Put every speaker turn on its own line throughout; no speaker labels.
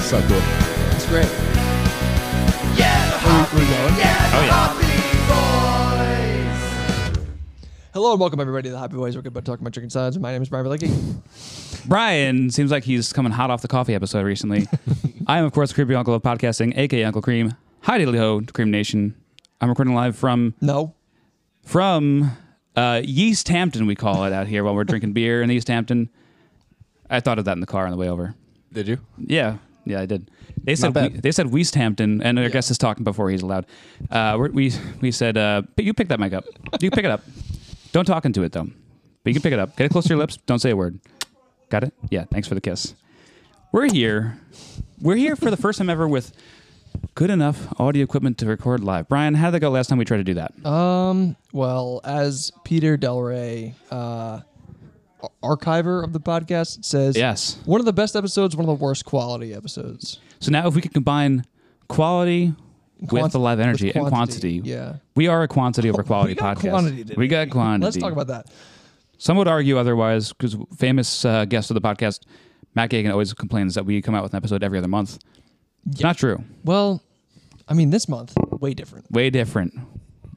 so cool.
It's great.
Oh yeah.
Hello and welcome everybody to the Happy Boys. We're about to talk about chicken salads. My name is Brian Berlicki.
Brian seems like he's coming hot off the coffee episode recently. I am, of course, creepy uncle of podcasting, aka Uncle Cream. Hi, diddly ho, Cream Nation. I'm recording live from
No,
from uh, Yeast Hampton, we call it out here while we're drinking beer in East Hampton. I thought of that in the car on the way over.
Did you?
Yeah, yeah, I did. They said we,
bad.
they said West Hampton, and our guest is talking before he's allowed. Uh, we're- we we said, uh, but you pick that mic up. You pick it up. Don't talk into it though. But you can pick it up. Get it close to your lips. Don't say a word. Got it? Yeah. Thanks for the kiss. We're here. We're here for the first time ever with good enough audio equipment to record live. Brian, how did that go last time we tried to do that?
Um, well, as Peter Del Rey, uh, archiver of the podcast, says,
Yes.
one of the best episodes, one of the worst quality episodes.
So now if we could combine quality with
Quanti-
the live energy
with
and quantity,
Yeah.
we are a quantity over quality
We got
podcast.
quantity today.
We got quantity.
Let's talk about that.
Some would argue otherwise, because famous uh, guest of the podcast, Matt Gagan, always complains that we come out with an episode every other month. It's Not true.
Well, I mean, this month, way different.
Way different.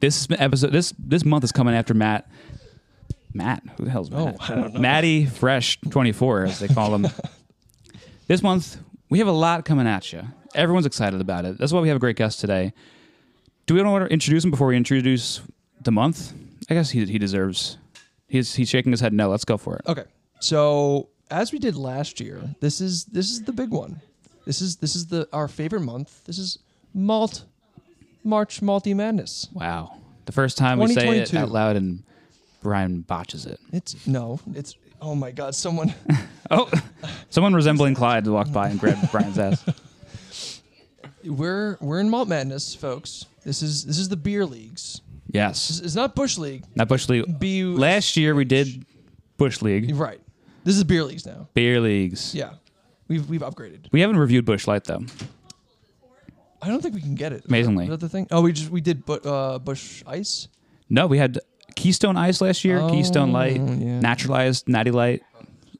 This episode, this this month is coming after Matt. Matt, who the hell's Matt? Matty Fresh Twenty Four, as they call him. this month we have a lot coming at you. Everyone's excited about it. That's why we have a great guest today. Do we want to introduce him before we introduce the month? I guess he he deserves. He's he's shaking his head. No, let's go for it.
Okay. So as we did last year, this is this is the big one. This is this is the our favorite month. This is malt March Malty Madness.
Wow. The first time we say it
2022.
out loud and Brian botches it.
It's no, it's oh my god, someone
Oh, someone resembling Clyde walked by and grabbed Brian's ass.
we're we're in malt madness, folks. This is this is the beer leagues.
Yes.
This is not Bush League.
Not Bush League.
B U
Last year we did Bush League,
right. This is beer leagues now.
beer leagues.
Yeah. We've we've upgraded.
We haven't reviewed Bush Light though.
I don't think we can get it.
Amazingly.
Is that the thing? Oh, we just we did bu- uh, Bush Ice.
No, we had Keystone Ice last year, Keystone Light,
Oh, yeah.
Naturalized, Natty Light.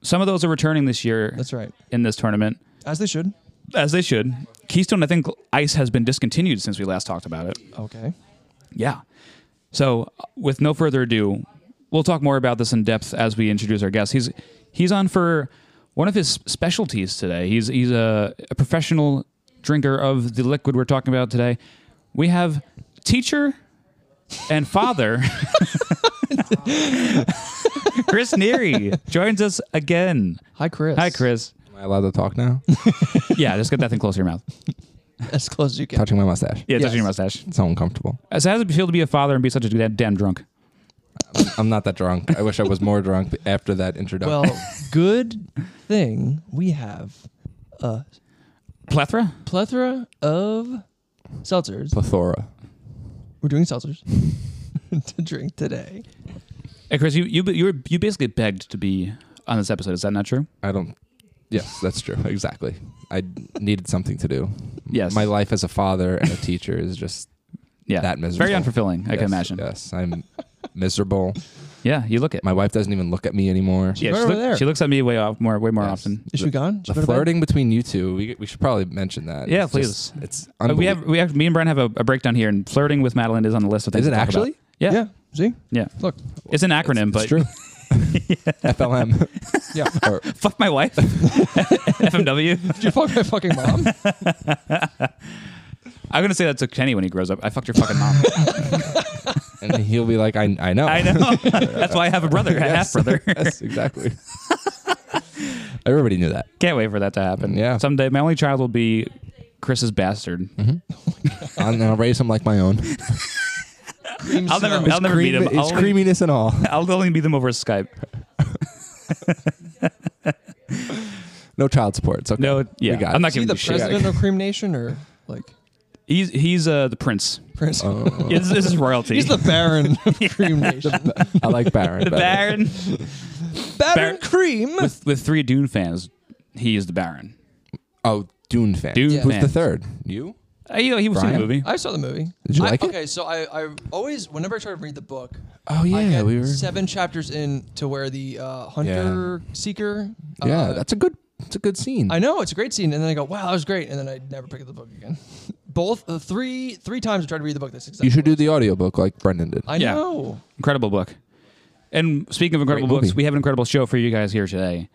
Some of those are returning this year
That's right.
in this tournament,
As they should.
as they should. Keystone, I think Ice has been discontinued since we last talked about it.
Okay.
Yeah. So, uh, with no further ado, we'll talk more about this in depth as we introduce our guest. He's he's on for one of his specialties today. He's he's a, a professional drinker of the liquid we're talking about today. We have teacher and father Chris Neary joins us again.
Hi Chris.
Hi, Chris.
Am I allowed to talk now?
Yeah, just get that thing close to your mouth.
As close as you can.
Touching my mustache.
Yeah,
Yes.
touching your mustache.
It's so uncomfortable.
So, how does it feel to be a father and be such a damn damn drunk?
I'm not that drunk. I wish I was more drunk after that introduction.
Well, good thing we have a
Plethora.
plethora of seltzers.
Plethora.
We're doing seltzers to drink today.
Hey, Chris, you you you, were, you basically begged to be on this episode. Is that not true?
I don't. Yes, that's true. Exactly. I needed something to do.
Yes.
My life as a father and a teacher is just
Yeah,
that miserable.
Very unfulfilling, I
yes,
can imagine. Yeah.
Yes, I'm miserable.
you look it.
My wife doesn't even look at me anymore.
yeah,
right
she,
over
look-
there.
she looks at me way off more way more
Yes.
often.
Is she gone? She
The
go to bed?
flirting between you two, we, we should probably mention that.
Yeah,
It's just- it's
Uh,
unbelievable.
we have we have me and Brian have a, a breakdown here, and flirting with Madeline is on the list of things.
Is it
to talk about.
actually?
Yeah,
Yeah.
yeah,
See? Look.
It's an acronym, but
It's true. FLM.
Yeah.
Or
fuck my wife, FMW.
Did you fuck my fucking mom?
I'm gonna say that to Kenny when he grows up. I fucked your fucking mom.
and he'll be like, I, I know.
I know. That's why I have a brother, a half brother.
yes, exactly. Everybody knew that.
Can't wait for that to happen.
Yeah. Mm-hmm.
someday my only child will be Chris's bastard.
And I'll raise him like my own.
I'll never,
soda.
I'll never beat him.
Cream-
I'll
it's
only-
creaminess and all.
I'll only beat them over Skype.
No child support. It's okay.
No, yeah,
We got
I'm
it.
not
Is he
giving
the
you shit.
president of Cream Nation or like
He's he's uh, the prince.
Prince?
Oh.
Yeah, this, this is royalty.
He's the Baron of Cream Nation.
I like Baron.
The
better.
Baron
Baron
Baron-
Cream.
with with three Dune fans. He is the Baron.
Oh, Dune fan.
Dune
Yeah.
Who's the
fans.
third? You?
Uh, you know, he was in the
Brian?
movie.
I saw the movie.
Did you
I-
like it?
Okay, so I, I always whenever I try to read the book,
Oh
I
yeah,
got
we were.
seven chapters in to where the uh, hunter seeker.
yeah,
uh,
that's a good. It's a good scene.
I know it's a great scene, and then I go, "Wow, that was great," and then I never pick up the book again. Both uh, three three times I tried to read the book. That's exactly.
you should do the audiobook like Brendan did.
I
Yeah.
know.
Incredible book. And speaking of incredible
Great
books,
movie.
we have an incredible show for you guys here today.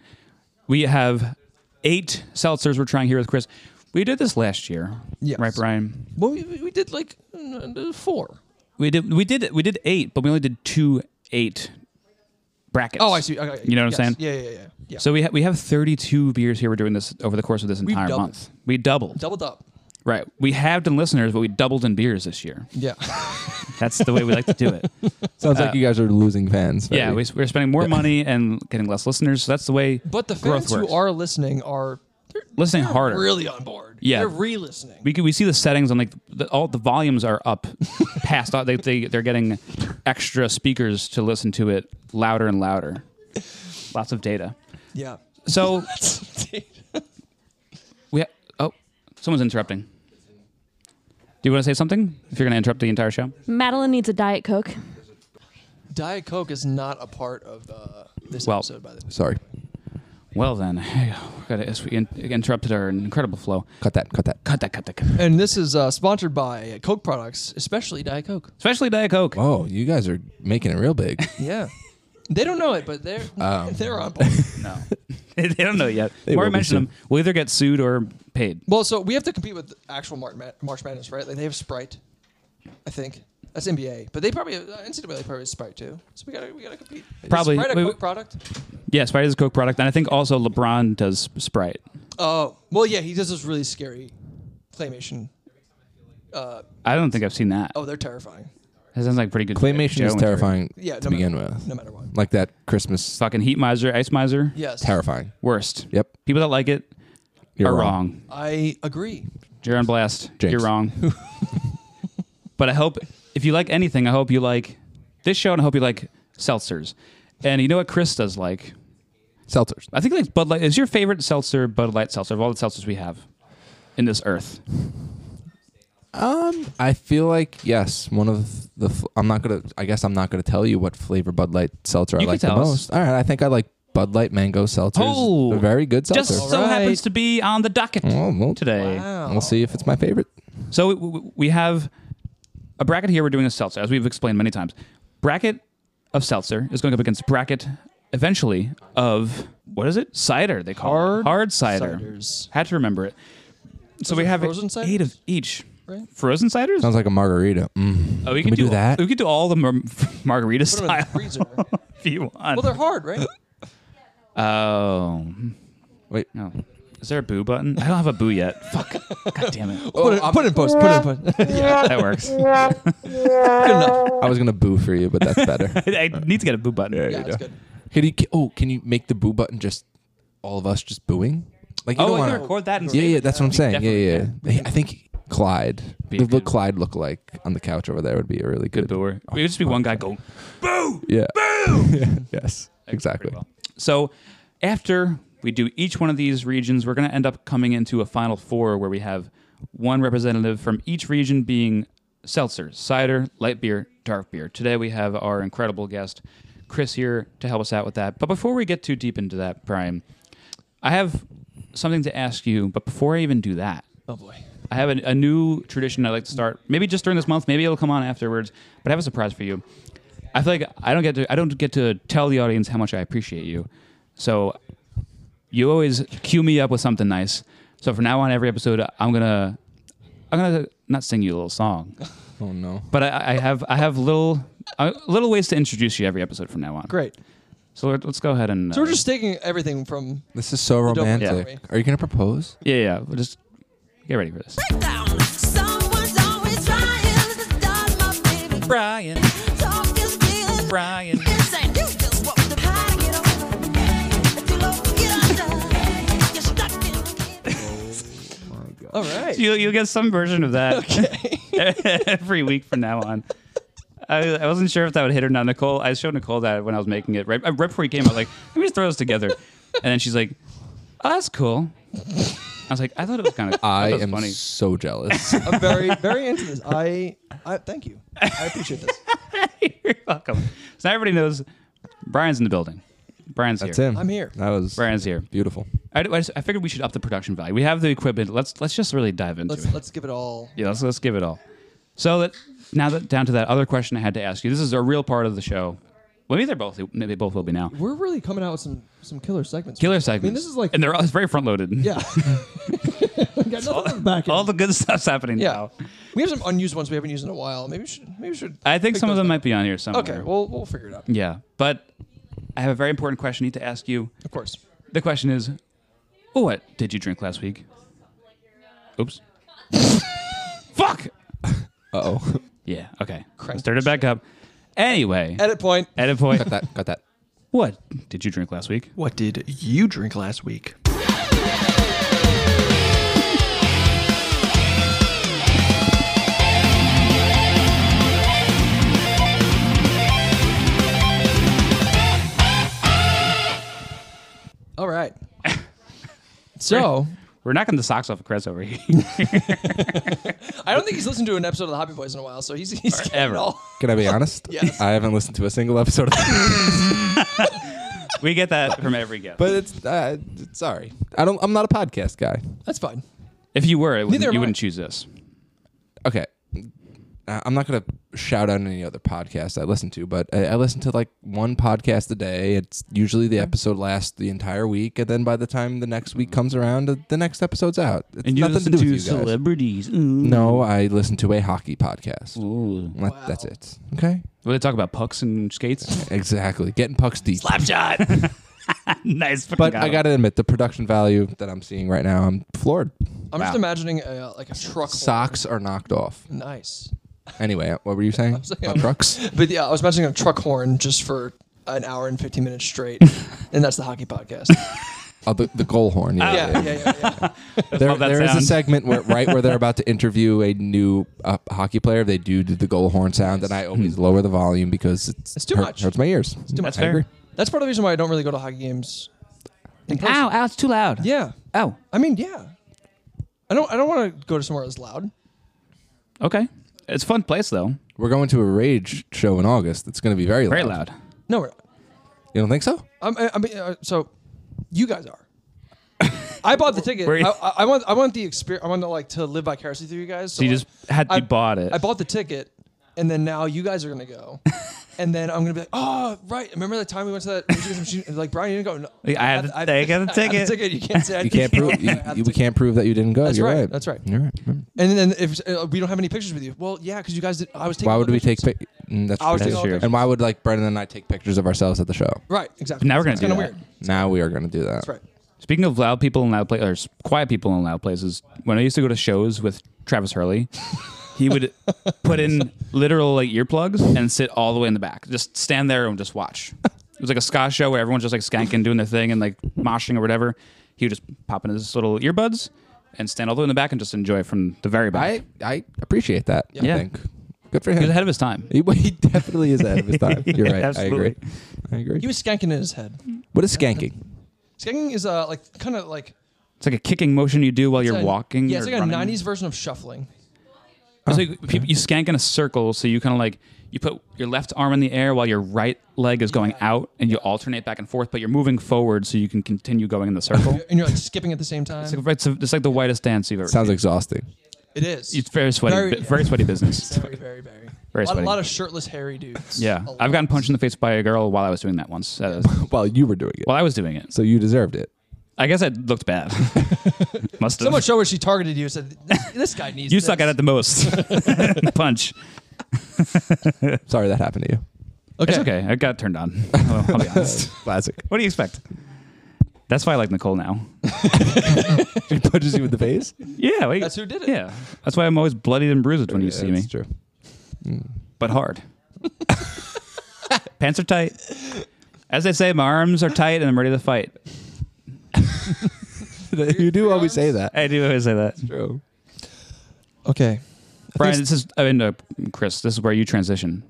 We have eight seltzers we're trying here with Chris. We did this last year,
Yes.
right, Brian?
Well, we, we did like uh, four.
We did we did we did eight, but we only did two eight brackets.
Oh, I see. Okay,
You know what
yes.
I'm saying?
Yeah, yeah, yeah, yeah.
So we ha- we have 32 beers here. We're doing this over the course of this entire
doubled.
month. We doubled.
doubled up.
Right. We halved in listeners, but we doubled in beers this year.
Yeah.
That's the way we like to do it.
Sounds like you guys are losing fans.
uh, Yeah,
Very-
we, we're spending more money and getting less listeners. So that's the way.
But the
growth
fans who
works.
are listening are they're,
listening
they're
harder.
really on board.
Yeah.
they're re-listening.
we, can, we see the settings on like the, all the volumes are up past all- they, they they're getting extra speakers to listen to it louder and louder lots of data
yeah.
so we ha- oh someone's interrupting do you want to say something if you're going to interrupt the entire show
Madeline needs a Diet Coke.
Diet Coke is not a part of uh, this
Well-
episode, by the way.
Sorry.
well then we got to we in, interrupted our incredible flow
Cut that. Cut that.
cut that cut that cut that.
And this is uh, sponsored by Coke products, especially Diet Coke.
especially diet coke
Oh, you guys are making it real big.
Yeah. They don't know it, but they're
Um.
they're on board.
no they don't know yet
They
Before I
will be
mention
soon.
them we'll either get sued or paid
Well, so we have to compete with actual Mar- Ma- March Madness, right? Like they have Sprite, I think. That's NBA, but they probably uh, NCAA probably has Sprite too. So we gotta we gotta compete. Is
Probably.
Sprite a
Wait,
Coke
wait.
product.
yeah sprite is a coke product and i think also lebron does sprite
Oh well, yeah, he does this really scary claymation.
I don't think I've seen that.
Oh, they're terrifying.
That sounds like pretty good.
Claymation
Joe
is
and
terrifying
Yeah, no
to begin
matter,
with.
no matter what.
Like that Christmas.
Fucking heat miser, ice miser.
Yes,
Terrifying.
Worst.
Yep.
People that like it
You're
are wrong.
wrong.
I agree.
You're on blast.
Jinx.
You're wrong. but I hope if you like anything, I hope you like this show and I hope you like seltzers. And you know what Chris does like?
Seltzers.
I think like Bud Light is your favorite seltzer, Bud Light seltzer of all the seltzers we have in this earth.
Um, I feel like yes, one of the. f- I'm not gonna. I guess I'm not gonna tell you what flavor Bud Light seltzer
You
I
can
like the
tell us.
most. All right, I think I like Bud Light mango seltzers.
Oh,
They're very good seltzer.
Just so
Alright.
happens to be on the docket
Oh, well,
today.
Wow.
We'll see if it's my favorite.
So we- we, we have a bracket here. We're doing a seltzer, as we've explained many times. Bracket of seltzer is going up against bracket eventually of what is it? Cider. They call
Hard
it. hard cider.
ciders.
Had to remember it. So
Those
we
are
have
frozen ciders?
eight of each.
Right?
Frozen ciders?
Sounds like a margarita. Mm.
oh, we
we do that?
We could do all the mar- margarita
Put them in
style
the freezer. well,
if you want.
they're hard, right?
oh
Wait.
no. Is there a boo button? I don't have a boo yet. Fuck. God damn it.
put,
Oh,
it, put it in post. Put it in post.
That works. I,
Good enough.
I was gonna boo for you, but that's better.
I need to get a boo button.
Yeah, that's good.
Can you? Oh, can you make the boo button just all of us just booing? Like you
Oh,
don't
I
want
can record that and
Yeah,
save
yeah,
it.
that's what I'm saying. Yeah,
Definitely,
yeah. yeah. I think Clyde,
Be
the
good.
look Clyde look like on the couch over there would be a really
Good
good.
booer. It would just be one guy going,
Yeah. yes. Exactly.
So after we do each one of these regions, we're going to end up coming into a final four where we have one representative from each region being seltzer, cider, light beer, dark beer. Today we have our incredible guest, Chris, here to help us out with that. But before we get too deep into that, Brian, I have something to ask you. But before I even do that,
Oh boy.
I have a, a new tradition I'd like to start. Maybe just during this month. Maybe it'll come on afterwards. But I have a surprise for you. I feel like I don't get to I don't get to tell the audience how much I appreciate you. So you always cue me up with something nice. So from now on, every episode, I'm gonna I'm gonna not sing you a little song,
Oh no.
but I, I have I have little uh, little ways to introduce you every episode from now on.
Great.
So let- let's go ahead and
So
uh,
we're just taking everything from
This is so
don't-
romantic.
Yeah.
Are you gonna propose?
uh, yeah yeah we'll just get ready for this.
Someone's always trying to start my baby.
Brian,
Talk is feeling
Brian.
insane. You just want to hide and get over. Too low to get under. You're stuck in the middle.
all right.
You, you'll get some version of that every week from now on. I, I wasn't sure if that would hit or not. Nicole, I showed Nicole that when I was making it right, right before he came. I was like, let me just throw this together. And then she's like, oh, that's cool. I was like, I thought it was kind of
I
was
am
funny.
so jealous.
I'm very very into this. I I thank you. I appreciate this.
You're welcome. So now everybody knows Brian's in the building. Brian's
That's
here.
him.
I'm here.
That was
Brian's here.
beautiful.
I, I, just- I figured we should up the production value. We have the equipment. Let's let's just really dive into
Let's
it.
let's give it all.
yeah, let's let's give it all. So that now that down to that other question I had to ask you. This is a real part of the show. Well, maybe they're both. Maybe both will be now.
We're really coming out with some some killer segments.
Killer
I
segments.
mean, this is like
and they're all, it's very front loaded.
yeah. We got nothing back
all
end.
the good stuff's happening
yeah.
now.
We have some unused ones we haven't used in a while. Maybe we should maybe we should.
I think
pick
some of
those
them
up.
might be on here somewhere.
Okay, well we'll figure it out.
yeah, but I have a very important question I need to ask you.
Of course.
The question is, what did you drink last week? Oops. Fuck.
Uh oh.
Yeah. Okay.
Christ.
Start it back up. Anyway,
Edit point.
edit point.
Got that. Got that.
What did you drink last week?
What did you drink last week?
All right. So
We're knocking the socks off of Chris over here.
I don't think he's listened to an episode of the Hobby Boys in a while, so he's he's getting
Ever.
all.
Can I be honest?
Yes.
I haven't listened to a single episode of
we get that from every guest.
But it's uh, sorry. I don't I'm not a podcast guy.
That's fine.
if you were, it wouldn't-
Neither am
you
I.
wouldn't choose this.
Okay. Uh, I'm not going to shout out any other podcast I listen to, but I, I listen to like one podcast a day. It's usually the episode lasts the entire week, and then by the time the next week comes around, uh, the next episode's out. It's
And you
nothing
listen
to do
to
with you guys.
celebrities. Mm.
No, I listen to a hockey podcast.
Ooh.
That- That's it. Okay.
Well, they talk about pucks and skates.
Exactly. Getting pucks deep.
Slapshot. nice. fucking
But I
him.
got to admit, the production value that I'm seeing right now, I'm floored.
I'm just
Wow.
imagining a, like a truck.
Socks are knocked off.
horn. Nice.
Anyway, what were you saying?
saying
About
I'm-
trucks?
But yeah, I was imagining a truck horn just for an hour and 15 minutes straight, and that's the hockey podcast.
Oh, the, the goal horn. Yeah, yeah,
Ah, yeah,
yeah.
yeah, yeah, yeah.
There,
Love that
there is a
sound.
segment where right where they're about to interview a new uh, hockey player, they do do the goal horn sound, and I always
Hmm.
lower the volume because it's,
It's too much.
Hurts my ears. It's
too
That's
much.
I agree.
fair.
That's part of the reason why I don't really go to hockey games. In person.
ow, it's too loud.
Yeah.
Oh.
I mean, yeah. I don't. I don't want to go to somewhere that's loud.
Okay. It's a fun place though.
We're going to a rage show in August. It's going to be very loud.
Very loud.
No, we're not.
You don't think so?
I'm, I, I mean, uh, so you guys are. I bought the ticket.
Were
I,
you-
I I want. I want the experience. I want to like to live vicariously through you guys. So
So you
like,
just had
I
you bought it.
I bought the ticket, and then now you guys are gonna go, and then I'm gonna be like, oh right, remember that time we went to that Michigan machine? And like Brian, you didn't go. No,
I had the- I got the
I had
ticket."
ticket. You can't say I
You can't
didn't go.
prove
I
you,
had the
you, we
ticket.
can't prove that you didn't go.
That's
You're
right.
right.
That's right.
You're right.
And then if uh, we don't have any pictures with you, well, yeah, because you guys did. I was taking.
Why
all
would
the
we take?
pictures.
Pic- mm, that's
I was
true.
taking all the
That's
pictures.
And why would like Brendan and I take pictures of ourselves at the show?
Right. Exactly.
Now we're gonna
It's
do
kinda
that.
weird.
Now we are going to do that.
That's right.
Speaking of loud people in loud places, quiet people in loud places, when I used to go to shows with Travis Hurley, he would put in literal like earplugs and sit all the way in the back. Just stand there and just watch. It was like a ska show where everyone's just like skanking, doing their thing and like moshing or whatever. He would just pop in his little earbuds and stand all the way in the back and just enjoy from the very back.
I I appreciate that.
Yeah.
I think good for him.
he was ahead of his time.
He, he definitely is ahead of his time. You're right.
Absolutely.
I agree. I agree.
He was skanking in his head.
what is skanking?
Skanking is uh like kind of like
It's like a kicking motion you do while you're
it's a-
walking.
Yeah, it's
or
like
running.
a '90s version of shuffling.
So you, people, you skank in a circle, so you kind of like you put your left arm in the air while your right leg is going out, and you alternate back and forth, but you're moving forward so you can continue going in the circle.
and you're like skipping at the same time.
it's, like, it's, it's like the whitest dance you've ever.
Sounds
seen.
exhausting.
It is.
it's very sweaty,
very-
very, very sweaty business.
very, very, very.
Very
a, lot, a
sweaty.
lot of shirtless, hairy dudes.
Yeah,
A lot.
I've gotten punched in the face by a girl while I was doing that once. That was-
Well, you were doing it,
while I was doing it,
so you deserved it.
I guess I looked bad. Must have.
So much so where she targeted you and said, "This, this guy needs."
you
this.
suck at it the most. Punch.
Sorry that happened to you.
Okay.
It's okay. I got turned on. I'll, I'll be honest.
Classic.
What do you expect? That's why I like Nicole now.
She punches you in the face.
Yeah, wait.
That's who did it.
Yeah, that's why I'm always bloodied and bruised when you see me,
That's true.
but hard. Pants are tight. As they say, my arms are tight and I'm ready to fight.
you do always say that.
I do always say that.
True.
Okay.
Brian, this is, I mean, uh, Chris, this is where you transition.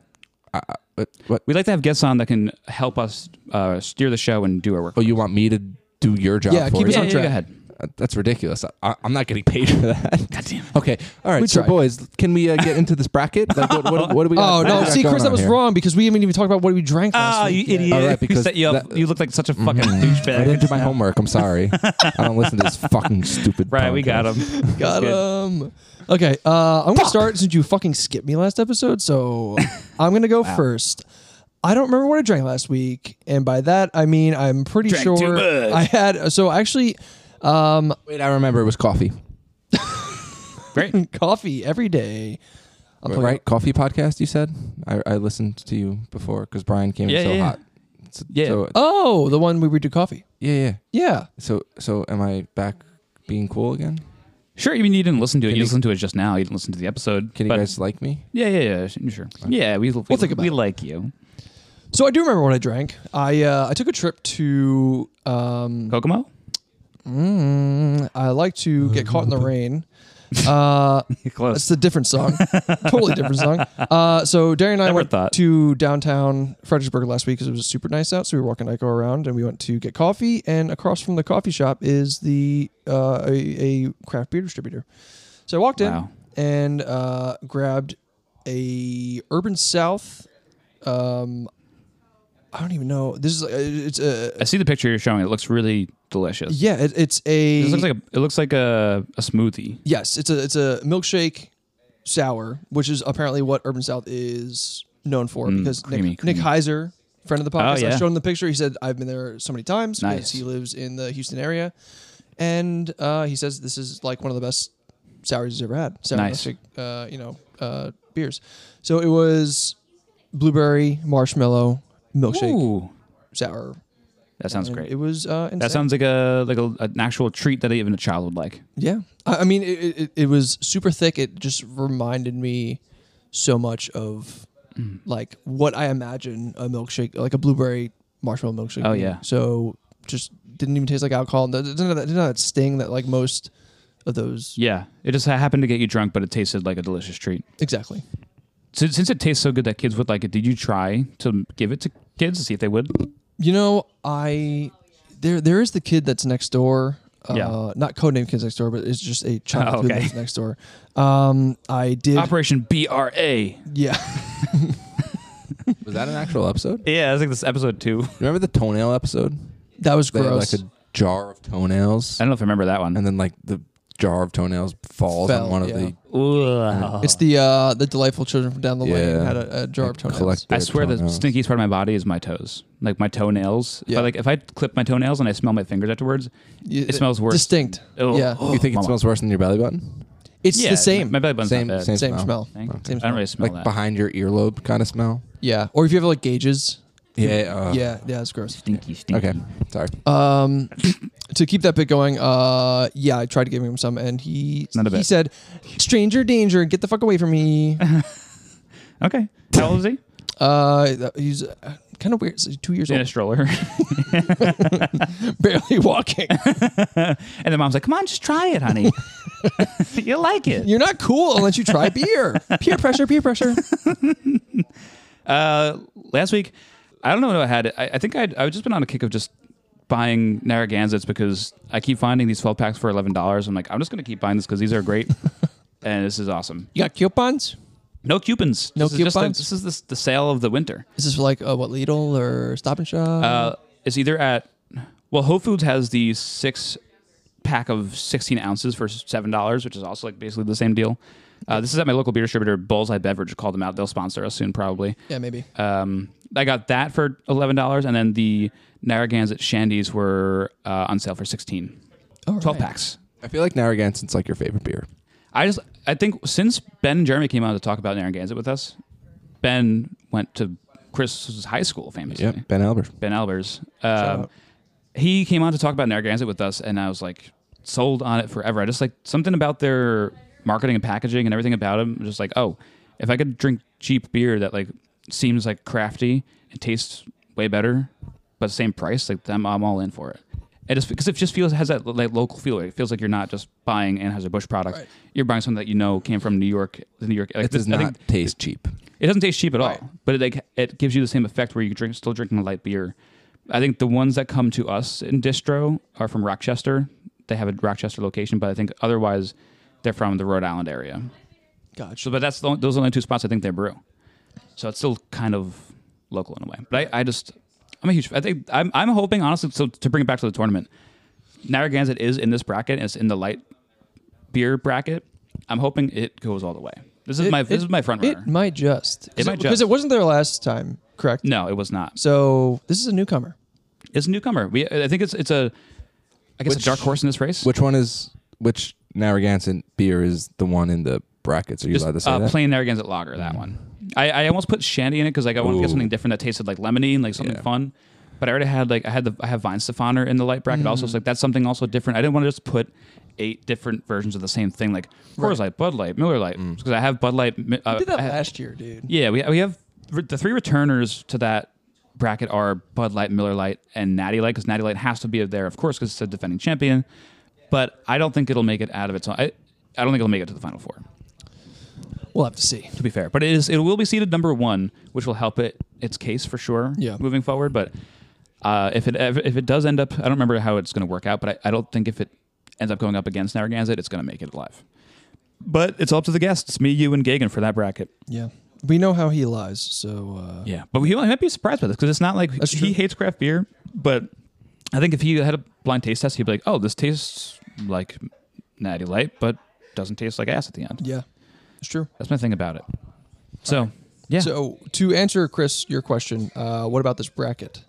But Uh, what?
We'd like to have guests on that can help us uh, steer the show and do our work.
Oh, you want me to do your job
Yeah,
for
keep
you?
us on
yeah,
track.
go ahead.
Uh, That's ridiculous. I, I'm not getting paid for that.
Goddamn.
Okay. All right.
We
so,
tried.
boys, can we uh, get into this bracket? Like, what, what, what do we? got-
Oh
what do
no!
we got
See,
going
Chris, that
on
was
here?
wrong because we haven't even talked about what we drank last
Ah, you
week. yet.
idiot!
All right,
we
because
set you up.
that- Mm-hmm.
you look like such a fucking douchebag.
I didn't do my homework. I'm sorry. I don't listen to this fucking stupid.
Right, we got
podcast.
him.
Got him. Okay, uh, I'm gonna start since you fucking skipped me last episode, so I'm gonna go first. I don't remember what I drank last week, and by that I mean I'm pretty
Drank too
sure
much.
I had. So actually,
Wait, I remember it was coffee.
Great.
coffee every day. I'm putting-
right? Coffee podcast. You said I, I listened to you before because Brian came
Yeah,
in so
yeah, yeah.
hot. So,
Yeah.
So,
Oh, the one where we do coffee.
yeah, yeah.
Yeah.
So so am I back being cool again?
Sure. You mean you didn't listen to it? You,
you-
listened to it just now. You didn't listen to the episode.
Can you
but-
guys like me?
Yeah, yeah, yeah. sh- Sure. Yeah, we we,
think about
we
it.
like you.
So I do remember what I drank. I uh, I took a trip to. Um,
Kokomo.
mm, I like to get caught in the rain. Uh,
Close.
It's a different song, totally different song. Uh, so Darren and I
Never
went
thought.
to downtown Fredericksburg last week because it was super nice out. So we were walking Ico around, and we went to get coffee. And across from the coffee shop is the uh, a, a craft beer distributor. So I walked
Wow.
in and uh, grabbed a Urban South. Um, I don't even know. This is uh, it's a
I see the picture you're showing. It looks really delicious.
yeah. It, it's a
It looks like a, it looks like a, a smoothie.
Yes, it's a it's a milkshake sour, which is apparently what Urban South is known for because
Mm, creamy,
Nick, Nick
creamy. Oh,
Heiser, friend of the podcast, I
yeah.
showed him the picture. He said I've been there so many times
Nice.
because he lives in the Houston area, and uh, he says this is like one of the best sours he's ever had. Sour
Nice.
milkshake, uh, you know, uh, beers. So it was blueberry marshmallow milkshake
Ooh,
sour.
that sounds
and
great.
It was uh, insane.
that sounds like a like a, an actual treat that even a child would like.
Yeah, I, I mean, it, it, it was super thick. It just reminded me so much of
Mm.
like what I imagine a milkshake, like a blueberry marshmallow milkshake.
Oh,
being.
yeah.
So just didn't even taste like alcohol. And Didn't have that, didn't have that sting that like most of those.
Yeah, it just happened to get you drunk, but it tasted like a delicious treat.
Exactly.
Since, since it tastes so good that kids would like it, did you try to give it to kids to see if they would?
You know, I there there is the kid that's next door. Uh,
Yeah.
Not codename kids next door, but it's just a child
Oh,
who
okay.
lives next door. Um, I did.
Operation BRA.
yeah.
Was that an actual episode?
Yeah, I think this is episode two. I
Remember the toenail episode?
That was
They had,
gross.
like a jar of toenails,
don't know if I remember that one.
and then like the jar of toenails falls
Fell,
on one
yeah.
of the.
Ugh.
It's the uh, the delightful children from down the lane
Yeah.
had a, a jar of
They
toenails.
collect
I
their
swear the
toenails.
stinkiest part of my body is my toes, like my toenails. If
Yeah.
I like if I clip my toenails and I smell my fingers afterwards,
You-
it smells worse.
Distinct.
Oh,
yeah,
oh,
You think it
mama.
smells worse than your belly button?
it's
Yeah,
the same.
My belly button's
Same,
not bad.
same,
same
smell.
smell.
Thank-
Same
I don't
smell.
really smell
like
that.
behind your earlobe kind of smell.
Yeah, or if you have like gauges.
Yeah. Uh,
yeah, yeah, it's gross.
Stinky, stinky.
Okay. Sorry.
Um, to keep that bit going, uh, yeah, I tried to give him some, and he
Not a
he
bit.
said, "Stranger danger, get the fuck away from me."
Okay. How old is he?
uh, he's uh, kind of weird. He's two years
In a
old,
stroller.
barely walking.
and the mom's like, "Come on, just try it, honey. You'll like it."
You're not cool unless you try beer. Peer pressure, peer pressure.
Uh, last week, I don't know what I had. I, I think I'd, I've just been on a kick of just buying Narragansetts because I keep finding these 12 packs for $11. I'm like, I'm just going to keep buying this because these are great. and this is awesome.
You got coupons?
No coupons.
No
this Is just like-
coupons?
this is the, the sale of the winter.
Is this for like uh, what Lidl or Stop and Shop?
Uh, it's either at, well, Whole Foods has the six pack of 16 ounces for $7, which is also like basically the same deal. Uh, this is at my local beer distributor, Bullseye Beverage. Call them out. They'll sponsor us soon, probably.
yeah, maybe.
Um, I got that for eleven dollars, and then the Narragansett Shandies were uh, on sale for sixteen.
All
Twelve
right.
packs.
I feel like Narragansets like your favorite beer.
I just I think since Ben and Jeremy came on to talk about Narragansett with us, Ben went to Chris's high school famously.
Yep. Ben Albert.
Ben Albers. Um,
out.
he came on to talk about Narragansett with us, and I was like sold on it forever. I just like something about their marketing and packaging and everything about them. Just like, oh, if I could drink cheap beer that like seems like crafty and tastes way better, but same price, like I'm, I'm all in for it. And it's because it just feels has that like local feel. It feels like you're not just buying Anheuser Busch product.
Right.
You're buying something that you know came from New York, the New York. Like,
It does
I
not
think-
taste cheap.
it doesn't taste cheap at
Right.
all, but it like it gives you the same effect where you drink still drinking a light beer. I think the ones that come to us in distro are from Rochester. they have a Rochester location, but I think otherwise they're from the Rhode Island area. So,
Gotcha.
but that's the, only- those are the only two spots I think they brew. So it's still kind of local in a way. But I, I just, I'm a huge. I think I'm, I'm hoping honestly. So to bring it back to the tournament, Narragansett is in this bracket. And it's in the light beer bracket. I'm hoping it goes all the way. This is my this is my front runner.
It might just.
It might
Because
just.
it wasn't there last time, correct?
no, it was not.
So this is a newcomer.
It's a newcomer. We I think it's it's a I guess
Which-
a dark horse in this race.
Which one is which Narragansett beer is the one in the brackets? Are you
Just,
allowed to say
uh,
that?
plain Narragansett lager, that one. I, I almost put shandy in it because like I wanted to get
Mm. Ooh.
something different that tasted like lemony and like something
Yeah.
fun. But I already had like I had the I have Vine Stefaner in the light bracket also.
Mm.
So like that's something also different. I didn't want to just put eight different versions of the same thing like Coors Light, Bud Light, Miller Light
Mm.
because I have Bud Light. mi- Uh,
did that
I have-
last year, dude.
Yeah, we we have the three returners to that bracket are Bud Light, Miller Light, and Natty Light because Natty Light has to be there, of course, because it's a defending champion. But I don't think it'll make it out of its own. I, I don't think it'll make it to the final four.
We'll have to see.
To be fair, but it is it will be seeded number one, which will help it its case for sure.
Yeah.
moving forward. But uh, if it ever, if it does end up, I don't remember how it's going to work out, but I, I don't think if it ends up going up against Narragansett, it's going to make it alive. But it's up to the guests, me, you, and Gagan for that bracket.
Yeah. We know how he lies, so uh,
Yeah, but he might he might be surprised by this because it's not like
That's
he
true.
hates craft beer. But I think if he had a blind taste test, he'd be like, "Oh, this tastes like Natty Light, but doesn't taste like ass at the end."
yeah. It's true.
That's my thing about it. So, yeah,
So to answer Chris your question, uh, what about this bracket?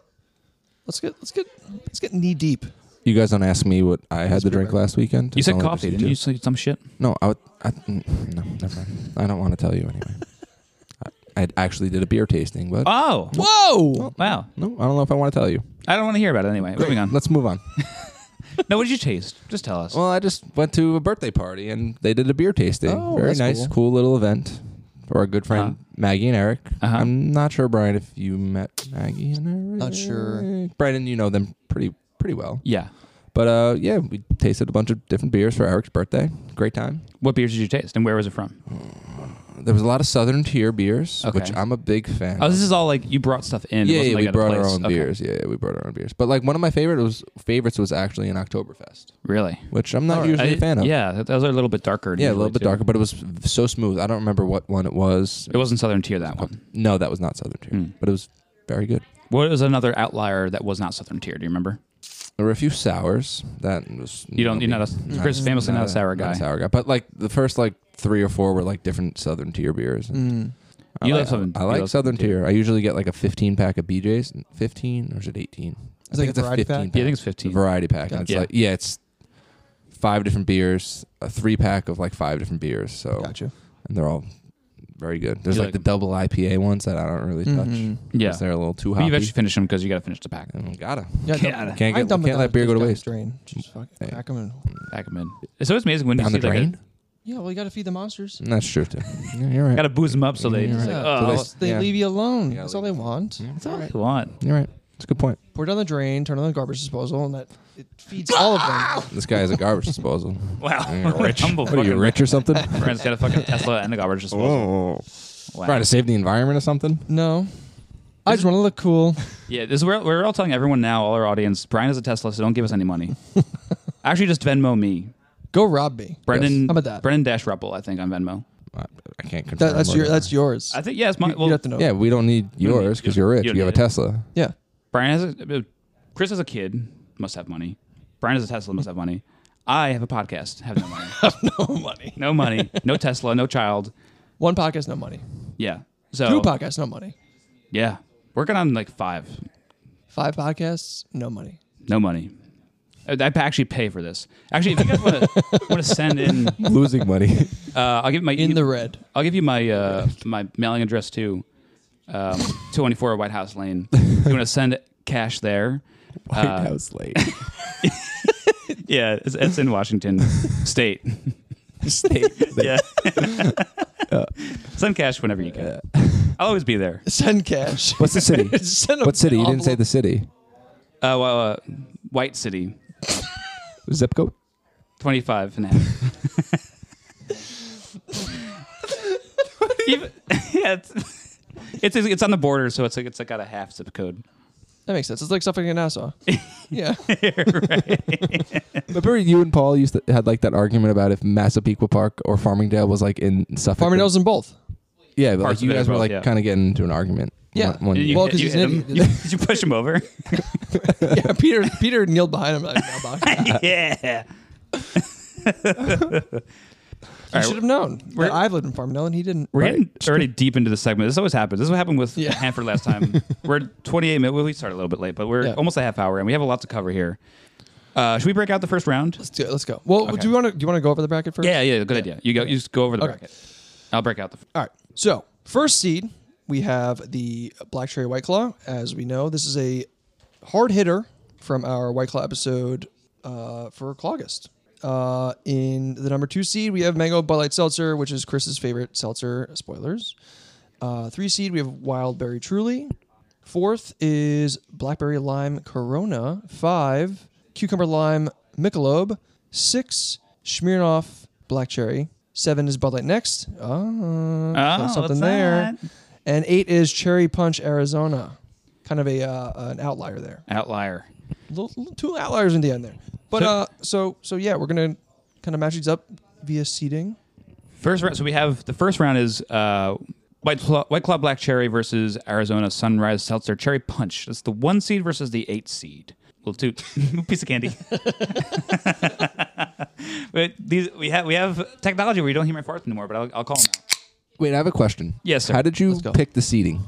Let's get let's get let's get knee deep.
you guys don't ask me what I had to drink last weekend.
you
It's
said
only
coffee,
just
didn't
two.
you? Say some shit.
No, I, would, I mm, no, never mind. I don't want to tell you anyway. I, I actually did a beer tasting, but
Oh,
Whoa!
wow!
no, I don't know if I want to tell you.
I don't want to hear about it anyway. Moving on.
Let's move on.
No, what did you taste? Just tell us.
Well, I just went to a birthday party and they did a beer tasting.
Oh,
Very
that's
nice,
cool.
cool. little event for our good friend
Uh-huh.
Maggie and Eric.
Uh-huh.
I'm not sure, Brian, if you met Maggie and Eric.
Not sure.
Brandon, you know them pretty pretty well.
yeah.
But uh, yeah, we tasted a bunch of different beers for Eric's birthday. Great time.
What beers did you taste, and where was it from?
There was a lot of Southern tier beers,
Okay.
which I'm a big fan.
Oh,
of.
this is all like you brought stuff in. It
yeah,
wasn't
yeah
like
we
at a
brought our
place.
own
Okay.
beers. Yeah, yeah, we brought our own beers. But like one of my favorite was favorites was actually an Oktoberfest,
Really?
which I'm not
Alright.
usually a
I-
fan of.
Yeah, th- those are a little bit
yeah,
darker.
a
usually,
little bit
too.
darker, but it was v- so smooth. I don't remember what one it was.
It wasn't Southern Tier that one.
No, that was not Southern Tier,
Mm.
but it was very good.
What was another outlier that was not Southern Tier? Do you remember?
There were a few sours that was
You don't- you're not a- Chris is famously not a sour guy.
sour guy, but like the first like three or four were like different Southern Tier beers. and
Mm.
I
You
like,
love Southern-
I
you
like
love
Southern
Southern Tier.
Tier. I usually get like a 15 pack of BJ's. 15 or is it 18? I
Is
think
it
it's
a
a
variety
15
pack?
pack.
Yeah, I think it's
It's a
15.
variety pack, and it's
Gotcha.
like yeah, it's five different beers, a three pack of like five different beers. So
Gotcha.
and they're all very good. There's
You
like,
like
the
them.
double IPA ones that I don't really touch.
Mhm.
Yeah.
'cause they're a little too
But
hoppy.
you've actually finished them because you got to finish the pack.
Mm, gotta
Yeah,
Get outta-
Can't get-
dump it
can't
down
let
the-
beer go to
down the
waste.
Drain. Just fuck it.
Hey.
Pack 'em and,
Pack them in. It's always amazing when
down
you
the
see like a-
drain.
yeah, well, you got to feed the monsters.
That's true too. Yeah, you're right.
gotta boost them up so they
You're
just
right.
like,
Yeah.
oh,
So
that's
They
Yeah.
leave you alone.
You gotta
That's all
leave
they want.
Yeah.
That's all
all
right.
they want.
You're right. It's a good point.
Pour it down the drain. Turn on the garbage disposal, and that it feeds all of
Ah!
them.
This guy has a garbage disposal.
Wow,
You're rich.
Humble
What are you
fucking
rich or something?
Brian's got a fucking Tesla and a garbage disposal.
Oh,
Wow.
trying to save the environment or something?
No, I just want to look cool.
Yeah, this is where we're all telling everyone now, all our audience. Brian has a Tesla, so don't give us any money. Actually, just Venmo me,
Go rob me.
Brendan.
How about that?
Brendan Dash Rubble, I think on Venmo.
I, I can't confirm.
That, that's
whether-
your. That's yours.
I think yes. My,
You-
well,
you have to know.
yeah. We don't need yours because
you-
you're rich.
you
You,
don't
have a
need it.
Tesla.
Yeah.
Brian has a, uh, Chris has a kid, must have money. Brian has a Tesla, must have money. I have a podcast, have no money.
No money.
no money, no Tesla, no child.
One podcast, no money.
Yeah. So
Two podcasts, no money.
yeah, working on like five,
Five podcasts, no money.
no money. I I actually pay for this. Actually, if you guys want to send in, uh,
Losing money.
I'll give my e-,
In the red.
I'll give you my uh, my mailing address too. Um, 224 White House Lane. If you want to send cash there?
White
Uh,
House late.
Yeah, it's, it's in Washington State. yeah. send cash whenever you can. I'll always be there.
Send cash.
What's the city?
Send a-
What city? You didn't say
envelope.
the city.
Uh, well, uh, White City,
Zip code.
25 and a half. Even, yeah, it's, it's it's on the border, so it's like it's like got a half zip code.
That makes sense. It's like suffering in Nassau. yeah.
Remember, you and Paul used to had like that argument about if Massapequa Park or Farmingdale was like in Suffolk.
Farmingdale's in both.
yeah, but like
Parts of
you
it
guys
as
were
well,
like
yeah.
kind of getting into an argument.
Yeah.
one- one-
You-
Well, 'cause
you
he's
hit
an
him? You, did you push him over?
Yeah, Peter Peter kneeled behind him like mailbox. You
yeah. All right,
should have known.
we're-
that I've lived in Farmingdale and he didn't.
We're getting already deep into the segment. This always happens. This is what happened with
Yeah.
Hanford last time. we're 28 minutes. Well, we started a little bit late, but we're
Yeah.
almost a half hour, and we have a lot to cover here. Uh, should we break out the first round?
Let's do it. Let's go. Well, do you want to do you want to go over the bracket first?
Yeah, yeah, good idea. You go. You just go over the
Okay.
bracket. I'll break out the.
All right. So first seed, we have the Black Cherry White Claw. As we know, this is a hard hitter from our White Claw episode uh, for Clogist. Uh, in the number two seed, we have Mango Bud Light Seltzer, which is Chris's favorite seltzer. Spoilers. Uh, three seed, we have Wild Berry Truly. Fourth is Blackberry Lime Corona. Five, Cucumber Lime Michelob. Six, Smirnoff Black Cherry. Seven is Bud Light Next. Oh,
what's
something there.
that?
And eight is Cherry Punch Arizona. Kind of a uh, an outlier there.
Outlier.
Little- little- two outliers in the end there. But
So-
uh, so so yeah, we're gonna kind of match these up via seeding.
First round. So we have the first round is uh, White Claw, White Claw Black Cherry versus Arizona Sunrise Seltzer Cherry Punch. That's the one seed versus the eight seed. Little toot, piece of candy. but these we have we have technology where you don't hear my farts anymore. But I'll, I'll call them out.
Wait, I have a question.
Yes, sir.
How did you
Let's go.
pick the seating?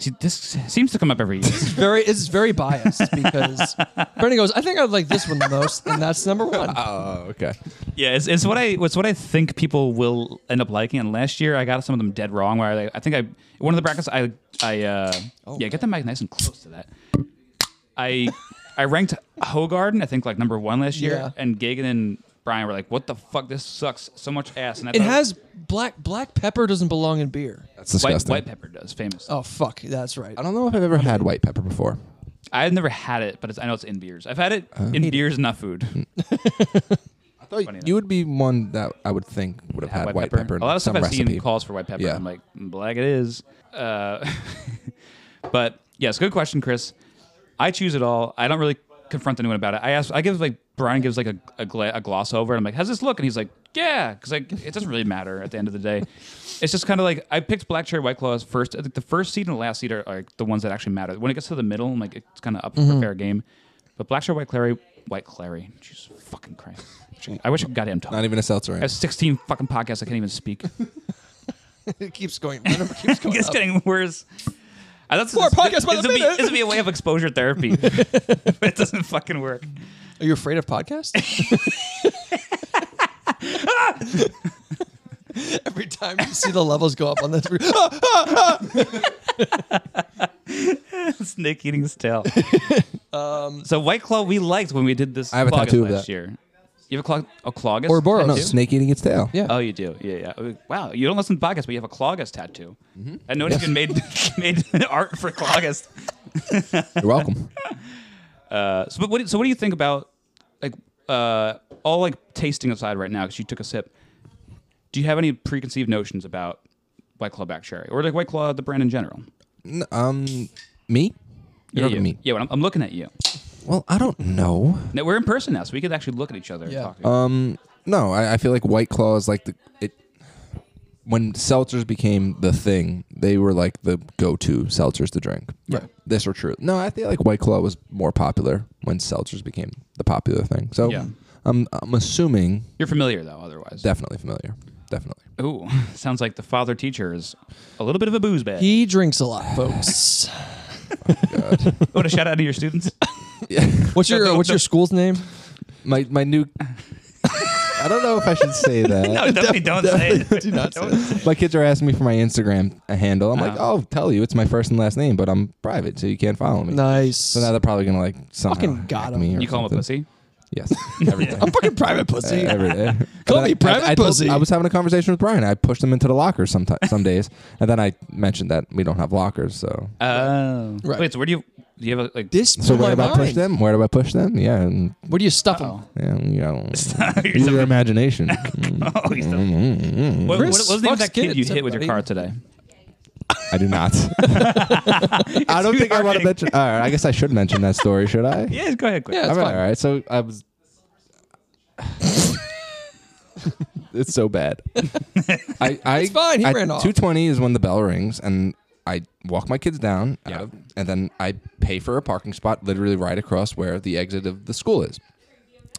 See, this seems to come up every year.
Very it's very biased because Bernie goes, I think I would like this one the most, and that's number one.
Oh, okay.
yeah, it's, it's what I it's what I think people will end up liking. And last year I got some of them dead wrong. Where I, I think I one of the brackets I I uh,
Oh,
yeah get the mic nice and close to that. I I ranked Hogarden I think like number one last year,
Yeah.
and Gagan and Brian were like, "What the fuck? This sucks so much ass." And I
It
thought
has black black pepper doesn't belong in beer.
That's
white,
disgusting.
white pepper does famous.
Oh fuck, that's right.
I don't know if I've ever had white pepper before.
I've never had it, but it's, I know it's in beers. I've had it in beers, not food.
I thought
enough.
you would be one that I would think would have had white, pepper. in
A lot of
some
stuff I've
recipe.
seen calls for white pepper.
Yeah.
I'm like, "Mm, black it is. Uh, but yes, good question, Chris. I choose it all. I don't really confront anyone about it. I ask. I give like Brian gives like a a, gla- a gloss over, and I'm like, "How's this look?" And he's like, "Yeah," because like it doesn't really matter at the end of the day. It's just kind of like I picked black cherry white claws first. I think the first seed and the last seed are like the ones that actually matter. When it gets to the middle, I'm like, it's kind of up
Mm-hmm.
for fair game. But black cherry white clary, white clary, Jesus fucking Christ. I wish I could goddamn talk.
Not even a seltzer.
I have 16 fucking podcasts. I can't even speak.
it keeps going. The number keeps going.
it's
up.
getting worse. I thought
More podcasts by the
this would be,
minute.
this would be a way of exposure therapy. but it doesn't fucking work.
Are you afraid of podcasts? Every time you see the levels go up on this,
Snake eating his tail. um, so White Claw we liked when we did this.
I have a
Clogus
tattoo of
last
that.
year. You have a clog a clogus
Or Boros.
no,
tattoo?
snake eating its tail.
Yeah.
Oh, you do. Yeah, yeah. Wow, you don't listen to podcasts, but you have a clogus tattoo.
Mm-hmm.
I know it's been made made art for clogus.
You're welcome.
Uh, so, but what, do- so what do you think about like uh, all like tasting aside right now? Because you took a sip. Do you have any preconceived notions about White Claw Black Cherry or like White Claw the brand in general?
N- um, me? You're
yeah,
looking at me.
Yeah, well, I'm, I'm looking at you.
Well, I don't know.
Now, we're in person now, so we could actually look at each other.
Yeah.
And talk to
Um, no, I, I feel like White Claw is like the it. When seltzers became the thing, they were like the go-to seltzers to drink.
Right.
This or true. No, I feel like White Claw was more popular when seltzers became the popular thing. So,
Yeah.
I'm I'm assuming
You're familiar though, otherwise.
definitely familiar. Definitely.
Ooh, sounds like the father teacher is a little bit of a booze bag.
he drinks a lot, folks.
Want to shout out to your students?
What's your what's your school's name?
My my new. I don't know if I should say that.
No, definitely don't say it. Do not
My kids are asking me for my Instagram handle. I'm like,
Uh-huh.
I'll tell you, it's my first and last name, but I'm private, so you can't follow me.
Nice.
So now they're probably gonna like somehow
Fucking
hack
got 'em.
me or
You call him a
something.
pussy?
Yes, every day.
I'm fucking private pussy.
every day. And
Call
then
me
I-
private
I, I told-
pussy.
I was having a conversation with Brian. I pushed him into the locker sometimes, some days, and then I mentioned that we don't have lockers. So,
Oh.
Right.
Wait, so where do you do you have a, like
This
so
blew
where
my
do I push
mind.
them? Where do I push them? Yeah, and
Where do you stuff
Oh.
yeah,
them?
you know,
You're
use
so-
your imagination.
Oh, he's the- What, what, what was the name of
Fox
that kid
kids,
you hit with your
everybody.
car today?
I do not. I don't think I want to mention. All right, I guess I should mention that story, should I?
Yeah, go ahead. Quick.
Yeah, it's
All right,
fine.
all right. So I was. it's so bad. I, I,
It's fine, he
at
ran off.
220 is when the bell rings, and I walk my kids down,
Yeah.
out of- and then I pay for a parking spot literally right across where the exit of the school is.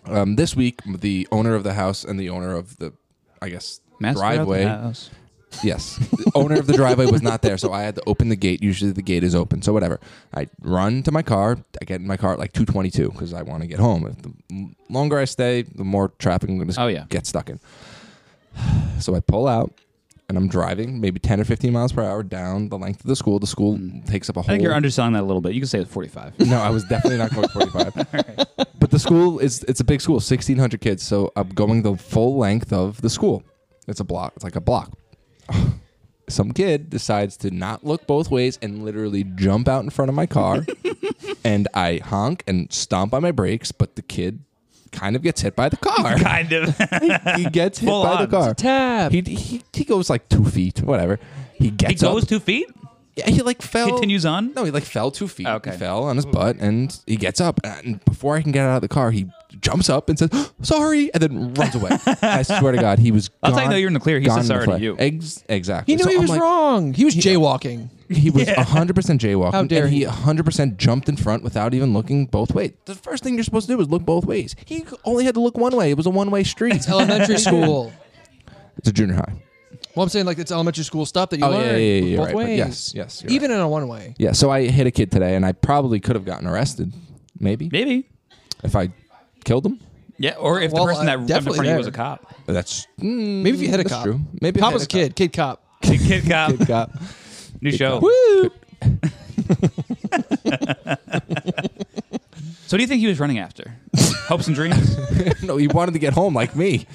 Um, this week, the owner of the house and the owner of the, I guess,
Master of the
driveway.
house.
Yes. The owner of the driveway was not there, so I had to open the gate. Usually the gate is open, so whatever. I run to my car. I get in my car at like 222 because I want to get home. If the m- longer I stay, the more traffic I'm going to
Oh, yeah.
get stuck in. So I pull out and I'm driving maybe 10 or 15 miles per hour down the length of the school. The school takes up a whole
Hmm. I think you're underselling that a little bit. You can say it's 45.
no, I was definitely not going 45. But the school is it's a big school, 1600 kids, so I'm going the full length of the school. It's a block. It's like a block. Some kid decides to not look both ways and literally jump out in front of my car and I honk and stomp on my brakes, but the kid kind of gets hit by the car.
kind of.
he gets hit
Full
by the
on.
car.
Tab.
He, he, he goes like two feet, whatever. He
he
gets
goes
up.
two feet.
yeah, he like fell.
Continues on.
No, he like fell two feet.
Okay.
He fell on his butt and he gets up. And before I can get out of the car, he jumps up and says, "Sorry," and then runs away. I swear to God, he was.
That's how
gone,
you know you're in the clear. He said
gone in the
sorry to
flesh.
you.
Ex- exactly.
He knew
So
he
I'm
was
like,
wrong. He was jaywalking.
He was 100% jaywalking.
How dare
and he
he.
100% jumped in front without even looking both ways. The first thing you're supposed to do is look both ways. He only had to look one way. It was a one way street. it's
elementary school.
a junior high.
Well, I'm saying like it's elementary school stuff that you
Oh, yeah,
learn
yeah, yeah,
both
you're right, but
ways.
yes, yes, you're
Even in a one way.
Yeah, so I hit a kid today and I probably could have gotten arrested. Maybe.
Maybe.
If I killed him.
Yeah, or if
Well,
the person
uh,
that jumped in
definitely
front of you was a
there.
cop.
That's mm,
Maybe if you hit a
that's
cop.
True. Maybe if I
Cop
hit
was a kid. Kid cop.
Kid, kid cop.
Kid cop.
New show.
Woo!
So do you think he was running after? Hopes and dreams.
no, he wanted to get home like me.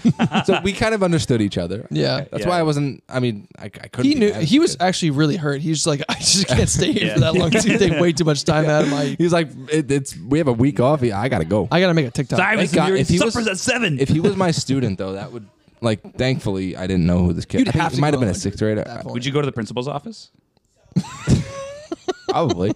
so we kind of understood each other.
Yeah.
That's
Yeah.
why I wasn't. I mean, I, I couldn't.
He
be
knew
mad at
he
the
was
kid.
actually really hurt. He was just like, I just can't stay here
Yeah.
for that long. It's gonna take way too much time out of my.
He's like, it, it's we have a week off. Yeah, I gotta go.
I gotta make a TikTok.
Sorry, Mr.
God,
Fury,
if he was-
supper's at seven.
if he was my student though, that would like. Thankfully, I didn't know who this kid.
You'd
I think
have
it
to
might have
go
been a
under
sixth grader.
that point.
Would you go to the principal's office?
Probably.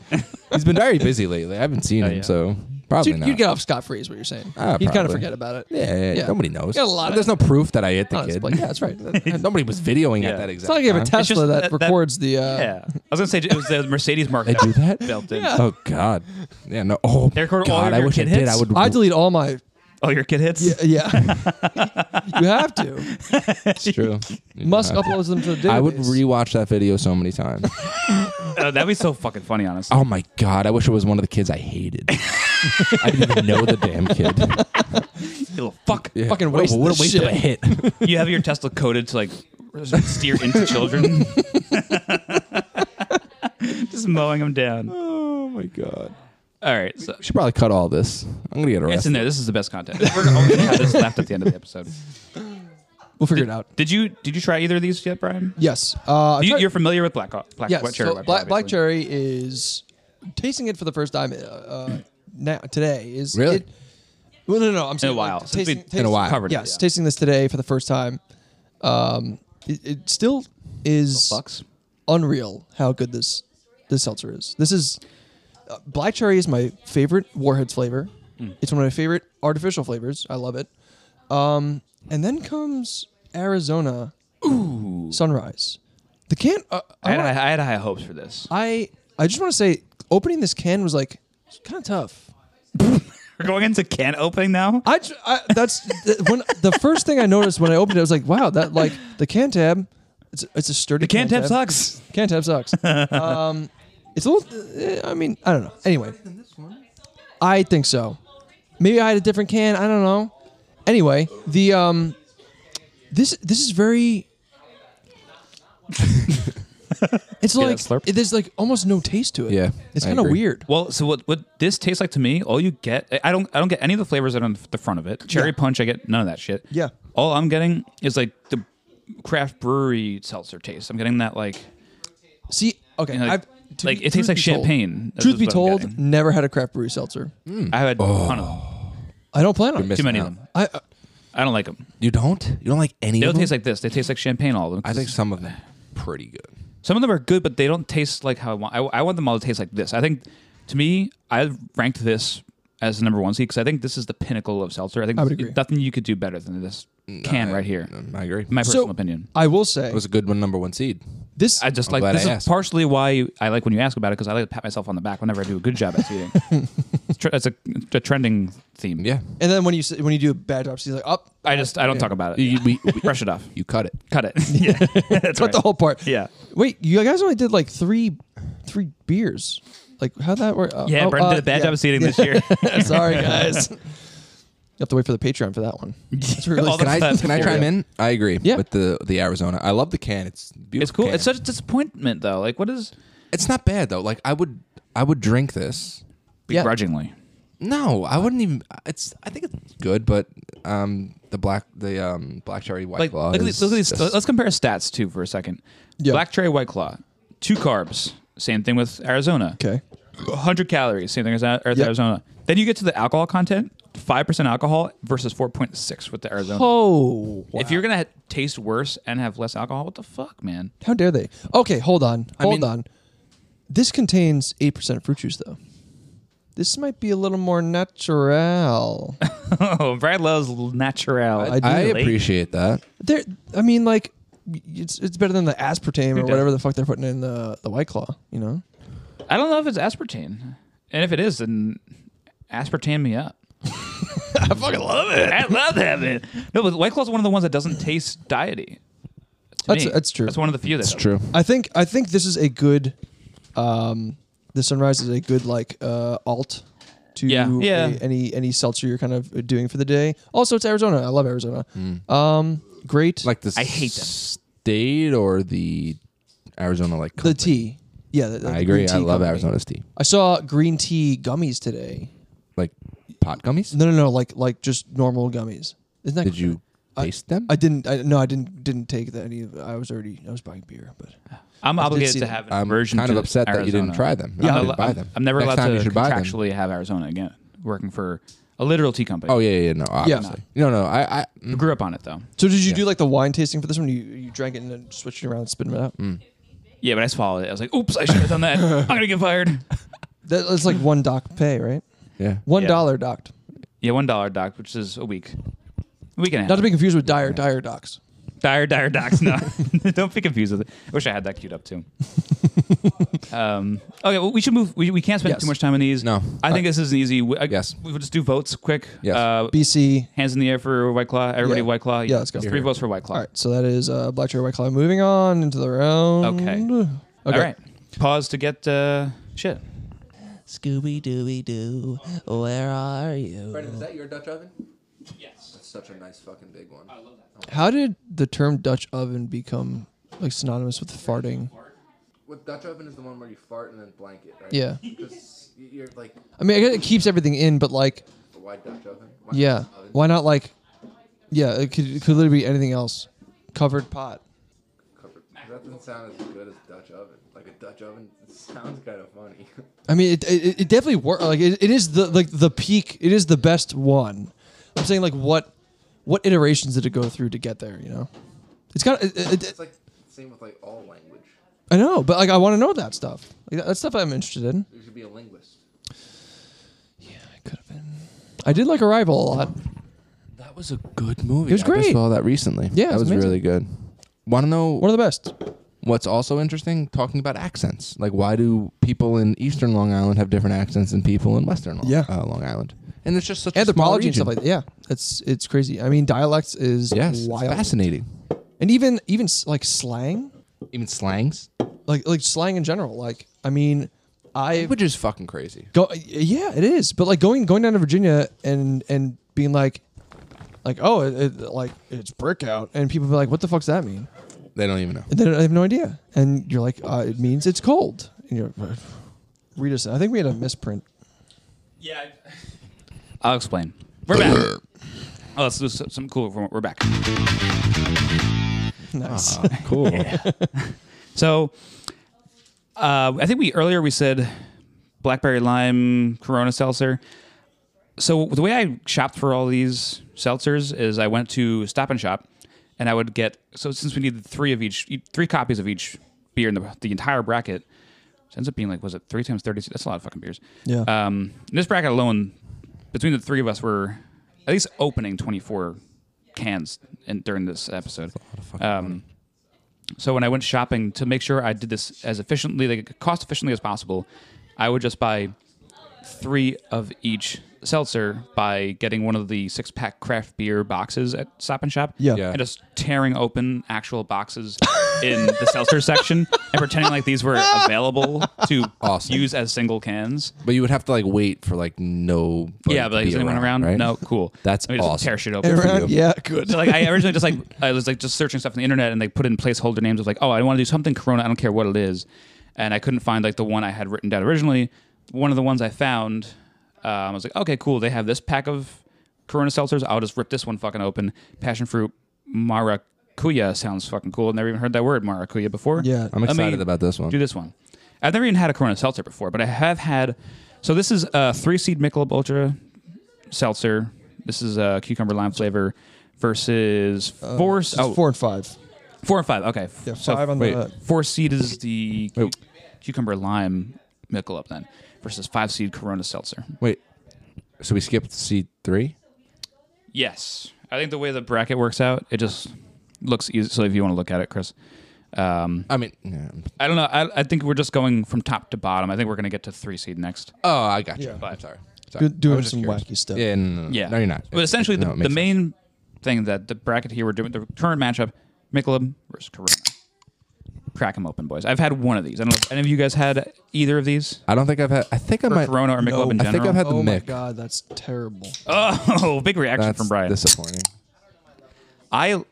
He's been very busy lately. I haven't seen
Oh,
him,
yeah.
so probably
You'd,
not.
you'd get off scot free, is what you're saying.
Ah,
you'd kind of
probably.
forget about it.
yeah, yeah, yeah.
Yeah.
nobody knows.
Got a lot of-
There's no proof that I hit the
On
kid.
display. Yeah, that's right.
nobody was videoing
Yeah.
at that exact.
It's not like you have a
time.
Tesla
It's just
that,
that- that-
records the. Uh,
Yeah. I was gonna say it was the Mercedes market.
They do that.
Built in.
Oh God. Yeah. No. Oh
They record all
God.
of
I
your
wish I
kid
did.
hits?
I would.
I delete all my.
Oh, your kid hits.
Yeah, yeah. you have to.
It's true. You
Musk
do have to.
uploads them to the database.
I would rewatch that video so many times.
Uh, that'd be so fucking funny, honestly.
oh my God. I wish it was one of the kids I hated. I didn't even know the damn kid.
You little fuck.
Yeah.
Fucking
What a-
waste
What
this
a waste of a hit.
You have your Tesla coded to like steer into children. Just mowing them down.
oh my God.
All right, so
We should probably cut all this. I'm gonna get
it's in
arrested.
there. This is the best content. We're only gonna have this left at the end of the episode.
We'll figure it out.
Did you did you try either of these yet, Brian?
Yes. Uh, I
You,
tried-
you're familiar with black black,
yes.
black cherry.
so
White,
black, black
obviously.
cherry is tasting it for the first time uh, uh, now today is
Really?
It, well, no, no, no. I'm saying
a while.
Like,
Since we-
tasting, tasting,
In a while.
Covered.
Yes,
it.
tasting this today for the first time. Um, it, it still is
Bucks.
unreal how good this this seltzer is. This is uh, black cherry is my favorite warheads flavor. It's one of my favorite artificial flavors. I love it. Um, and then comes Arizona Sunrise. The can uh,
I
I,
had,
wanna-
I had high hopes for this.
I I just want to say opening this can was like kind of tough.
We're going into can opening now.
I, ju- I that's th- when the first thing I noticed when I opened it I was like wow that like the can tab it's it's a sturdy
The can
can
tab sucks.
Can't have sucks. um, it's a little. Uh, I mean, I don't know. Anyway, I think so. Maybe I had a different can. I don't know. Anyway, the um, this this is very. it's
that
like
slurp?
it- there's like almost no taste to it.
Yeah,
it's
I
kind of
agree.
weird.
Well, so what what this tastes like to me, all you get, I- I don't I don't get any of the flavors that are on the front of it. Cherry
Yeah.
punch, I get none of that shit.
Yeah.
All I'm getting is like the craft brewery seltzer taste. I'm getting that like
See, okay,
you know, like,
I've, to
like,
be-
it tastes
truth
like
be told-
champagne. That's
truth be
what I'm
told,
getting.
never had a craft brew seltzer.
I had a ton of
Oh.
them.
I don't plan on it.
missed-
too many of
out.
them.
I uh,
I don't like them.
You don't? You don't like any
They
of
don't
them?
taste like this. They taste like champagne. All of them.
I think some of them pretty good.
Some of them are good, but they don't taste like how I want. I, I want them all to taste like this. I think, to me, I ranked this as the number one seed because I think this is the pinnacle of seltzer. I think
I would
there's
agree. Mm,
nothing you could do better than this can right here.
Um, I agree.
in my
So-
personal opinion.
I will say
It was a good one, number one seed.
this.
I just
I'm
like
glad
this
I
is
asked.
partially why I like when you ask about it because I like to pat myself on the back whenever I do a good job at seating. it's, tr- it's a, it's a trending theme.
Yeah,
and then when you s- when you do a bad job, she's like, "Oh, "Up,
I just I don't talk about it.
You- we- we-
brush it off.
you cut it.
Cut it. Yeah, that's
cut the whole part."
Yeah.
Wait, you guys only did like three, three beers. Like how that work? Uh,
Yeah,
oh,
Brendan
uh,
did a bad
yeah.
job of seating this year.
Sorry, guys. you have to wait for the Patreon for that one. That's really
All the-
Can I
That's
can I
before
chime
you.
in? I agree.
Yeah.
With the the Arizona, I love the can. It's beautiful.
it's cool.
can.
It's such a disappointment though. Like what is
It's not bad though. Like I would I would drink this.
Yeah.
begrudgingly?
No, I wouldn't even. It's I think it's good, but um the black the um black cherry white
Like
claw.
look at
is
these, look at these.
just-
Let's compare stats too for a second.
Yeah.
Black cherry white claw, two carbs. Same thing with Arizona.
okay.
100 calories, same thing as Ar-
Yep.
Arizona. Then you get to the alcohol content, 5% alcohol versus 4.6 with the Arizona.
Oh, wow.
If you're going to taste worse and have less alcohol, what the fuck, man?
how dare they? Okay, hold on, hold
mean-
on. This contains eight percent fruit juice, though. This might be a little more natural.
Oh, Brad loves natural.
I do.
I appreciate that.
there, I mean, like, it's it's better than the aspartame or
does?
whatever the fuck they're putting in the the white claw. You know,
I don't know if it's aspartame. And if it is, then aspartame me up.
I fucking love it.
I love that, man. No, but White Claw's one of the ones that doesn't taste diety. to
That's-
me.
that's true.
That's one of the few that's
True.
I think I think this is a good, um, the sunrise is a good like uh alt to
Yeah.
a-
Yeah.
any any seltzer you're kind of doing for the day. Also, it's Arizona. I love Arizona. Um, great.
Mm. Like the
I hate them.
state or the Arizona like.
the
company.
tea. Yeah, the, the
I
green
agree.
tea
I love
company.
Arizona's tea.
I saw green tea gummies today.
Like pot gummies.
No, no, no. Like like just normal gummies. Isn't that?
Did you taste them?
I didn't. I, no, I didn't. Didn't take that. Any. of- I was already. I was buying beer, but
I'm
see
obligated to
that.
have an
I'm
aversion
kind of
to
upset that you didn't
Arizona.
try them.
Yeah,
I
I'm,
didn't buy them.
I'm never
Next
allowed
time
to
you should buy them.
contractually have Arizona again. Working for a literal tea company.
Oh yeah, yeah, yeah, no, obviously. No, no, I, I mm,
grew up on it though.
so did you do like the wine tasting for this one? You you drank it and then switched it around and spit it out.
Mm.
Yeah, but I swallowed it. I was like, "Oops, I should have done that. I'm gonna get fired."
That, that's like one doc pay, right?
yeah.
One
Yeah.
dollar docked.
Yeah, one dollar doc, which is a week, a week and a half.
Not to be confused with dire dire docs.
dire, dire docs. No, don't be confused with it. I wish I had that queued up too. um, okay, well, we should move. We, we can't spend
Yes.
too much time on these.
No.
I think this is an easy. I,
Yes.
we'll just do votes quick.
Yes.
Uh,
BC.
hands in the air for White Claw. Everybody,
Yeah.
White Claw.
Yeah, let's go.
Three votes for White Claw.
All right, so that is uh, Black Cherry White Claw. Moving on into the round.
Mm-hmm. Okay.
Okay.
All right. Pause to get uh, shit.
Scooby Dooby Doo, where are you?
Brendan, is that your Dutch oven? Yes. That's such a nice fucking big one.
How did the term Dutch oven become like synonymous with farting?
With Dutch oven is the one where you fart and then blanket, right?
Yeah.
Because you're like,
I mean, I guess it keeps everything in, but like,
why Dutch oven?
yeah, why not like, yeah, it could, it could literally be anything else. Covered pot.
That doesn't sound as good as Dutch oven. Like a Dutch oven sounds kind of funny.
I mean, it it, it definitely works. Like, it, it is the like the peak. It is the best one. I'm saying like what what iterations did it go through to get there? You know, it's kind of. It, it,
It's like same with like all language.
I know, but like I want to know that stuff. Like, that, that's stuff I'm interested in.
You should be a linguist.
I could have been. I did like Arrival a lot.
That was a good movie.
It was
I
great.
just saw that recently.
Yeah, it
that
was
was
amazing.
really good. Want to know
One of the best.
What's also interesting, talking about accents, like why do people in Eastern Long Island have different accents than people in Western Long,
Yeah.
uh, Long Island? And it's just such a
Anthropology and
small
stuff
region.
like that. Yeah, it's it's crazy. I mean, dialects is
Yes, it's
wild.
fascinating.
And even even s- like slang,
Even slangs,
like like slang in general. Like I mean, I
which is fucking crazy.
go. Yeah, it is. But like going going down to Virginia and and being like, like oh, it, it, like it's brick out, and people be like, what the fuck's that mean?
They don't even know.
And they, don't, they have no idea. And you're like, uh, it means it's cold. And you're, read us. I think we had a misprint.
Yeah. I'll explain. We're back. oh, let's do some some cool. We're back.
Nice.
Ah, Cool.
So, uh, I think we earlier we said blackberry lime Corona seltzer. So the way I shopped for all these seltzers is I went to Stop and Shop, and I would get so since we needed three of each, three copies of each beer in the, the entire bracket. Which ends up being like, was it three times 32? That's a lot of fucking beers.
Yeah.
Um, in this bracket alone, between the three of us, we're at least opening 24 cans in, during this episode. Um, so when I went shopping to make sure I did this as efficiently, like cost efficiently as possible, I would just buy three of each seltzer by getting one of the six pack craft beer boxes at Stop and Shop.
Yeah.
Yeah.
And just tearing open actual boxes in the seltzer section and pretending like these were available to
Awesome.
use as single cans.
But you would have to like wait for like no.
yeah, but like, is anyone around? No, cool.
That's
Let me just
awesome.
Tear shit open.
Around, yeah, good.
So like I originally just like I was like just searching stuff on the internet and like put in placeholder names of like oh I want to do something Corona I don't care what it is, and I couldn't find like the one I had written down originally. One of the ones I found, um, I was like okay cool they have this pack of Corona seltzers I'll just rip this one fucking open. Passion fruit maracuya sounds fucking cool. I've never even heard that word maracuya before.
Yeah.
I'm
Let me
excited about this one.
Do this one. I've never even had a Corona seltzer before, but I have had. So this is a three seed Michelob Ultra seltzer. This is a cucumber lime flavor versus four.
Uh, This is
oh,
Four and five.
four and five. Okay,
Yeah,
so
five on
wait.
the.
four seed is the cu-
Wait.
cucumber lime Michelob then versus five seed Corona seltzer.
Wait, so we skipped seed three?
Yes, I think the way the bracket works out, it just looks easy. So if you want to look at it, Chris. Um,
I mean, yeah.
I don't know. I, I think we're just going from top to bottom. I think we're gonna get to three seed next.
oh, I got you.
Yeah.
I'm
But-
sorry. sorry.
Good, doing
was just
some
curious.
wacky stuff.
Yeah, no, no, no.
Yeah.
no, you're not.
But essentially,
No, it
the, the
makes sense.
main thing that the bracket here we're doing, the current matchup, Michelob versus Corona. Crack them open, boys. I've had one of these. I don't know if any of you guys had either of these,
I don't think I've had. I think I
or
might.
Corona or Michelob
No.
in
I
general.
think I've had the
Oh my
Mick.
god, that's terrible.
Oh, big reaction
That's
from Brian.
disappointing.
I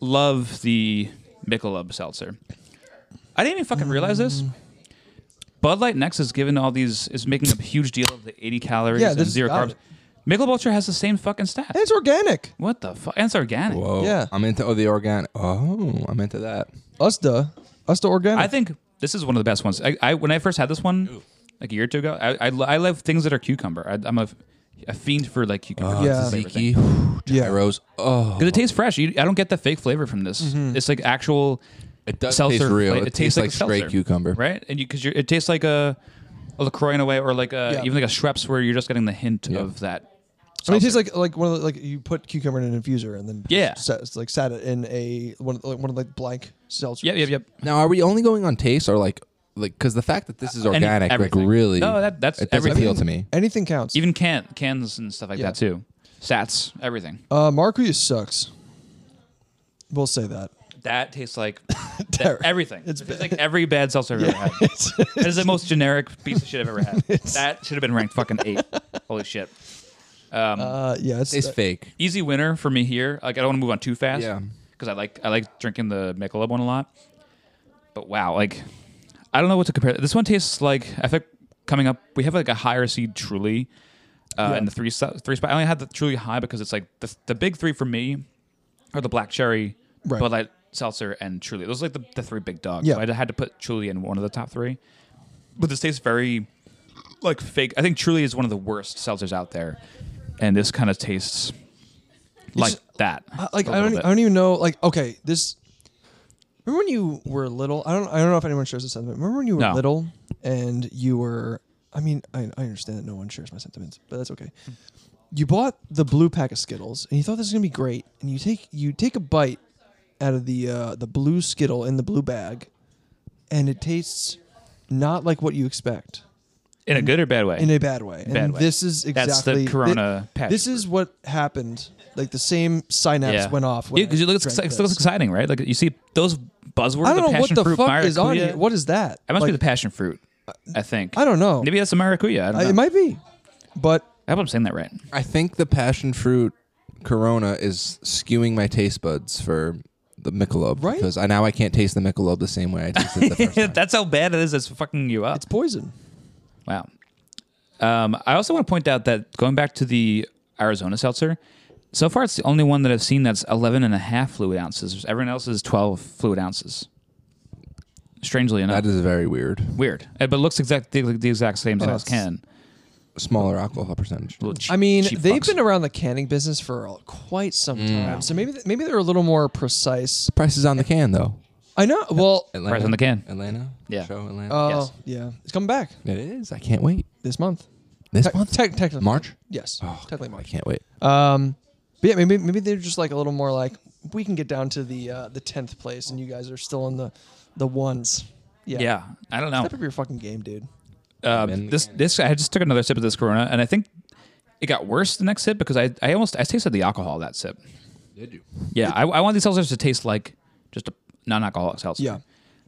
love the Michelob seltzer. I didn't even fucking realize this. Mm. Bud Light Next is giving all these is making a huge deal of the 80 calories
Yeah,
and
this
zero
got
carbs.
it.
Michelob Ultra has the same fucking stats.
And it's organic.
what the fuck? And it's organic.
Whoa.
Yeah.
I'm into oh, the organic. Oh, I'm into that.
Us the. Us the organic.
I think this is one of the best ones. I, I when I first had this one like a year or two ago, I I, lo- I love things that are cucumber. I, I'm a, a fiend for like cucumber.
Yeah.
It's a favorite
Ziki,
thing.
Yeah.
Tyros. Oh,
'Cause it tastes fresh. You, I don't get the fake flavor from this. It's like actual.
it does
seltzer.
taste real.
fla-
It, tastes like,
a
straight
seltzer,
cucumber.
right? And you because it tastes like a, a Lacroix in a way, or like a
Yeah.
even like a Schweppes, where you're just getting the hint of that.
I mean, it
seltzer.
tastes like like one of the, like you put cucumber in an infuser and then
Yeah.
sat, like sat it in a one of, like one of like blank cells.
Yep, yep, yep.
Now, are we only going on taste or like, like, because the fact that this is
Any-
organic, like,
everything.
really,
No, that- that's
it does
everything.
appeal to me.
Anything counts.
Even can cans and stuff like
Yeah.
that too. Sats, everything.
uh, Marquis sucks. We'll say that.
That tastes like
Terror.
everything.
It's
It's, like every bad seltzer I've ever had. That is the most generic piece of shit I've ever had. That should have been ranked fucking eight. Holy shit. Um,
Uh, yeah, it's,
It's fake.
easy winner for me here. Like I don't want to move on too fast.
Yeah.
Because I like I like drinking the Michelob one a lot. But wow, like I don't know what to compare. This one tastes like I think coming up we have like a higher seed Truly uh, in the three se- three spot. I only had the Truly high because it's like the the big three for me are the black cherry,
Right.
Bud Light, seltzer, and Truly. Those are like the, the three big dogs.
Yeah.
So I had to put Truly in one of the top three. But this tastes very like fake. I think Truly is one of the worst seltzers out there, and this kind of tastes like that.
I- like
a
I don't e,
little
I don't even know like okay this. Remember when you were little? I don't I don't know if anyone shares this sentiment. Remember when you were
No.
little and you were I mean I, I understand that no one shares my sentiments, but that's okay. You bought the blue pack of Skittles and you thought this was gonna be great, and you take you take a bite out of the uh, the blue Skittle in the blue bag, and it tastes not like what you expect
bit. in a good or bad way.
in a bad way.
Bad
and
way.
this is exactly
That's the Corona
thi-
patch.
This is what happened. Like the same synapse
yeah,
went off. when
Yeah, because
I
it looks
drank
exci- it
this.
looks exciting, right? Like you see those buzzwords.
I don't
the
know what
passion
the
fruit,
fuck is on
maracuya.
it. What is that?
It must be
Like,
the passion fruit. I think.
I don't know.
Maybe that's a maracuya. I don't
I-
know.
it might be, but
I hope I'm saying that right.
I think the passion fruit Corona is skewing my taste buds for the Michelob,
Right?
Because I, now I can't taste the Michelob the same way I tasted it the first time.
that's how bad it is. It's fucking you up.
it's poison.
Wow. Um, I also want to point out that going back to the Arizona seltzer, so far it's the only one that I've seen that's 11 and a half fluid ounces. Everyone else is 12 fluid ounces. Strangely enough.
That is very weird.
Weird. Uh, But it looks exact, the, the exact same
Oh,
as
that's-
can.
Smaller alcohol percentage.
Little ch-
I mean,
cheap
they've
fucks. Mm.
been around the canning business for quite some time, so maybe maybe they're a little more precise.
Prices on the can though.
I know. Well,
Atlanta.
Press on the can.
Atlanta.
Yeah.
Show Atlanta.
uh,
Yes.
yeah, it's coming back
it is. I can't wait.
this month.
This
Te-
month.
te- technically,
March.
Yes,
Oh,
technically
I
March.
can't wait.
Um, but yeah, maybe maybe they're just like a little more like we can get down to the uh, the tenth place, and you guys are still in the the ones. Yeah.
Yeah, I don't know.
Step up your fucking game, dude.
Um, this this I just took another sip of this Corona, and I think it got worse the next sip because I, I almost I tasted the alcohol that sip.
Did you?
Yeah, I, I want these seltzers to taste like just a non-alcoholic seltzer.
Yeah.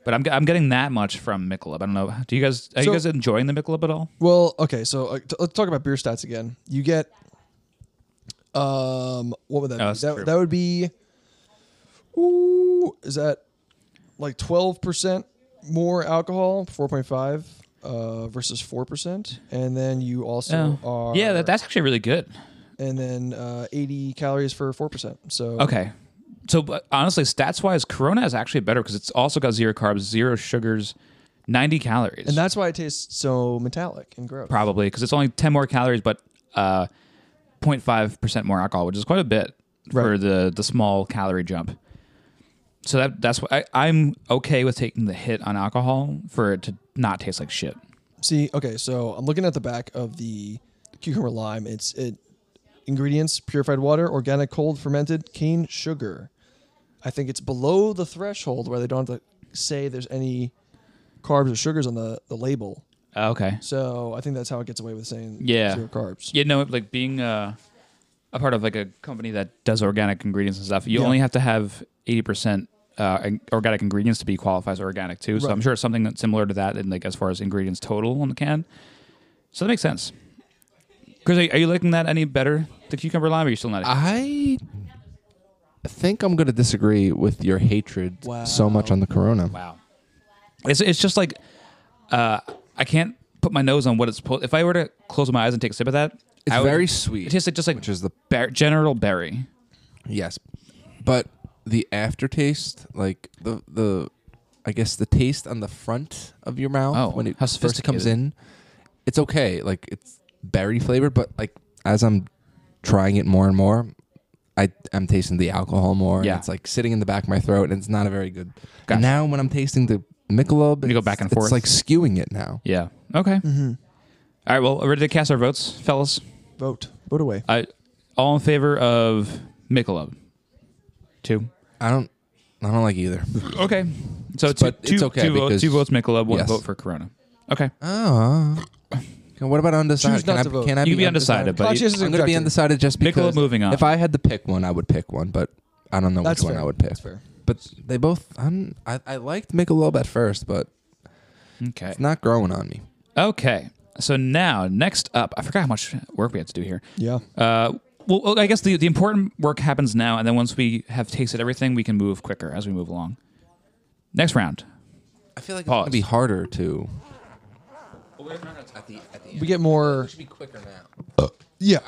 but I'm, I'm getting that much from Michelob. I don't know. Do you guys are
So-
you guys enjoying the Michelob at all?
Well, okay, so uh, t- let's talk about beer stats again. You get, um, what would that
Oh,
be?
that's
That,
true.
that would be, ooh, is that like twelve percent more alcohol, four point five, uh, versus four percent, and then you also are
Oh. yeah, that, that's actually really good.
and then uh, eighty calories for four percent. So
Okay, so but honestly, stats wise, Corona is actually better because it's also got zero carbs, zero sugars, 90 calories,
and that's why it tastes so metallic and gross.
probably because it's only 10 more calories, but uh, 0.5 percent more alcohol, which is quite a bit for
Right.
the the small calorie jump. So that that's why I, I'm okay with taking the hit on alcohol for it to not taste like shit.
See, okay, so I'm looking at the back of the cucumber lime. It's it ingredients: purified water, organic cold fermented cane sugar. I think it's below the threshold where they don't have to say there's any carbs or sugars on the, the label.
Okay.
So I think that's how it gets away with saying
Yeah.
zero carbs.
Yeah, no, like being uh, a part of like a company that does organic ingredients and stuff, you
Yeah.
only have to have 80% uh, in- organic ingredients to be qualified as organic too. So
Right.
I'm sure it's something that's similar to that in like as far as ingredients total on the can. So that makes sense. Chris, are, are you liking that any better? The cucumber lime? Or are you still not?
I think I'm going to disagree with your hatred so much on the Corona.
wow. It's, it's just like uh, I can't put my nose on what it's. Po- if I were to close my eyes and take a sip of that,
It's
I would-
very sweet.
It tastes like just like
which is the
ber- general berry.
yes, but the aftertaste, like the the, I guess the taste on the front of your mouth
Oh,
when it
how
first comes
sophisticated.
in, it's okay. Like it's berry flavored, but like as I'm trying it more and more, I I'm tasting the alcohol more. and
Yeah.
it's like sitting in the back of my throat, and it's not a very good.
Gotcha.
And now when I'm tasting the Michelob,
You go
it's-
back and
It's
forth.
like skewing it now.
Yeah. Okay.
Mm-hmm.
All right. Well, we're ready to cast our votes, fellas.
Vote. Vote away.
I all in favor of Michelob. Two.
I don't I don't like either.
Okay. So two,
But
two,
it's okay
two, votes,
because-
two votes Michelob, one
Yes.
vote for Corona. Okay. Ah.
Oh. What about undecided?
Choose not
can
to
I,
vote.
Can I
You
be
be undecided, but
Conscious is
I'm going to be
objective.
undecided just
Michelob
because.
moving on.
If I had to pick one, I would pick one, but I don't know
That's
which
fair.
one I would pick.
That's fair.
But they both. I'm, I I liked Michelob at first, but
okay.
it's not growing on me.
Okay. So now, next up, I forgot how much work we had to do here.
Yeah.
Uh, well, well, I guess the, the important work happens now, and then once we have tasted everything, we can move quicker as we move along. Next round.
I feel like it's
Pause.
going to be harder to. At the, at the
We get more.
be quicker now.
Yeah.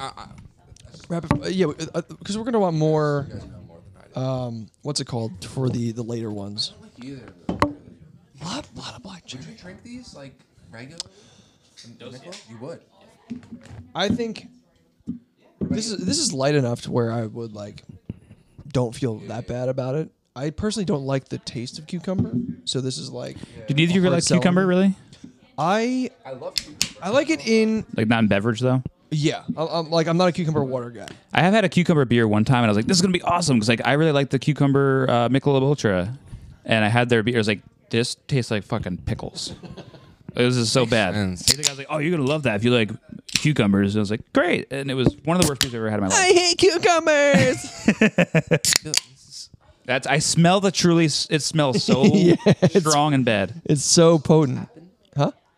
Rapid, uh, yeah, because we're gonna want more. Um, what's it called for the the later ones? Lot, lot of black cherry.
drink these like regularly? You would.
I think this is this is light enough to where I would like don't feel that bad about it. I personally don't like the taste of cucumber, so this is like
Did either of you
Hard
realize
selling.
cucumber really?
I
I love
I like it in
Like not in beverage though.
yeah. I, I'm like I'm not a cucumber water guy.
I have had a cucumber beer one time, and I was like, "This is gonna be awesome" because like I really like the cucumber uh, Michelob Ultra, and I had their beer. I was like, "This tastes like fucking pickles. this is so bad." And
sense.
the guy was like, "Oh, you're gonna love that if you like cucumbers." And I was like, "Great!" And it was one of the worst beers I've ever had in my life.
hate cucumbers.
That's I smell the truly. s- It smells so strong and bad.
It's so potent.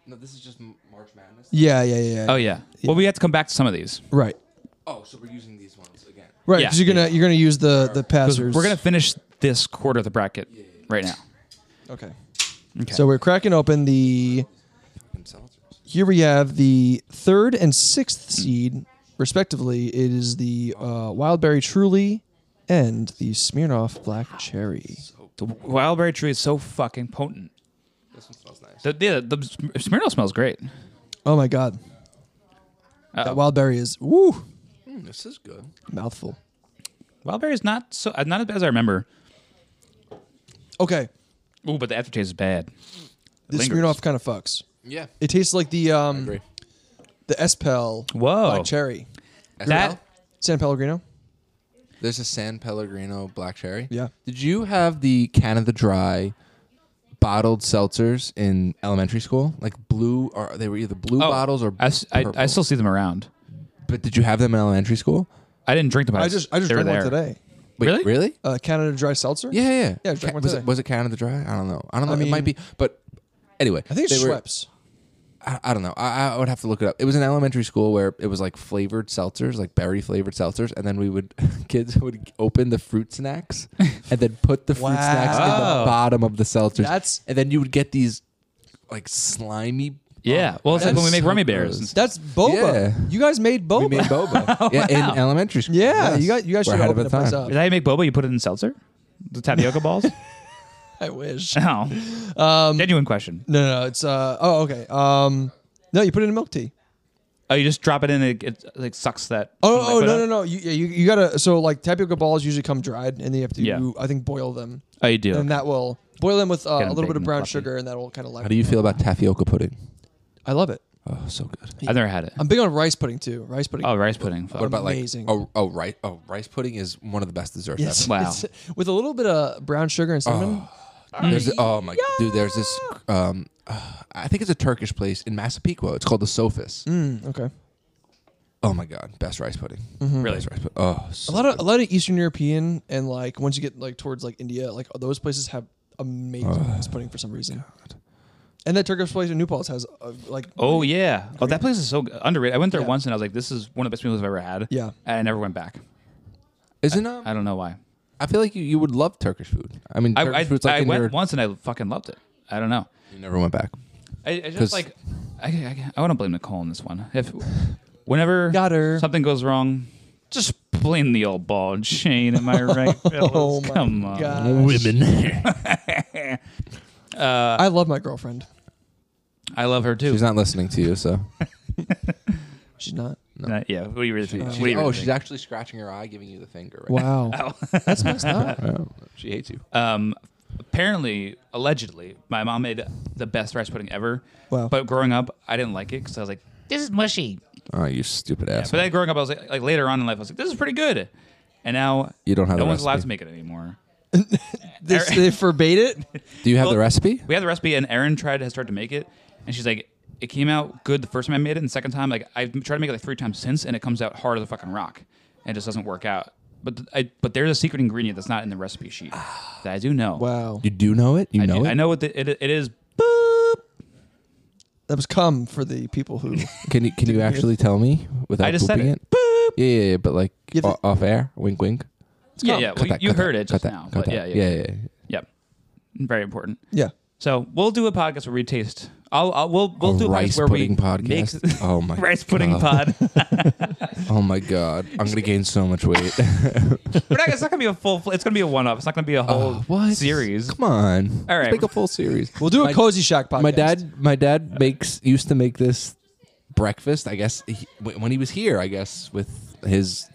No, this is just March Madness.
Yeah, yeah, yeah.
Oh yeah. Well, we have to come back to some of these.
Right,
Oh, so we're using these ones again.
right.
Yeah.
'cause you're gonna you're gonna use the the
'Cause
passers.
We're gonna finish this quarter of the bracket right now.
okay.
Okay.
So we're cracking open the Here we have the third and sixth seed, respectively. It is the uh, Wildberry Truly and the Smirnoff Black Cherry.
the wildberry tree is so fucking potent.
This one smells nice.
The the, the Smirnoff smells great.
Oh my God. That Wildberry is, woo,
Hmm, this is good.
mouthful.
Wildberry is not so uh, not as bad as I remember.
Okay.
Ooh, but the aftertaste is bad.
The
Lingers.
Smirnoff kind of fucks.
Yeah.
It tastes like the um
agree.
the Espel
Whoa.
black cherry.
That
San Pellegrino.
There's a San Pellegrino black cherry.
Yeah.
Did you have the Canada Dry bottled seltzers in elementary school? Like blue, or they were either blue
oh,
bottles or
I, s- I- I
purple.
still see them around.
But did you have them in elementary school?
I didn't drink them.
I just I just
they were
drank one
there.
today.
Wait,
Really?
Really?
Uh, Canada Dry Seltzer.
Yeah, yeah.
Yeah, I drank
Ca-
one
was
today.
it was it Canada Dry? I don't know. I don't know.
I
it might
mean-
be, but anyway,
I think it's
they were-
Schweppes.
I, I don't know. I, I would have to look it up. It was in elementary school where it was like flavored seltzers, like berry flavored seltzers, and then we would kids would open the fruit snacks and then put the fruit snacks in the
Wow.
bottom of the seltzers.
That's-
and then you would get these like slimy.
Yeah. well, it's like when we
that's
make
so
Rummy Bears.
gross.
That's boba.
Yeah.
You guys made boba.
We made boba. yeah, in elementary school.
Yeah,
Yes.
you guys you guys
We're
should
ahead of
open
our
the place
time.
up.
Is that how you make boba? You put it in seltzer? The tapioca balls?
I wish.
No. Um, Genuine question.
No, no, no, it's uh oh okay. Um no, you put it in a milk tea.
Oh, you just drop it in and it, it like sucks that.
Oh, oh
liquid
no,
out?
no, no. You, yeah, you you gotta so like tapioca balls usually come dried and then you have to
Yeah.
I think boil them.
Oh, you do.
And that will boil them with uh, a
Get 'em
little
big
bit of
and
brown
fluffy.
sugar and that will kind of
How
like
do you feel about tapioca pudding?
I love it.
Oh, so good.
I've never had it.
I'm big on rice pudding too. Rice pudding.
Oh, rice pudding. Fuck.
What about
Amazing.
like oh, oh rice oh rice pudding is one of the best desserts
Yes.
ever.
Wow.
It's- with a little bit of brown sugar and cinnamon.
There's oh my dude. There's this. Um, uh, I think it's a Turkish place in Massapequa. It's called the Sophis.
Mm, okay.
Oh my god, best rice pudding.
Really?
Best rice pudding. Oh, so
A lot of a lot of Eastern European and like once you get like towards like India, like those places have amazing
Oh,
rice pudding for some reason. And that Turkish place in New Paltz has uh, like
Oh yeah. Oh, that place is so good. underrated. I went there
Yeah.
once and I was like, this is one of the best meals I've ever had.
Yeah.
And I never went back.
isn't um,
I don't know why.
I feel like you, you would love Turkish food. I mean,
I,
Turkish
I,
food's like
I
in
went
your,
once and I fucking loved it. I don't know.
you never went back.
I, I
'Cause-
just like. I, I, I want to blame Nicole on this one. If whenever
Got her.
something goes wrong, just blame the old ball and chain. Am I right?
Oh
fellas?
my
Come on.
gosh.
Women.
I love my girlfriend.
I love her too.
she's not listening to you, so.
She's not.
Uh, yeah. What do you really think? What do
She's-
you really
oh,
think?
she's actually scratching her eye, giving you the finger. Right
Wow. That's messed up.
now. Oh, she hates you.
Um, apparently, allegedly, my mom made the best rice pudding ever.
Wow.
But growing up, I didn't like it because I was like, this is mushy.
Oh, you stupid ass.
But then growing up, I was like, like later on in life, I was like, this is pretty good. And now
You don't have
no
the
one's allowed
recipe.
to make it anymore.
They, they forbade it.
Do you have
Well-
the recipe?
We had the recipe, and Erin tried to start to make it, and she's like, it came out good the first time I made it, and the second time, like I've tried to make it like three times since, and it comes out hard as a fucking rock, and it just doesn't work out. But th- I, but there's a secret ingredient that's not in the recipe sheet that I do know.
Wow.
You do know it. You
I,
Ah. know
do-
it.
I know what the, it it is. Boop.
That was cum for the people who.
Can you can you actually tell me without
I just said
booping
it. Boop.
Yeah, yeah, yeah, but like
You have
o- off air, wink, wink.
Yeah,
cum.
yeah.
Cut
Well,
that,
you
cut
heard
that,
it
cut
just
that,
now,
cut
but
that.
yeah, yeah,
yeah,
yeah.
yeah, yeah.
Yep. Very important.
Yeah.
So we'll do a podcast where we taste. I'll, I'll we'll we'll
A
do a
rice
podcast where we
pudding podcast.
make
Oh my
rice pudding
God.
pod.
Oh my god, I'm gonna gain so much weight.
We're not, it's not gonna be a full. It's gonna be a one off. It's not gonna be a whole
Uh, what
series.
Come on,
All
Let's
right.
make a full series.
We'll do a
My-
cozy shack podcast.
My dad, my dad makes used to make this breakfast. I guess he, wh- when he was here, I guess with his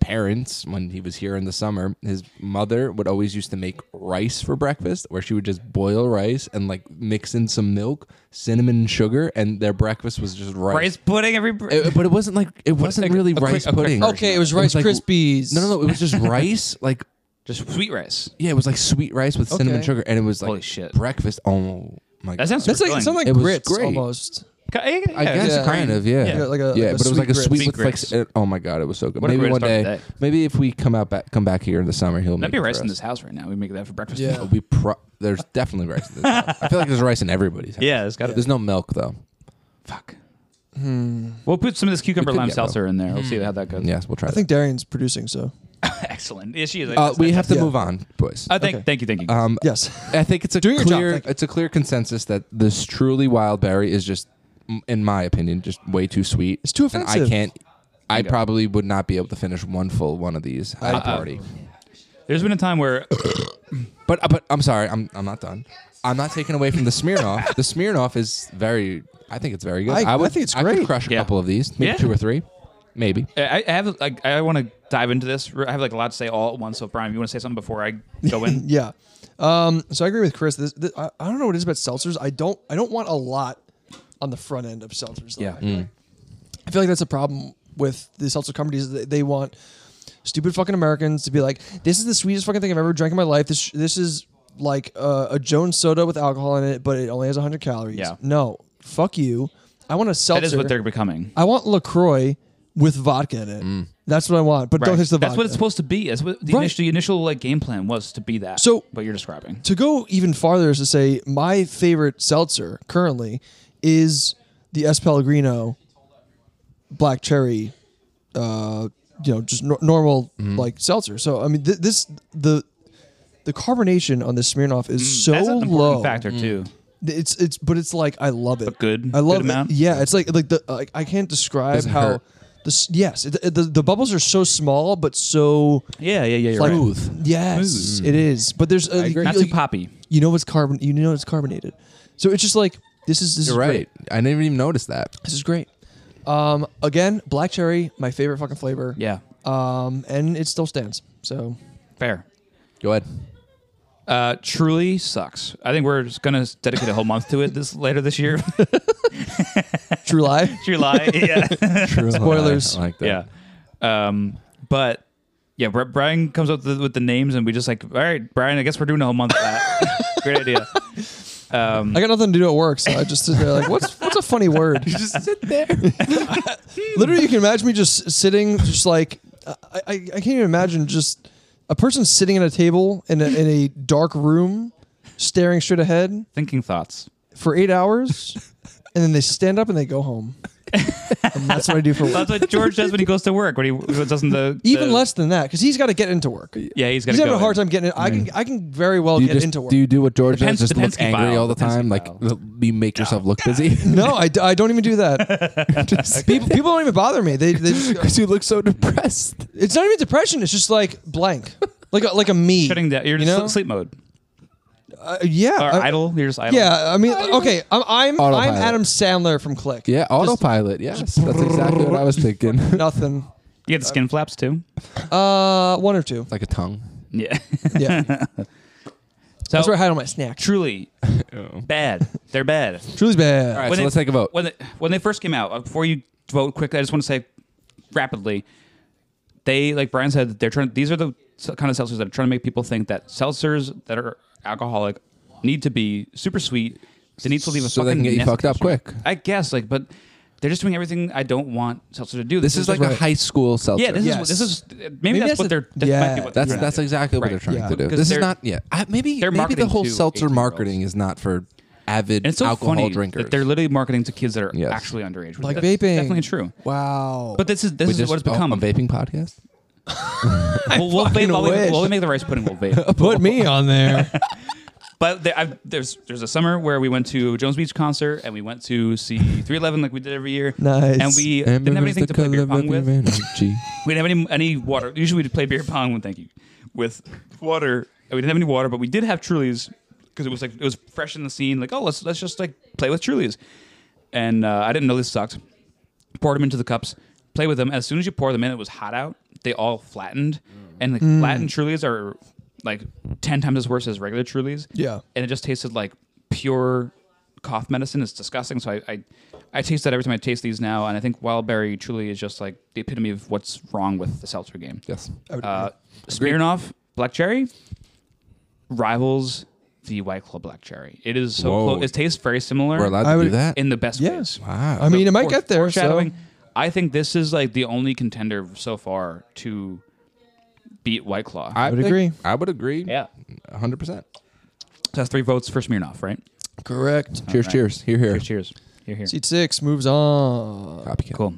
parents when he was here in the summer, his mother would always used to make rice for breakfast, where she would just boil rice and like mix in some milk, cinnamon, and sugar, and their breakfast was just rice.
Rice pudding every.
It- but it wasn't like it wasn't
like
really
a quick-
rice
a quick
pudding.
version.
Okay, it was
It was
Rice
like-
Krispies.
No, no, no. It was just rice, like
just sweet rice.
yeah, it was like sweet rice with cinnamon
Okay.
sugar, and it was like
Holy shit.
breakfast. Oh my
That
god,
sounds.
That's like, it sounds like
It was
grits
great.
almost.
I
I guess
Yeah.
kind of yeah,
Yeah,
like a- like a
yeah, but it was like a
sweet
sweet
grits.
with like
Sweet
s- oh my god, it was so good.
What a
maybe
great
one
start
day,
to the day.
maybe if we come out back, come back here in the summer, he'll
That'd
make
be
it for
rice in
us.
this house right now. We make that for breakfast.
Yeah.
We pro- there's definitely rice in this house. I feel like there's rice in everybody's house.
Yeah, it's gotta be.
There's no milk though.
Fuck. We'll put some of this cucumber
We could
lime
get Hmm. milk.
seltzer in there. We'll see how that goes.
Yes, we'll try.
I
that.
think Darian's producing, so.
Excellent. Yeah, she is.
uh, we have to
Yeah.
move on, boys.
I think.
Okay.
Thank you. Thank you.
Um,
Yes.
I think it's a
Doing your job,
clear
thank you.
it's a clear consensus that this truly wild berry is just, m- in my opinion, just way too sweet.
It's too
And I
offensive.
can't. I
Okay.
probably would not be able to finish one full one of these at a party.
There's been a time where
But uh, but I'm sorry, I'm I'm not done. I'm not taking away from the Smirnoff. the Smirnoff is very. I think it's very good.
I-
would
I think it's
I could
great.
crush a
Yeah.
couple of these, maybe
Yeah.
two or three. Maybe.
I, I have like I want to dive into this. I have like a lot to say all at once. So Brian, if you want to say something before I go in?
Yeah. Um, so I agree with Chris. This, this, I, I don't know what it is about seltzers. I don't I don't want a lot on the front end of seltzers. though.
Yeah.
Mm.
I feel, like. I feel like that's a problem with the seltzer companies. They, they want stupid fucking Americans to be like, this is the sweetest fucking thing I've ever drank in my life. This this is like uh, a Jones soda with alcohol in it, but it only has 100 calories.
Yeah.
No, fuck you. I want a seltzer.
that is what they're becoming.
I want Lacroix with vodka in it. That's what I want. But don't
Mm. Right.
touch the
That's
vodka.
what it's supposed to be. That's what the,
Right.
initial, the initial like game plan was to be that.
So-
what you're describing.
to go even farther is to say my favorite seltzer currently is the S Pellegrino black cherry, uh, you know, just nor normal
Mm-hmm.
like seltzer. So I mean, th- this the the carbonation on this Smirnoff is so
Mm, That's an important
low.
factor too.
It's it's but it's like I love it.
good-
I love
good amount?
it. Yeah, it's like like the like, I can't describe
Doesn't
how.
hurt.
This, yes, it, the, the bubbles are so small, but so
Yeah, yeah, yeah. You're
like
right.
Yes, it is. But there's a,
agree.
Not too poppy.
you know it's carbon. You know it's carbonated. So it's just like this is this
You're
is
right.
great.
I didn't even notice that.
This is great. Um, again, black cherry, my favorite fucking flavor.
Yeah,
Um, and it still stands. So
fair.
Go ahead.
Uh, truly sucks. I think we're just gonna dedicate a whole month to it this later this year.
true lie.
July. Yeah.
Spoilers.
I like that.
yeah. Um, but yeah, Bri- Brian comes up with the, with the names, and we just like, all right, Brian, I guess we're doing a whole month of that. Great idea. Um,
I got nothing to do at work, so I just sit there like, what's what's a funny word?
Just sit there.
Literally, you can imagine me just sitting, just like I I, I can't even imagine just a person sitting at a table in a, in a dark room, staring straight ahead
thinking thoughts.
for eight hours, and then they stand up and they go home. and that's what I do for work.
That's what George does when he goes to work. When he when he doesn't the
Even
the-
less than that, because he's got to get into work.
Yeah, he's got
He's having a hard time getting in. I can, I can very well
Do you
get
just
into work.
do you do what George does?
The Pens-
Just
the
look
Penske
angry
file,
all the
the Penske
time. Like
file.
you make yourself look busy
no, I, d- I don't even do that. Just- people, people don't even bother me. They, they just,
because you look so depressed.
it's not even depression. It's just like blank, like a, like a me.
Shutting down. You're
You
just
know?
sleep mode
Uh, yeah,
or
I-
idle. You're just idle.
yeah. I mean, okay. I'm I'm, I'm
Autopilot.
Adam Sandler from Click.
Yeah, autopilot. Yes, that's exactly what I was thinking.
Nothing.
You get the skin flaps too.
Uh, one or two.
like a tongue.
Yeah.
Yeah,
so
that's where I hide all my snacks.
truly bad. They're bad.
Truly's bad.
All right, so
When they-
let's take a vote.
when they, when they first came out, uh, before you vote quickly, I just want to say rapidly, they like Brian said, they're trying. These are the s- kind of seltzers that are trying to make people think that seltzers that are alcoholic need to be super sweet. They need to leave a
So they
fucking
can get you
nasty
fucked up
taste in your-
quick.
I guess, like, but they're just doing everything I don't want seltzer to do.
This is like a
right.
high school seltzer.
yeah. This
Yes.
is this is maybe, that's,
that's
what
a-
they're. That might be
yeah,
what
That's
they're
that's
doing.
exactly what
Right.
they're trying
Yeah.
to do.
Because
This is
they're-
not yeah. I, maybe
they're
maybe the
marketing
whole
to
seltzer
18-year-olds.
marketing is not for avid
And it's so
alcohol
funny
drinkers.
that they're literally marketing to kids that are
Yes.
actually underage. which
Like
that's
vaping.
definitely true.
Wow.
But this is this
We
is
just-
what it's
oh,
become.
a vaping podcast.
we'll, we'll vape while we,
wish.
while we make the rice pudding. We'll vape.
put me on there.
But there, I've, there's there's a summer where we went to a Jones Beach concert and we went to see 311 like we did every year.
Nice.
And we didn't have anything to play beer pong with.
energy.
We didn't have any any water. Usually we'd play beer pong. Thank you. With water, and we didn't have any water, but we did have Trulies because it was like it was fresh in the scene. Like oh let's let's just like play with Trulies. And uh, I didn't know this sucked. Poured them into the cups. Play with them. As soon as you pour them in, it was hot out. They all flattened, and like flattened Trulies are like ten times as worse as regular Trulies
yeah.
and it just tasted like pure cough medicine. It's disgusting. So I, I, I taste that every time I taste these now, and I think Wildberry truly is just like the epitome of what's wrong with the seltzer game.
Yes.
Uh, Smirnoff Black Cherry rivals the White Claw Black Cherry. It is so
Whoa.
close. It tastes very similar.
We're allowed
I
to do
would-
that. Ah.
in the best
Yeah.
ways.
wow.
I mean, it might
Fore-
get there. So.
foreshadowing, I think this is like the only contender so far to beat White Claw.
I
would agree.
I would agree.
yeah,
hundred percent.
so that's three votes for Smirnoff, right?
Correct.
Cheers,
right.
cheers. Here, here.
Cheers. You're here.
Seat six moves on.
Copycat.
Cool.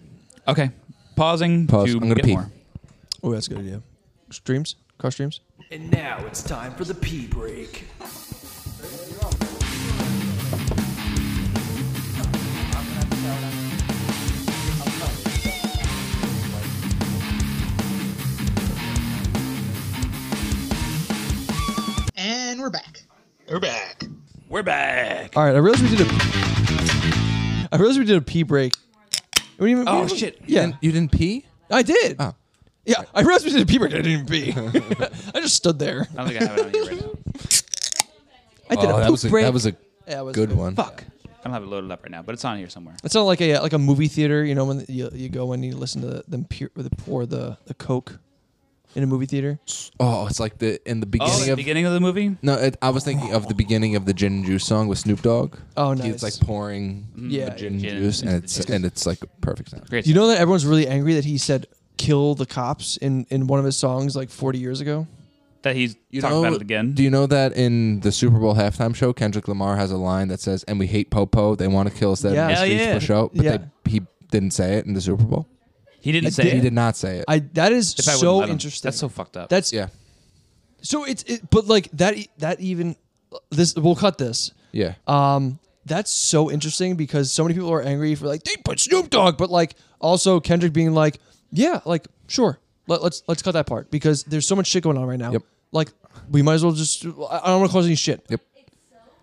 Okay. Pausing
Pause.
to
I'm gonna
get
pee.
more.
Oh, that's a good idea. Streams? Cross streams?
And now it's time for the pee break.
And we're back. We're back.
All right, I realized we did a. I realized we did a pee break. It We didn't even- we
Oh
didn't-
shit! You
Yeah,
didn't, you didn't pee?
I did.
Oh.
Yeah, I realized we did a pee break. I didn't even pee. I just stood there.
I don't think I have it on here right now.
I did a
Oh, that
poop
was a,
break.
that was a
Yeah, it was
good one.
Fuck.
I don't have it loaded up right now, but it's on here somewhere.
It's not like a like a movie theater. You know when you, you go and you listen to them pure, the pour the the coke in a movie theater.
Oh, it's like the in the beginning
Oh, the
of
beginning of the movie?
no. It, I was thinking of the beginning of the gin and juice song with Snoop Dogg.
Oh,
He's
nice. Mm.
like pouring
Yeah,
the gin and
yeah.
juice, and it's and it's like perfect sound.
Great.
Do you know that everyone's really angry that he said "kill the cops" in in one of his songs like 40 years ago?
that he's
You
talking
know,
about it again.
Do you know that in the Super Bowl halftime show, Kendrick Lamar has a line that says, "And we hate Popo. They want to kill us. That
Yeah.
yeah.
Hell
streets
yeah.
will show." But
Yeah.
they, he didn't say it in the Super Bowl.
he didn't say
He
it.
did not say it.
I that is
If I wouldn't
so
let him.
interesting.
That's so fucked up.
That's
yeah,
so it's it, but like that e- that even this we'll cut this.
yeah.
Um, that's so interesting because so many people are angry for like they put Snoop Dogg, but like also Kendrick being like, yeah, like sure, let, let's let's cut that part because there's so much shit going on right now.
Yep.
Like we might as well just I I don't want to cause any shit.
yep.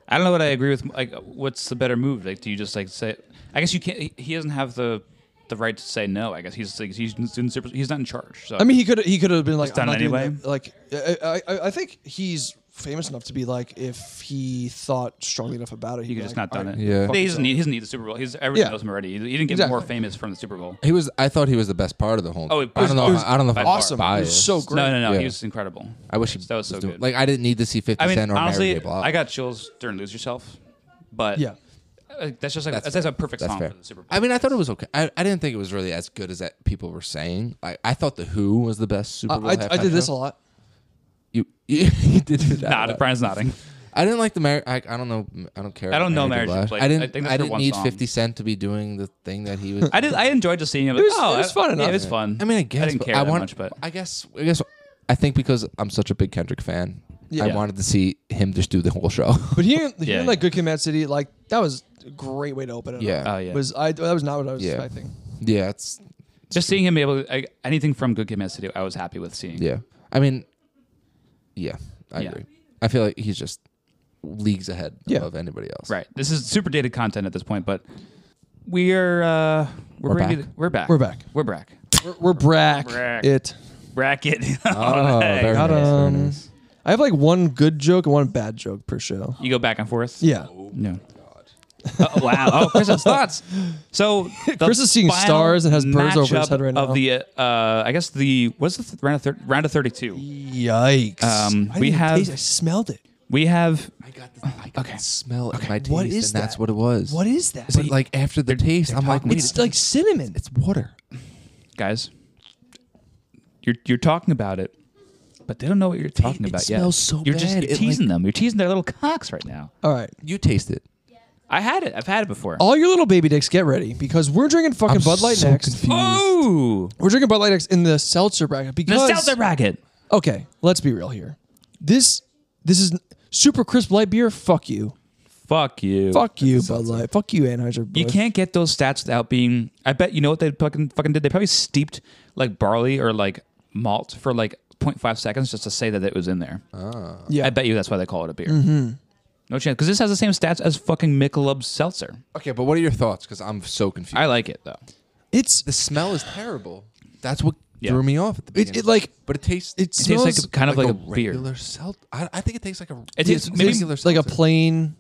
I don't know what I agree with. Like, what's the better move? Like, do you just like say? I guess you can't. He, he doesn't have the the right to say no. I guess he's like he's in super, he's not in charge. So
I mean, he could he could have been like
Just done
I'm not
it
doing
anyway.
that. Like I, I I- I think he's famous enough to be like if he thought strongly enough about it,
he
he
could
could
just not done it.
Yeah.
he doesn't need he doesn't need the Super Bowl. He's everyone
Yeah.
knows him already. He didn't get
Exactly.
more famous from the Super Bowl.
He was. I thought he was the best part of the whole.
Oh,
Oh,
it
I
was-
don't know.
it
if
was
I I don't know. If
by
I'm
far.
Awesome, it
biased.
was so great.
No, no, no.
Oh, Yeah.
He was incredible.
I wish he
that was so
doing-
good.
Like I didn't need to see Fifty
I mean,
Cent or Mary
honestly,
J. Blige.
I got chills during "Lose Yourself," but
Yeah.
uh, that's just like that's,
fair.
a perfect
That's
song
fair.
for the Super Bowl.
I mean, I thought it was okay. I, I didn't think it was really as good as that people were saying. I, I thought the Who was the best Super
I,
Bowl.
Uh, I, I
halftime
did this
show.
a lot.
You you, you did do that. a
Nah,
lot.
Brian's nodding.
I didn't like the Mary. I, I don't know. I don't care.
I don't
about
know
Mary J.
Mary J.
Blige.
Blige.
I
I
didn't.
think
I,
that's her
didn't
one
need
song.
Fifty Cent to be doing the thing that he was.
I did. I enjoyed just seeing him. Like,
was-
oh,
it was
I-
fun
Yeah,
enough.
it was fun.
I mean, I guess.
I didn't
but
care
I
that
want-
much, but
I guess. I guess. I think because I'm such a big Kendrick fan, I
Yeah.
wanted to see him just do the whole show.
But hearing, hearing
yeah.
like Good Kid, Mad City, like that was a great way to open it.
Yeah.
up.
Oh, yeah.
Was I that was not what I was
Yeah.
expecting.
yeah, it's
just seeing him able to, I, anything from Good Kid, Mad City, I was happy with seeing.
Yeah. I mean, yeah, I
Yeah.
agree. I feel like he's just leagues ahead
Yeah.
of anybody else.
Right. This is super dated content at this point, but we are uh, we're,
We're
bringing
back.
It, we're back.
We're back.
We're back.
We're, we're brack,
Brack.
it.
Bracket.
Oh, very
Got
nice, very
him.
nice.
I have like one good joke and one bad joke per show.
you go back and forth.
Yeah.
No. Oh, wow. Oh, Chris's thoughts. So the
Chris is seeing
final
stars and has birds over his
matchup
head right now.
Of the, uh, uh, I guess the what's the th- round of thir- round of thirty-two.
Yikes.
Um,
I didn't
we
even
have-
taste it. I smelled it.
We have
I got the, I got
Okay.
the smell in my taste,
What is
and that's
that?
what it was.
What is that?
But like after the taste, I'm like, wait,
it's like cinnamon.
it's water.
guys. You're you're talking about it, but they don't know what you're talking
it
about yet.
smells so
you're just
bad.
you're
It,
teasing them. You're teasing their little cocks right now.
All right.
You taste it.
I had it. I've had it before.
All your little baby dicks, get ready because we're drinking fucking Bud Light
so
next.
confused.
Oh,
We're drinking Bud Light next in the seltzer bracket
the
because
seltzer bracket.
Okay, let's be real here. This this is super crisp light beer. Fuck you.
Fuck you.
Fuck you, Bud Light. Fuck you, Anheuser.
You can't get those stats without being. I bet you know what they fucking fucking did. They probably steeped like barley or like malt for like 0.5 seconds just to say that it was in there.
Ah.
Yeah.
I bet you that's why they call it a beer. No chance because this has the same stats as fucking Michelob Seltzer.
Okay, but what are your thoughts? Because I'm so confused.
I like it though.
It's
the smell is terrible. That's what
Yeah.
threw me off at the
It-
beginning.
it, like-
but it tastes.
it
It tastes
smells
like a- kind of like, a, beer.
regular seltzer. I, I think it tastes like a.
It tastes
Yeah,
maybe
regular
like a
seltzer.
plain,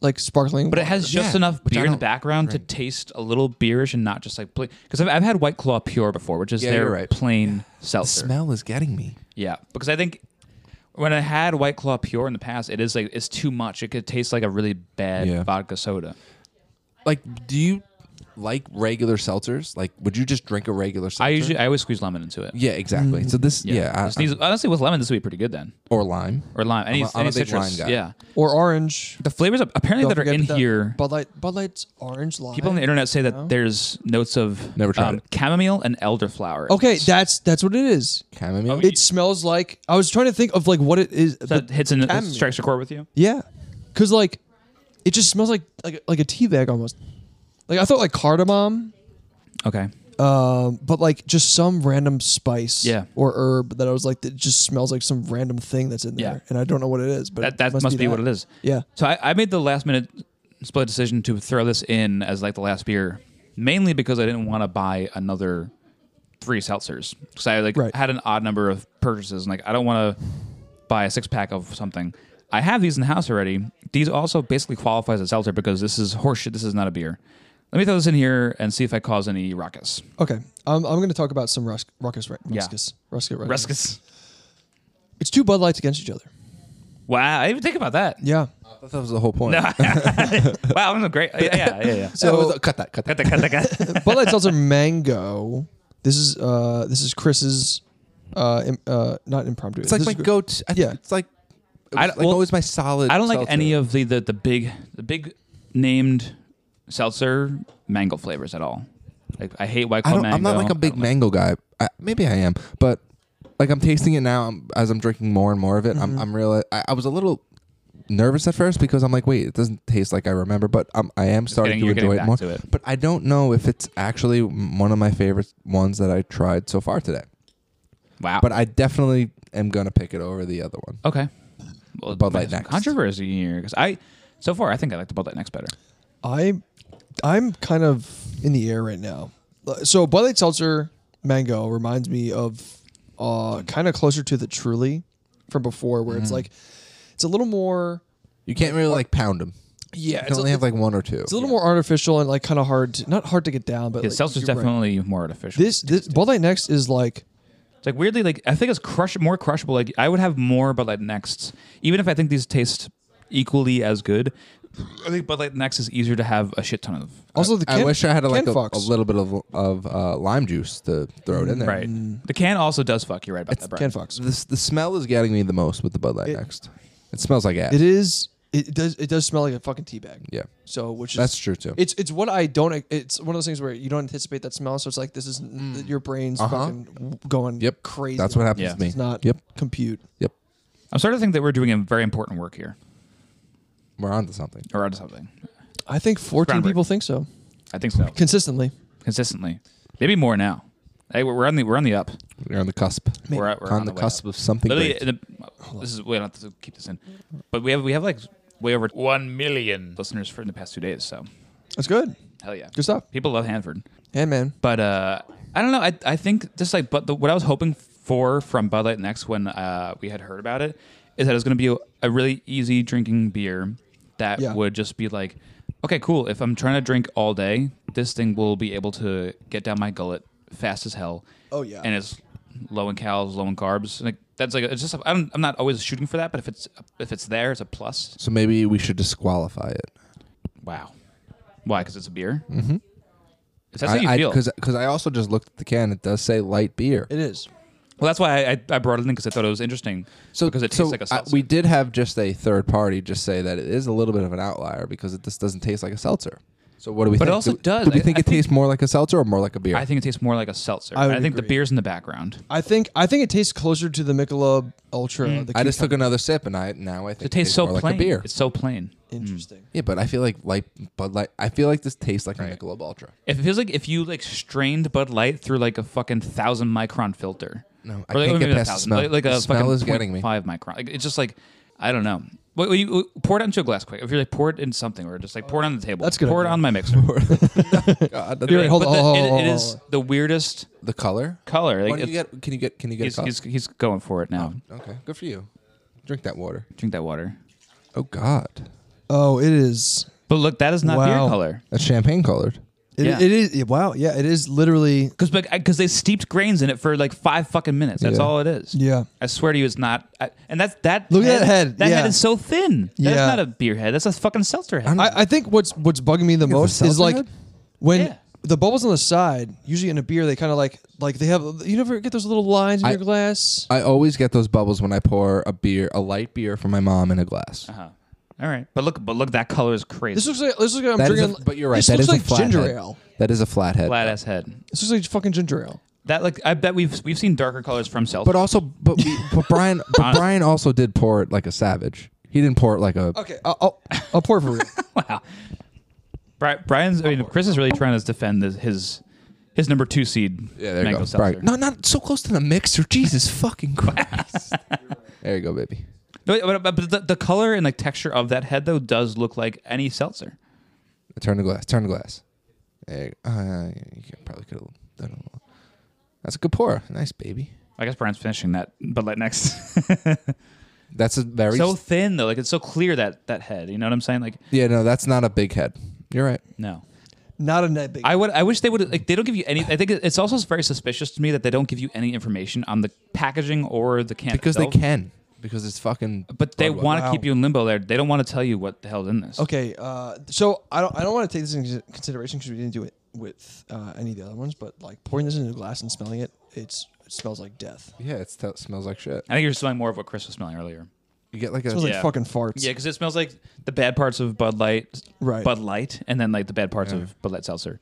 like sparkling.
But it has just
Yeah,
enough
which I
beer in the
don't
background
drink.
to taste a little beerish and not just like plain. Because I've, I've had White Claw Pure before, which is
Yeah,
their
you're right.
plain seltzer.
smell is getting me.
Yeah, because I think when I had White Claw Pure in the past, it is like it's too much. It could taste like a really bad
Yeah.
vodka soda.
like do you like regular seltzers like would you just drink a regular seltzer
I usually I always squeeze lemon into it.
yeah exactly so this yeah, I-
This needs- honestly, with lemon, this would be pretty good then,
or lime
or lime, any,
I'm a- I'm
any
a big
citrus.
lime guy.
Yeah,
or orange.
the flavors of, apparently that are
forget
in
that
here.
Bud Light. Bud Light's orange lime.
People on the internet say that there's notes of um,
Never tried it.
chamomile and elderflower. in
Okay,
this.
that's that's what it is.
Oh,
chamomile
It smells like I was trying to think of like what it is.
So
but-
that hits and
chamomile.
strikes a chord with you.
yeah, because like it just smells like like like a tea bag almost. Like I thought like cardamom,
Okay,
um, but like just some random spice
Yeah.
or herb that I was like that just smells like some random thing that's in there,
Yeah.
and I don't know what it is. But
that
it
that must, be,
that.
what it is.
Yeah.
So I, I made the last minute split decision to throw this in as like the last beer mainly because I didn't want to buy another three seltzers because I like
Right.
had an odd number of purchases and like I don't want to buy a six pack of something. I have these in the house already. These also basically qualify as a seltzer because this is horseshit. This is not a beer. Let me throw this in here and see if I cause any ruckus.
Okay, I'm, I'm going to talk about some rus- ruckus right ruskus ruskus right now.
Ruckus.
It's two Bud Lights against each other.
Wow, I didn't even think about that.
Yeah.
I thought that was the whole point.
Wow, I'm a great. Yeah, yeah, yeah. yeah.
That
So
was- cut that. Cut that.
Cut that, cut that, cut that.
Bud Light Seltzer Mango. This is uh this is Chris's uh, im- uh not impromptu.
It's like
This
my
is-
goat. I,
Yeah.
yeah. It's like. It
I
was
don't-
like
well,
always my solid.
I don't like
seltzer.
any of the, the the big the big named seltzer mango flavors at all. Like I hate White
I
Claw
don't,
mango.
I'm not like a big mango guy. I, maybe I am, but like I'm tasting it now I'm, as I'm drinking more and more of it. I'm, I'm real. I, I was a little nervous at first because I'm like, wait, it doesn't taste like I remember, but I'm, I am starting
getting- you're
to enjoy
getting
it more.
back to it.
But I don't know if it's actually m- one of my favorite ones that I tried so far today.
Wow.
But I definitely am gonna pick it over the other one.
okay. Well,
Bud Light
there's some
next.
Controversy here because I so far I think I like the Bud Light next better.
I I'm kind of in the air right now. Uh, So Bud Light Seltzer Mango reminds me of uh kind of closer to the Truly from before, where it's like it's a little more
You can't really like pound them. You
yeah it's
can
a,
only have like one or two.
it's a little more artificial and like kind of hard to, not hard to get down, but
The
like,
seltzer's
you're right.
definitely more artificial.
this this Bud Light Next is like
It's like weirdly like I think it's crush more crushable. Like I would have more Bud Light next, even if I think these taste equally as good. I think Bud Light next is easier to have a shit ton of.
also the
I
Ken-
wish I had a, like
Ken
a,
Fox.
a little bit of of uh, lime juice to throw it in there.
Right. The can also does fuck. You're right about that. Brian.
Ken Fox.
This the smell is getting me the most with the Bud Light next. It smells like ass.
It is. It does. It does smell like a fucking tea bag.
Yeah.
So which is
That's true, too.
It's it's what I don't. It's one of those things where you don't anticipate that smell, so it's like this is your brain's fucking going
Mm. Uh-huh. Yep.
crazy.
That's what happens
Yeah.
to me.
It's not
Yep.
compute.
Yep.
I'm starting to think that we're doing a very important work here,
We're on to something.
or onto something.
I think fourteen
Groundbreaking.
people think so
I think so.
consistently.
Consistently, maybe more now. Hey, we're we're on the we're on the up.
We're on the cusp.
We're, at- we're
on, the
way
cusp
up.
of something.
Literally,
great.
in the, this is we don't have to keep this in, but we have we have like way over one million listeners for in the past two days. So
That's good.
hell yeah,
Good stuff.
People love Hanford.
Hey man,
But uh, I don't know. I, I think just like but the, what I was hoping for from Bud Light Next when uh, we had heard about it is that it was going to be a, a really easy drinking beer that
Yeah.
would just be like, okay, cool. If I'm trying to drink all day, this thing will be able to get down my gullet fast as hell.
Oh, yeah.
and it's low in calories, low in carbs. Like that's like it's just I don't, I'm not always shooting for that, but if it's if it's there, it's a plus.
so maybe we should disqualify it.
Wow, why? Because it's a beer. Mm-hmm. If that's how you
I,
feel.
because I also just looked at the can. It does say light beer.
it is.
Well, that's why I, I, I brought it in because I thought it was interesting.
so
because it tastes
so
like a
I-
seltzer.
we did have just a third party just say that it is a little bit of an outlier because it just doesn't taste like a seltzer. So what do we?
But it
think?
also
do,
does.
Do we
I-
think
I
it
think-
tastes more like a seltzer or more like a beer?
I think it tastes more like a seltzer.
I
I,
would
think the
agree.
beer's in the background.
I think I think it tastes closer to the Michelob Ultra.
Mm.
the
I just
cucumber.
took another sip and I now I think
It tastes so
more
plain.
like a beer.
It's so plain.
mm.
interesting.
Yeah, but I feel like light Bud Light. I feel like this tastes like a Michelob Ultra.
If it feels like if you like strained Bud Light through like a fucking thousand micron filter.
No, I
Or, like,
can't
maybe
get
not
past the
1,000,
smell.
Like, like a
The smell
fucking
is getting me.
Five micron. Like, it's just like I don't know. Well, you, you- pour it onto a glass quick. If you're like pour it in something or just like pour it on the table.
That's a good
Pour it
idea.
on my mixer.
God,
Wait, hold
But
on,
the-
hold
it-
on, hold
it
on,
is
hold
the weirdest
Uh, the color.
color.
Why
Like
don't you
it's-
get? Can you get? Can you get?
he's,
a cup? Oh.
he's, he's going for it now.
okay, good for you. Drink that water.
Drink that water.
Oh God,
Oh, it is.
But look, that is not
Wow.
beer color.
that's champagne colored.
It,
Yeah.
it is. Wow. Yeah. It is literally.
Because because uh, they steeped grains in it for like five fucking minutes. That's
Yeah.
all it is.
Yeah.
I swear to you, it's not. I, and that's that.
Look at that head,
That
yeah.
head is so thin. That's
Yeah.
not a beer head. That's a fucking seltzer head.
I, I think what's what's bugging me the most is
seltzer
like
head?
when
Yeah.
the bubbles on the side. Usually in a beer, they kind of like like they have. You never get those little lines in
I-
your glass.
I always get those bubbles when I pour a beer, a light beer, for my mom in a glass.
all right, but look, but look, that color is crazy.
this looks like this looks like I'm
That is
drinking.
a- but you're right.
This
That
looks
is
like
a flathead.
ginger ale.
That is a flathead.
flat ass head.
This looks like fucking ginger ale.
That like I bet we've we've seen darker colors from seltzer.
But also, but, we, but Brian, but
Honest-
Brian also did pour it like a savage. He didn't pour it like a.
Okay, I'll I'll, I'll pour it for real.
Bri- Brian's. I mean, Chris is really trying to defend his his, his number two seed.
Yeah, there
mango
you go.
seltzer.
Brian. No, not so close to the mixer. Jesus fucking Christ. there you go, baby.
No, but, but- but the, the color and like texture of that head though does look like any seltzer.
Turn the glass. Turn the glass. Egg. Uh, you could- probably could have done a little. That's a good pour. Nice, baby.
I guess Brian's finishing that, but like next.
That's a very.
so thin though, like it's so clear that that head. You know what I'm saying? Like
yeah, no, that's not a big head. You're right.
no,
Not a net big.
I would. I wish they would. Like they don't give you any. I think it's also very suspicious to me that they don't give you any information on the packaging or the can
Because they Oh,
itself.
can. Because it's fucking.
But they
Broadway.
want to
Wow.
keep you in limbo. There, they don't want to tell you what the hell's in this.
okay, uh, so I don't I don't want to take this into consideration because we didn't do it with uh, any of the other ones, but like pouring this into a glass and smelling it, it's it smells like death.
Yeah, it's, it smells like shit.
I think you're smelling more of what Chris was smelling earlier.
You get like a.
It smells
Yeah.
like fucking farts.
Yeah, because it smells like the bad parts of Bud Light,
Right.
Bud Light, and then like the bad parts of Bud Light Seltzer.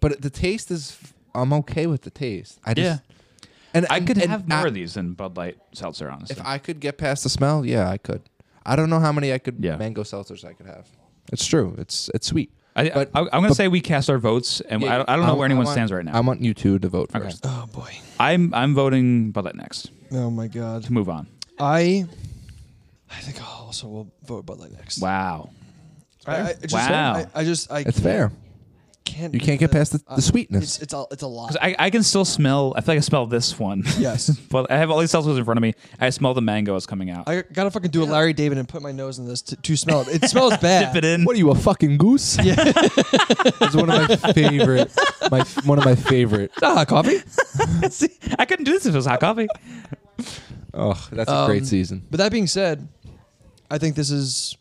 but the taste is. I'm okay with the taste. I
Yeah,
just, And
I could
and
have more
I-
of these than Bud Light Seltzer, honestly.
If I could get past the smell, yeah, I could. I don't know how many I could
Yeah.
mango seltzers I could have. It's true. It's it's sweet.
I,
but-
I, am going to
but-
say we cast our votes, and I, don't, I don't know where anyone stands right
I
now.
want you two to vote
Okay.
first.
Oh boy.
I'm I'm voting Bud Light next
Oh my god.
to move on.
I I think I also will vote Bud Light next.
Wow,
I, I just,
Wow.
I, I just I
It's fair.
can't
You can't get past the, the
It's
sweetness.
it's a it's a lot.
'Cause I, I can still smell. I feel like I smell this one.
Yes. Oh,
but I have all these seltzers in front of me. I smell the mangoes coming out.
I gotta fucking do a Larry David and put my nose in this to, to smell it. It smells bad.
Dip it in.
what are you, a fucking goose? Yeah. it's one of my favorite. My one of my favorite.
Ah, coffee.
See, I couldn't do this if it was hot coffee.
Oh, that's a great season.
But that being said, I think this is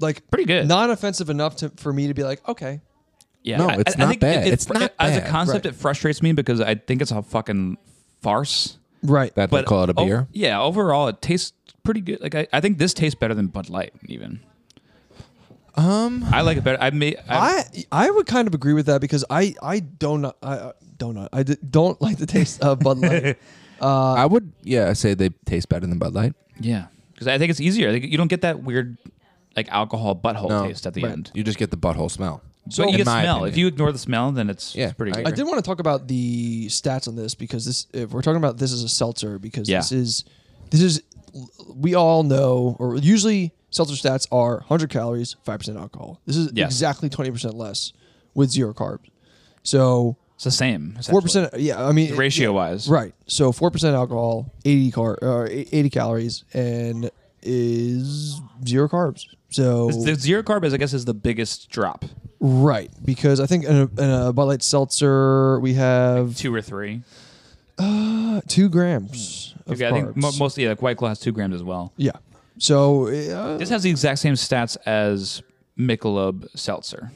like
Pretty good.
non-offensive enough to, for me to be like, okay,
Yeah,
No, it's not bad.
it-
It's
fr-
not
as a
bad.
concept.
Right.
It frustrates me because I think it's a fucking farce.
right.
That they call it a
o-
beer.
yeah, overall it tastes pretty good. Like I, I think this tastes better than Bud Light even. Um, I like it better. I may I,
I I would kind of agree with that because I I don't I uh, don't I d- don't like the taste of Bud Light.
uh,
I would, yeah, I say they taste better than Bud Light.
yeah because I think it's easier. I think you don't get that weird like alcohol butthole
No,
taste at the
right.
end.
You just get the butthole smell.
So you
in
get
my
smell.
opinion.
If you ignore the smell, then it's,
Yeah,
it's pretty
I
good.
I did want to talk about the stats on this because this if we're talking about this as a seltzer because
Yeah.
this is this is we all know or usually seltzer stats are 100 calories, 5% alcohol. This is
Yes.
exactly 20% less with zero carbs. So
It's the same. essentially.
4% yeah, I mean
ratio wise.
Right. So 4% alcohol, 80 car or 80 calories and is zero carbs. So
The zero carb is I guess is the biggest drop.
right because I think in a, in a Bud Light seltzer we have
Two or three.
two grams of
Yeah, Hmm. I think
carbs.
mo- mostly like White Claw has two grams as well.
yeah. So uh,
This has the exact same stats as Michelob Seltzer.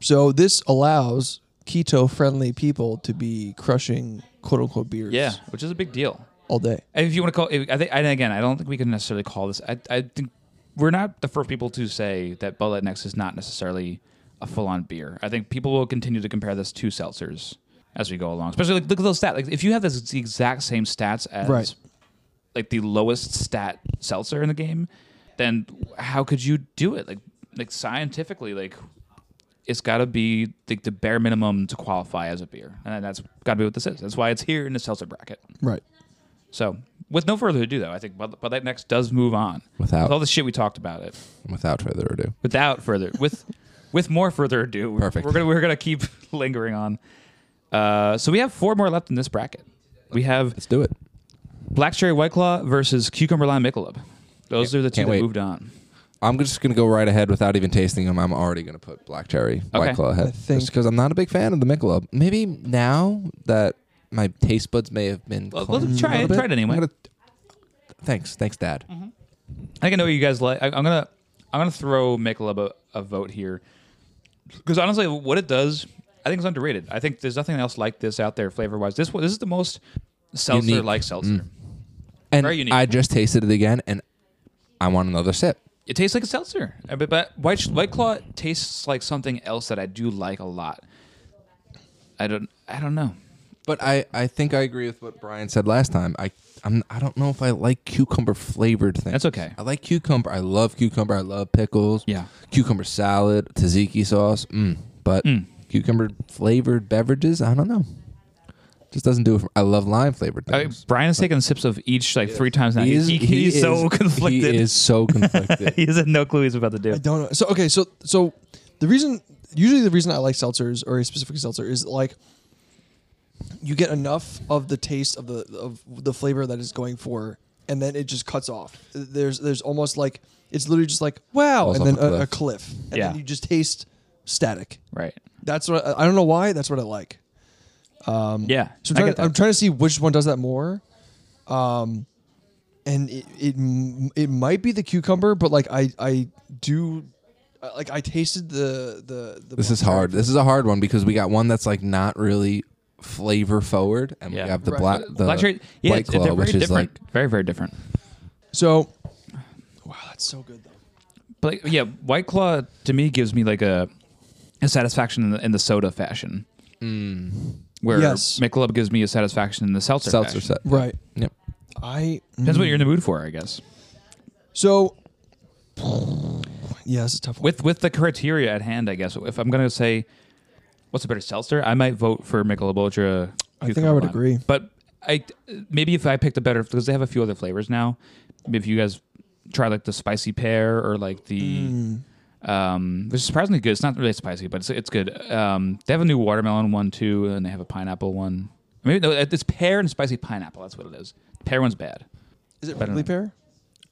so this allows keto friendly people to be crushing quote unquote beers
Yeah, which is a big deal.
all day.
If you want to call, I think, and again, I don't think we can necessarily call this. I, I think we're not the first people to say that Bud Light Next is not necessarily a full-on beer. I think people will continue to compare this to seltzers as we go along. Especially like, look at those stats. Like if you have this the exact same stats as
Right.
like the lowest stat seltzer in the game, then how could you do it? Like like scientifically, like it's got to be like the bare minimum to qualify as a beer, and that's got to be what this is. That's why it's here in the seltzer bracket.
Right.
So, with no further ado, though, I think Bud Bud Light Next does move on
Without-
with all the shit we talked about it.
Without further ado.
Without further, with with more further ado, we're-
Perfect.
We're gonna we're gonna keep lingering on. Uh, so we have four more left in this bracket. We have
Let's do it.
Black Cherry White Claw versus Cucumber Lime Michelob. Those are the two
can't
that
wait.
moved on.
I'm just gonna go right ahead without even tasting them. I'm already gonna put black cherry white
Okay.
claw ahead,
I think-
just because I'm not a big fan of the Michelob. Maybe now that my taste buds may have been
Well,
cleansed
let's try
a
it-
little
try
bit,
it anyway. Mm-hmm.
I'm gonna- thanks, thanks, Dad.
I think I know what you guys like. I, I'm gonna I'm gonna throw Michelob a, a vote here because honestly, what it does, I think it's underrated. I think there's nothing else like this out there flavor wise. This one- this is the most seltzer like seltzer.
Mm. And
Very unique.
I just tasted it again, and I want another sip.
It tastes like a seltzer, Uh, but, but White White Claw tastes like something else that I do like a lot. I don't I don't know.
But I, I think I agree with what Brian said last time. I I'm I don't know if I like cucumber flavored things.
That's okay.
I like cucumber. I love cucumber. I love pickles.
Yeah.
Cucumber salad, tzatziki sauce. Mm. But cucumber flavored beverages, I don't know. Just doesn't do it for I love lime flavored
Uh,
things.
Brian is taking sips of each like three times now. He's, he- he's so conflicted.
He is so conflicted.
he has no clue he's about to do.
I don't know. So okay, so so the reason usually the reason I like seltzers or a specific seltzer is like you get enough of the taste of the of the flavor that it's going for, and then it just cuts off. There's there's almost like it's literally just like wow,
Falls
and then
off a
a, a cliff, and
Yeah.
then you just taste static.
Right.
That's what I, I don't know why. That's what I like.
Um,
Yeah.
So
I
I'm
get
trying, I'm
that.
trying to see which one does that more. Um, and it, it m- it might be the cucumber, but like I I do, I- like I tasted the the. the
This is hard. This is a hard one because we got one that's like not really flavor forward, and
Yeah.
we have the
Right.
black, the
Black cherry- yeah,
white
it's- they're
claw,
very
which is like
different. very very different.
So, wow, that's so good though.
But like, yeah, White Claw to me gives me like a a satisfaction in the, in the soda fashion. Where
Yes.
Michelob gives me a satisfaction in the seltzer.
Mm. seltzer
fashion.
set. Mm.
Right.
Yep.
I
Depends what you're in the mood for, I guess.
so. Yeah, it's a tough one.
With with the criteria at hand, I guess if I'm gonna say what's a better seltzer, I might vote for Michelob Ultra.
I think
Cucumber
I would
Lime.
agree.
But I maybe if I picked a better because they have a few other flavors now. If you guys try like the spicy pear or like the
Mm.
um, which is surprisingly good. It's not really spicy, but it's it's good. Um, they have a new watermelon one too, and they have a pineapple one. Maybe no, it's pear and spicy pineapple. That's what it is. Pear one's bad.
Is it
I don't
prickly
know.
pear?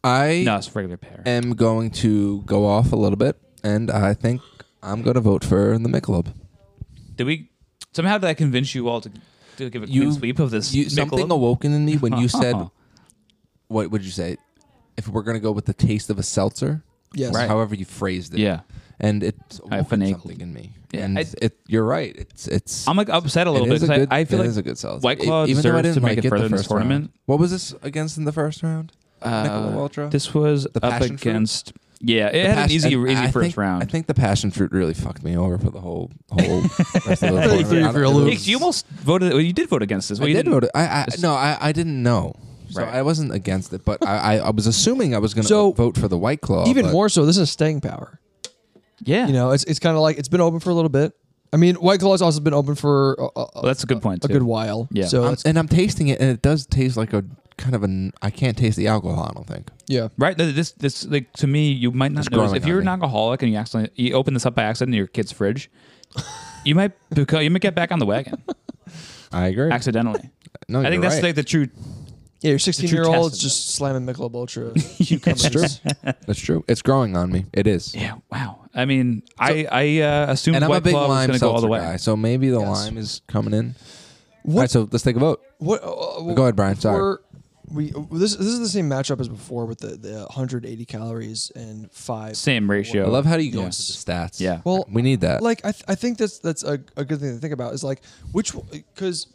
I
No, it's regular pear.
am going to go off a little bit, and I think I'm going to vote for the Michelob.
Did we somehow did I convince you all to, to give a
You-
clean sweep of this?
You, something
Michelob?
awoken in me when you said, "What would you say?" If we're going to go with the taste of a seltzer,
Yes.
or however you phrased it,
Yeah.
and it's
I
awoken
finagled.
something in me,
Yeah,
and
I-
it, you're right. It's it's.
I'm like upset a little
It
bit
is a
because
good-
I, I feel
it
like
is a good seltzer.
White Claw
E- even though I
deserves to
didn't
make
like
it further
the
in this
first round.
tournament.
What was this against in the first round? Michelob
uh,
Ultra.
This was
The
up
passion fruit?
against. Yeah, it
The
had an
passion-
easy,
and
easy
I
first
think-
round.
I think the passion fruit really fucked me over for the whole whole. rest of the
Thirty-three
tournament.
for a
It
loop.
Nick, you almost voted. Well, you did vote against this. Well,
I
you
did
didn't-
vote. it- I, I
Just-
no, I, I didn't know, so
Right.
I wasn't against it. But I, I, I was assuming I was going to
So,
vote for the White Claw.
Even
but
more so, this is staying power.
Yeah,
You know, it's it's kind of like it's been open for a little bit. I mean, White Claw's also been open for a, a,
well, that's a good point.
a
too.
good while.
Yeah.
So
I'm-
it's-
and I'm tasting it, and it does taste like a kind of an. I can't taste the alcohol. I don't think.
yeah.
Right? th- This, this, like to me, you might not
It's
notice
growing
if you're
on
an
me.
alcoholic and you accidentally you open this up by accident in your kid's fridge. you might beco- you might get back on the wagon
I agree.
accidentally.
no,
I think that's like the true.
Yeah, your 16 year
test
old
of
just slamming Michelob Ultra. cucumbers.
that's true. It's growing on me. It is.
Yeah. Wow. I mean, I I uh, assumed
And I'm a
White
big
Claw was
lime
going to go all
seltzer
the way.
guy, so maybe the
Yes.
lime is coming in.
What?
All right, so let's take a vote.
what uh, uh,
Go ahead, Brian. Sorry.
before We uh, this this is the same matchup as before with the, the 180 calories and five.
Same ratio.
I love how you go
Yes.
into the stats.
Yeah.
Well,
we need that.
Like I, th- I think that's that's a, a good thing to think about is like which because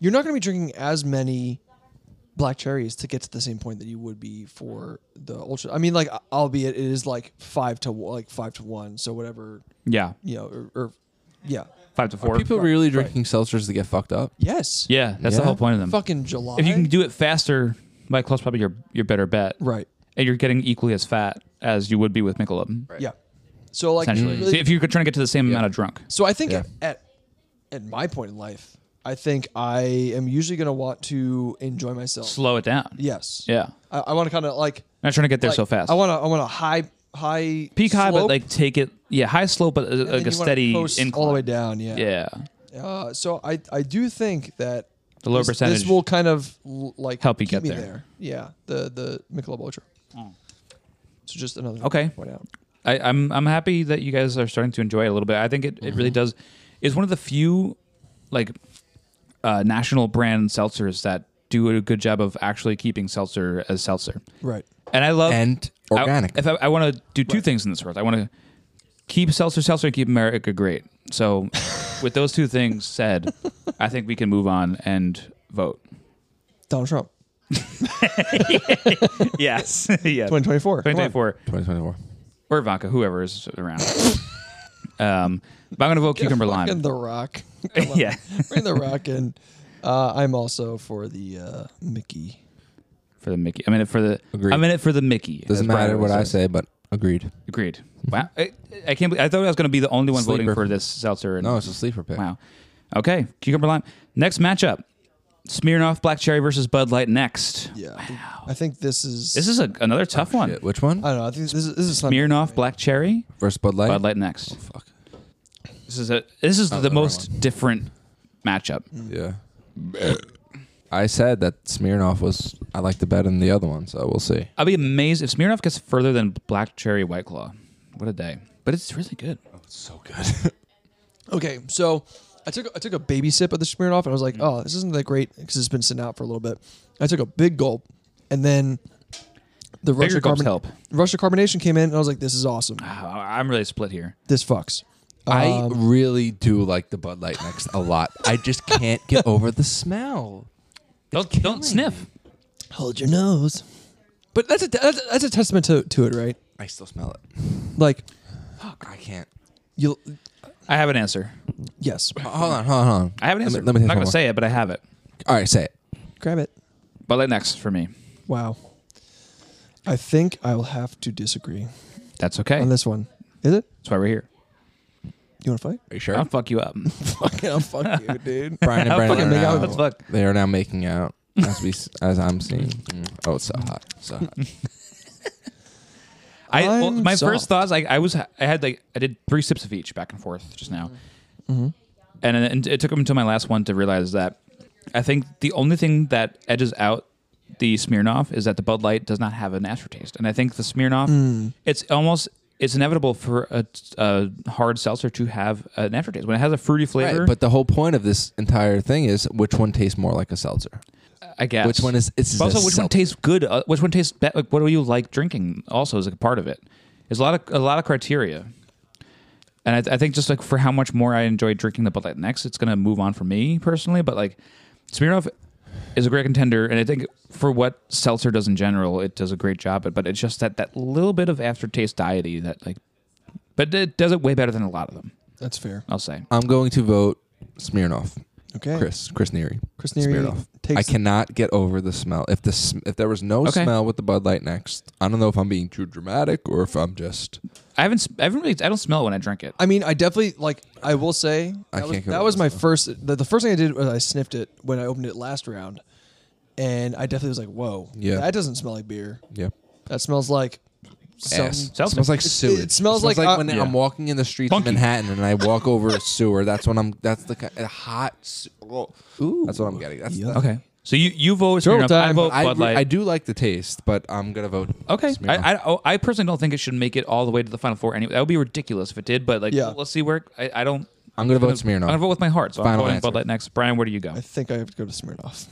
you're not going to be drinking as many black cherries to get to the same point that you would be for the ultra. I mean, like albeit it is like five to one- like five to one, so whatever
Yeah.
you know or, or yeah
Five to four.
Are people really drinking seltzers to get fucked up?
yes
yeah. That's the
Yeah.
whole point of them.
fucking July
If you can do it faster, White Claw's probably your your better bet.
right
And you're getting equally as fat as you would be with Michelob. Right.
yeah so like
Essentially,
really-
See, if you're trying to get to the same amount of drunk.
So I think
Yeah.
at at my point in life, I think I am usually going to want to enjoy myself.
slow it down.
Yes.
Yeah.
I, I want to kind of like
Not trying to get there
like,
so fast.
I want to I want to high high
peak high, but
slope,
like take it. Yeah, high slope, but uh,
and
like
then
a
you wanna
steady
coast
incline.
all the way down. Yeah.
Yeah.
Uh, so I I do think that
The low
this,
percentage.
this will kind of l- like
help you
keep
get
me
there. Mm.
Yeah. The the Michelob Ultra. So just another thing
Okay.
to point out.
I, I'm I'm happy that you guys are starting to enjoy it a little bit. I think it, it really does. It's one of the few, like, uh, national brand seltzers that do a good job of actually keeping seltzer as seltzer.
Right.
And I love
And organic.
I, if I, I want to do two things in this world, I want to keep seltzer seltzer and keep America great. So, with those two things said, I think we can move on and vote.
Donald Trump,
Yes. yeah.
2024. Come on.
2024.
2024.
Or Ivanka, whoever is around. um, but I'm going to vote cucumber
Fucking
lime.
The Rock.
yeah.
Bring the Rock in. Uh, I'm also for the uh, Mickey.
For the Mickey. I'm in it for the
Agreed.
I'm in it for the Mickey.
Doesn't
as Brian
matter what
always
I
says.
say, but agreed.
Agreed. Wow. I, I can't believe, I thought I was going to be the only one voting
Sleeper.
for this seltzer. and-
No, it's a sleeper pick.
Wow. Okay, cucumber lime. Next matchup: Smirnoff Black Cherry versus Bud Light. Next.
Yeah. I think this is.
This is a, another tough one.
Oh, Shit, which one?
I don't know. I think this is this is something.
Smirnoff Black Cherry,
Versus Bud Light.
Uh, Bud Light next.
Oh, Fuck. Oh,
This is a this is the
the wrong
most different matchup.
Yeah. I said that Smirnoff was I like the bet in the other one, so we'll see.
I'll be amazed if Smirnoff gets further than Black Cherry White Claw. What a day! But it's really good.
So good.
Okay, so I took I took a baby sip of the Smirnoff and I was like, oh, this isn't that great because it's been sitting out for a little bit. I took a big gulp, and then the
Bigger
Russia
gulps
carbon-
help.
Russia carbonation came in, and I was like, this is awesome.
I- I'm really split here.
This fucks. Um,
I
Um,
really do like the Bud Light next a lot. I just can't get over the smell.
Don't don't sniff.
Hold your nose. But that's a that's, a- that's a testament to, to it, right?
I still smell it.
Like
I can't.
you,
I have an answer.
yes,
Hold on, hold on, hold on.
I have an answer.
Let me, let me
I'm not
think
gonna
of
say it, but I have it.
one. All right, say it.
grab it.
But like next for me.
Wow. I think I will have to disagree
That's okay.
on
That's
this one. Is it?
why we're here.
You want to fight?
Are you sure?
I'll fuck you up.
Fucking, I'll Oh, fuck you, dude.
Brian and Brennan
fucking
are
make out.
now,
Let's fuck.
they are now making out as we s- as I'm seeing. Mm. Oh, it's so hot. So hot.
I well,
I'm
my
soft.
first thoughts. I, I was I had like I did three sips of each back and forth just now,
Mm-hmm.
and, and it took until my last one to realize that I think the only thing that edges out the Smirnoff is that the Bud Light does not have an aftertaste, and I think the Smirnoff
Mm.
it's almost it's inevitable for a, a hard seltzer to have an aftertaste when it has a fruity flavor.
Right, but the whole point of this entire thing is which one tastes more like a seltzer.
I guess
Which one is- it's
But also
a
which one
seltzer.
tastes good? Uh, which one tastes be- like what do you like drinking? Also is a part of it. There's a lot of a lot of criteria, and I, th- I think just like for how much more I enjoy drinking the Bud Light next, it's gonna move on for me personally. But like Smirnoff is a great contender, and I think for what seltzer does in general, it does a great job. But but it's just that that little bit of aftertaste diety that like, but it does it way better than a lot of them.
That's fair.
I'll say.
I'm going to vote Smirnoff.
Okay.
Chris, Chris Neary.
Chris Neary takes-
I cannot get over the smell. If the sm- if there was no
Okay.
smell with the Bud Light next, I don't know if I'm being too dramatic or if I'm just
I haven't s- I haven't really I don't smell it when I drink it.
I mean, I definitely like. I will say
I
that was,
can't go
that
with
was
this
my
though.
first. The, the first thing I did was I sniffed it when I opened it last round, and I definitely was like, "Whoa,
Yeah.
that doesn't smell like beer.
yeah.
That smells like some,
Ass.
Seltzer.
smells like sewage.
it smells like, uh,
when
yeah.
I'm walking in the streets
Funky.
of Manhattan and I walk over a sewer. That's when I'm. That's the ki- a hot. se- oh. That's what I'm getting. That's, that's
Okay. So you you vote
Turtle
Smirnoff. I
time.
vote
I,
Bud Light.
I do like the taste, but I'm gonna vote.
Okay,
Smirnoff.
I, I oh, I personally don't think it should make it all the way to the final four. Anyway, that would be ridiculous if it did. But like,
Yeah.
let's see where I, I don't.
I'm gonna vote Smirnoff.
I'm gonna vote with my heart. So I'm
Final
voting
answer.
Bud Light next. Brian, where do you go?
I
I'm
think I have to go to Smirnoff.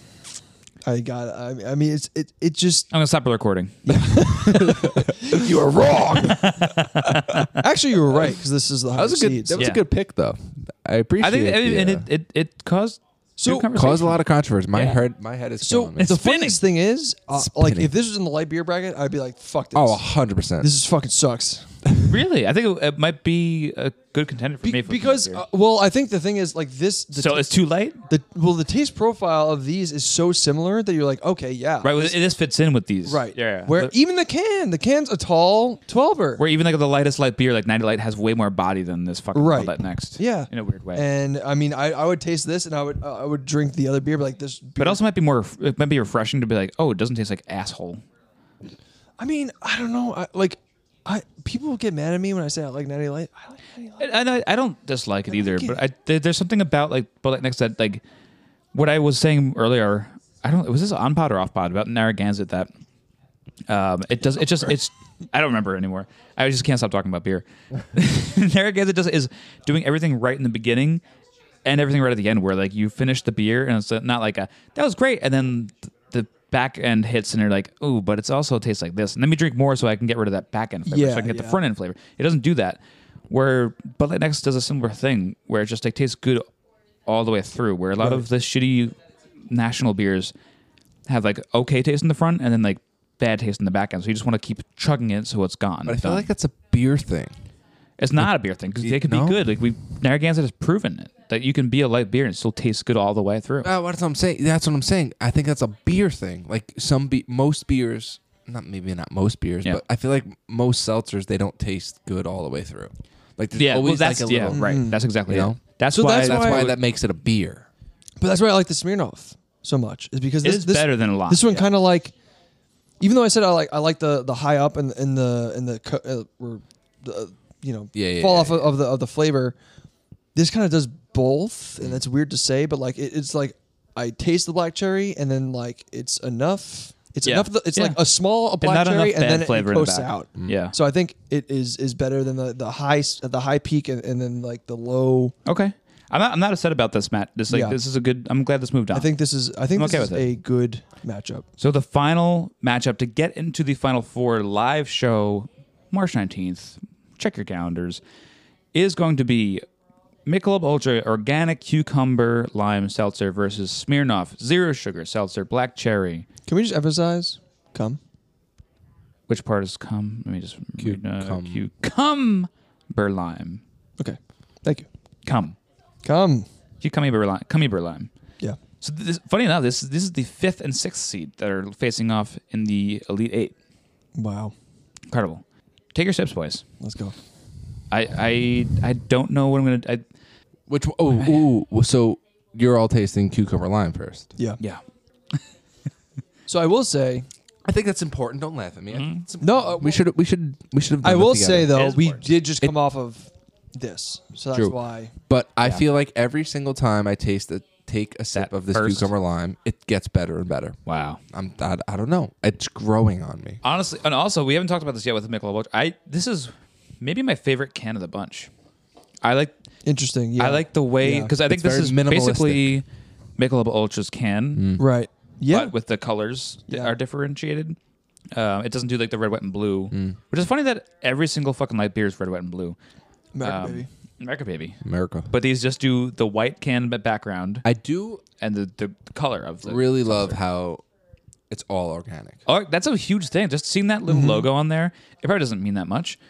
I got. I, I mean, it's it. It just.
gonna stop the recording.
you are wrong. Actually, you were right because this is the
that
higher
was a good.
seeds.
That was
Yeah.
a good pick, though. I appreciate.
I think,
it,
and it, it it caused
So,
good conversation.
caused a lot of controversy. My
Yeah.
head, my head is
So
killing me.
the
spinning.
funniest thing is, uh, like,
Spinning.
if this was in the light beer bracket, I'd be like, "Fuck this.
Oh, hundred percent.
this is fucking sucks."
really. I think it, it might be a good contender for
Be-
me if it was
because
here.
uh, well, I think the thing is like this. The
so
ta-
it's too late,
the well, the taste profile of these is so similar that you're like, okay, yeah,
right? Well, this fits in with these,
right.
Yeah.
Where
The-
even the can, the can's a tall twelver.
where even like the lightest light beer, like 90 Light, has way more body than this fucking
Right.
Bud Light next.
yeah,
In a weird way.
And I mean, I, I would taste this, and I would uh, I would drink the other beer, but like this. Beer,
but also might be more. It might be refreshing to be like, oh, it doesn't taste like asshole.
I mean, I don't know, I, like. I, people get mad at me when I say I like Natty Light. I like Natty Light.
And I, I don't dislike it either,
like
but
it.
I, there, there's something about like Bud Light Next that like what I was saying earlier. I don't was this on pod or off pod about Narragansett that um, it does it just it's I don't remember anymore. I just can't stop talking about beer. Narragansett does is doing everything right in the beginning and everything right at the end, where like you finish the beer and it's not like a that was great, and then th- the back end hits and you're like, oh, but it's also tastes like this. And let me drink more so I can get rid of that back end flavor, so
Yeah,
I can get the
yeah.
front end flavor. It doesn't do that. Where Bud Light Next does a similar thing, where it just like tastes good all the way through. Where a lot of the shitty national beers have like okay taste in the front and then like bad taste in the back end. So you just want to keep chugging it so it's gone.
but I feel
Done.
like that's a beer thing.
It's not a beer thing because they could
No?
be good. Like we Narragansett has proven it that you can be a light beer and it still taste good all the way through.
Uh, that's what I'm saying. That's what I'm saying. I think that's a beer thing. Like some be- most beers, not maybe not most beers,
Yeah.
but I feel like most seltzers they don't taste good all the way through. Like there's
yeah, well,
always
that's
like a
yeah,
little.
right. That's exactly
You
it.
know?
That's
So
why
that's
That's
why I
why
would-
that makes it a beer.
But that's why I like the Smirnoff so much is because
It
this
is
this-
better than a lot,
This one
yeah.
kind of like, even though I said I like I like the the high up and and the and the co- uh, or the uh, you know
Yeah, yeah,
fall
yeah,
off of- of the of the flavor. this kind of does both, and that's weird to say, but like it, it's like I taste the black cherry, and then like it's enough. It's
Yeah.
enough. Of the, it's
Yeah.
like a small a black
not enough
cherry, and
bad
then it
flavor in the
posts
back.
out.
Mm.
Yeah.
So I think it is is better than the the high s- the high peak and, and then like the low.
Okay. I'm not, I'm not upset about this, Matt. This like
Yeah.
this is a good. I'm glad this moved on.
I think this is I think
I'm
this
okay
is
with it.
a good matchup.
so. The final matchup to get into the final four live show, March 19th. Check your calendars. Is going to be Michelob Ultra Organic Cucumber Lime Seltzer versus Smirnoff Zero Sugar Seltzer Black Cherry.
Can we just emphasize? Come.
Which part is cum? Let me just read, uh,
Cucum.
cucumber lime.
Okay. Thank you.
Cum.
Come.
Cucumber lime. Cucumber lime.
Yeah.
So this, funny enough, this this is the fifth and sixth seed that are facing off in the Elite Eight.
Wow.
Incredible. Take your sips, boys.
Let's go.
I I, I don't know what I'm gonna. I,
Which oh ooh, so you're all tasting cucumber lime first.
Yeah.
yeah.
So I will say
I think that's important. Don't laugh at me.
Mm-hmm.
no. Uh,
we should we should we should have. Done
I
it
will
together.
say though
It is
we
important.
did just come off of this, so that's
True.
why.
but I feel like every single time I taste a take a sip
That
of this
first-
cucumber lime, it gets better and better.
Wow.
I'm I, I don't know. It's growing on me.
Honestly, and also we haven't talked about this yet with Michelob Ultra. I this is maybe my favorite can of the bunch. I like
Interesting. Yeah.
I like the way
Yeah.
because I think
It's
this is
very
basically Michelob Ultra's can.
Right. Mm. Yeah.
but with the colors that
Yeah.
are differentiated. Um, it doesn't do like the red, wet, and blue,
Mm.
which is funny that every single fucking light beer is red, wet, and blue.
American
Um,
baby.
America Baby.
America.
But these just do the white can ba- background
I do
and the, the color of the.
really love how it's all organic.
Oh, that's a huge thing. Just seeing that little logo on there, it probably doesn't mean that much,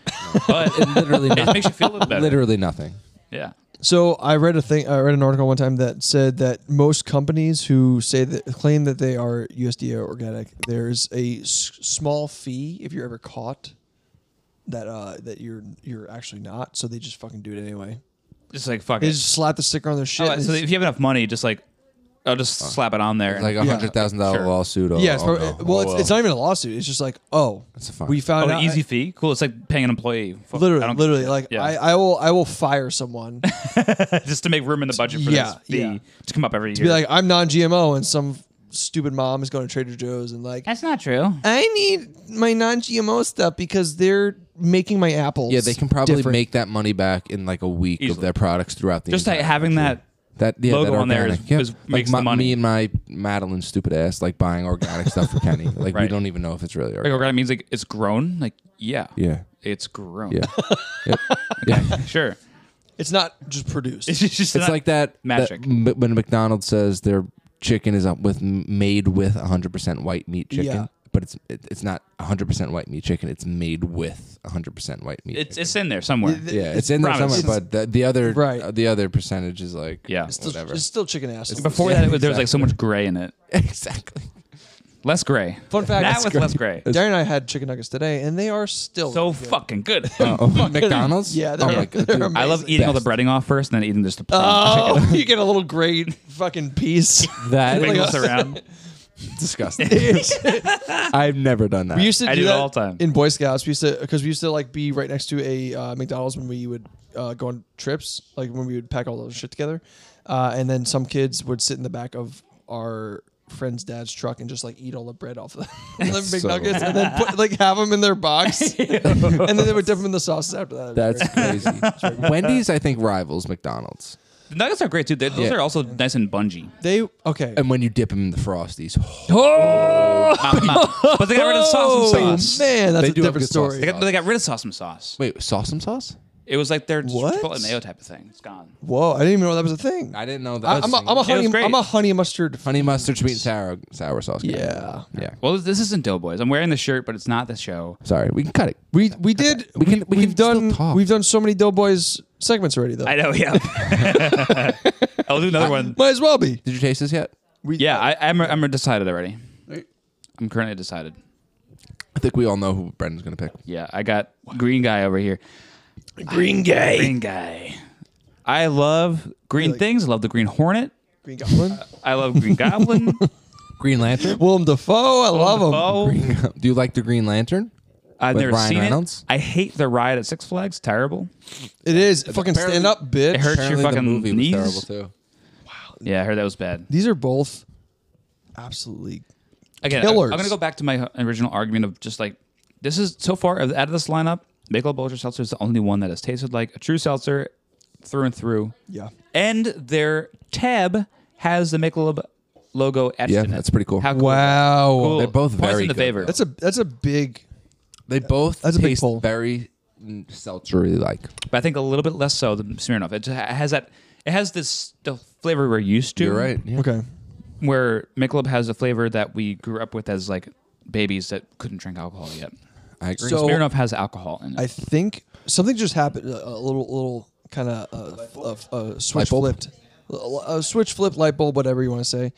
but it,
Literally nothing.
makes you feel a little better.
Literally nothing.
Yeah.
So I read a thing. I read an article one time that said that most companies who say that claim that they are USDA organic, there's a s- small fee if you're ever caught that uh that you're you're actually not. So they just fucking do it anyway.
Just like, fuck
They
it.
just slap the sticker on their shit.
Oh,
and
so
it's-
if you have enough money, just like, I'll just slap it on there. and-
Like a
Yeah.
hundred thousand dollar
Sure.
lawsuit. Oh,
yeah, it's
oh,
prob-
no.
well,
Oh,
it's, it's not even a lawsuit. It's just like, oh,
It's a fine.
we
oh,
found
an
out
easy fee? Cool. It's like paying an employee. Fuck, I
literally,
don't-
literally, like
Yeah.
I, I will, I will fire someone to
just to make room in the budget for
Yeah,
this fee
yeah.
to come up every year.
be like, I'm non-GMO, and some stupid mom is going to Trader Joe's and like,
that's not true.
I need my non-GMO stuff because they're making my apples.
yeah, they can probably
different.
make that money back in like a week
Easily.
of their products throughout the
Just like
entire
having
country.
that
that yeah,
logo
that
on there is-
organic. yeah.
is-
Like
makes
my,
the money.
Me and my Madeline's stupid ass like buying organic stuff for Kenny. Like we
Right.
don't even know if it's really
Like
organic.
organic means like it's grown. Like yeah,
Yeah,
it's grown.
yeah.
sure.
It's not just produced.
It's just
It's
not-
like that that
magic.
m- when McDonald's says their chicken is up with made with 100% white meat chicken,
Yeah.
but it's it, it's not 100% white meat chicken. It's made with 100% white meat.
it's
chicken.
it's in there somewhere.
yeah, it's, in there
promise.
somewhere, but the, the other
Right.
uh, the other percentage is like
Yeah.
it's
It's
still,
whatever.
it's still chicken ass.
Before that, it was, there was like so much gray in it.
exactly.
Less gray.
Fun fact:
That was less gray.
Darren and I had chicken nuggets today, and they are still
So
good.
fucking good.
Oh,
McDonald's?
Yeah,
oh
they're-
my God,
they're
dude.
I love eating all the
Best.
breading off first, and then eating just the plain
Oh, you get a little gray fucking piece.
that.
chicken.
is
Wiggles around.
disgusting. I've never done that.
We used to
I
do
do it
that
all the time.
in Boy Scouts. We used to because we used to like be right next to a uh, McDonald's when we would uh, go on trips, like when we would pack all the shit together, uh, and then some kids would sit in the back of our friend's dad's truck and just like eat all the bread off of the, the
so
McNuggets and then put, like have them in their box, and then they would dip them in the sauces after that.
That's crazy. Wendy's, I think, rivals McDonald's.
The nuggets are great too. They- Those
Yeah.
are also nice and bungee.
they okay.
And when you dip them in the Frosties,
But they got rid of sauce
Oh
and sauce.
man, that's
They
a
do have
different
good sauce.
story.
They got, they got rid of sauce and sauce.
wait, sauce and sauce?
It was like their
What?
Chipotle mayo type of thing. It's gone.
Whoa, I didn't even know that was a thing.
I didn't know that.
I, I'm, a, I'm a
It was
honey.
great.
I'm a honey mustard.
honey mustard sweet and sour sour sauce. guy.
Yeah.
yeah.
Well, this isn't Doughboys. I'm wearing the shirt, but it's not the show.
Sorry, we can cut it.
We we did
We
we
can- we
have
can still
done
talk.
we've done so many Doughboys segments already though.
I know, yeah. I'll do another one.
Might as well be.
Did you taste this yet?
We,
Yeah, I, I'm, I'm decided already. I'm currently decided.
I think we all know who Brendan's gonna pick.
Yeah, I got green guy over here. Green guy. Green guy. I love green
Really?
things. I love the Green Hornet.
Green Goblin.
I love Green Goblin.
Green Lantern.
Willem Dafoe. I love him.
Bo.
Do you like the Green Lantern?
I've
With
never
Ryan
seen
Reynolds?
it. I hate the ride at Six Flags. Terrible.
It is fucking
Apparently-
stand up, bitch.
It hurts your
Apparently
fucking
the movie
knees.
was terrible too.
Yeah, I heard that was bad.
These are both absolutely.
Again,
Killers.
I, am gonna go back to my original argument of just like this is so far out of this lineup. Michelob Ultra Seltzer is the only one that has tasted like a true seltzer through and through.
Yeah.
And their tab has the Michelob logo etched
Yeah,
in it.
that's pretty cool.
How cool is that?
Wow.
Cool.
They're both
Points
very
in the
good.
favor.
That's a that's a big.
They both
That's a big
taste
pull.
very mm, seltzery like.
but I think a little bit less so than Smirnoff. It ha- has that. It has this the flavor we're used to.
You're right. Yeah.
Okay.
Where Michelob has a flavor that we grew up with as like babies that couldn't drink alcohol yet.
I agree.
So-
Smirnoff has alcohol in it.
I think something just happened. A, a little little kind of a, a,
Light
switch
bulb?
flipped. A, a switch flip light bulb, whatever you want to say.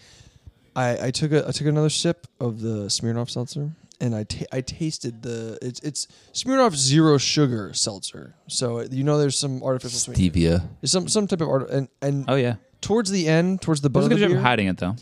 I, I took a I took another sip of the Smirnoff seltzer, and I ta- I tasted the it's it's Smirnoff zero sugar seltzer. So you know there's some artificial sweet-
stevia.
There's some some type of art and and
oh yeah.
towards the end, towards the butt
Does a
of
good
the
job
beer,
of hiding it though.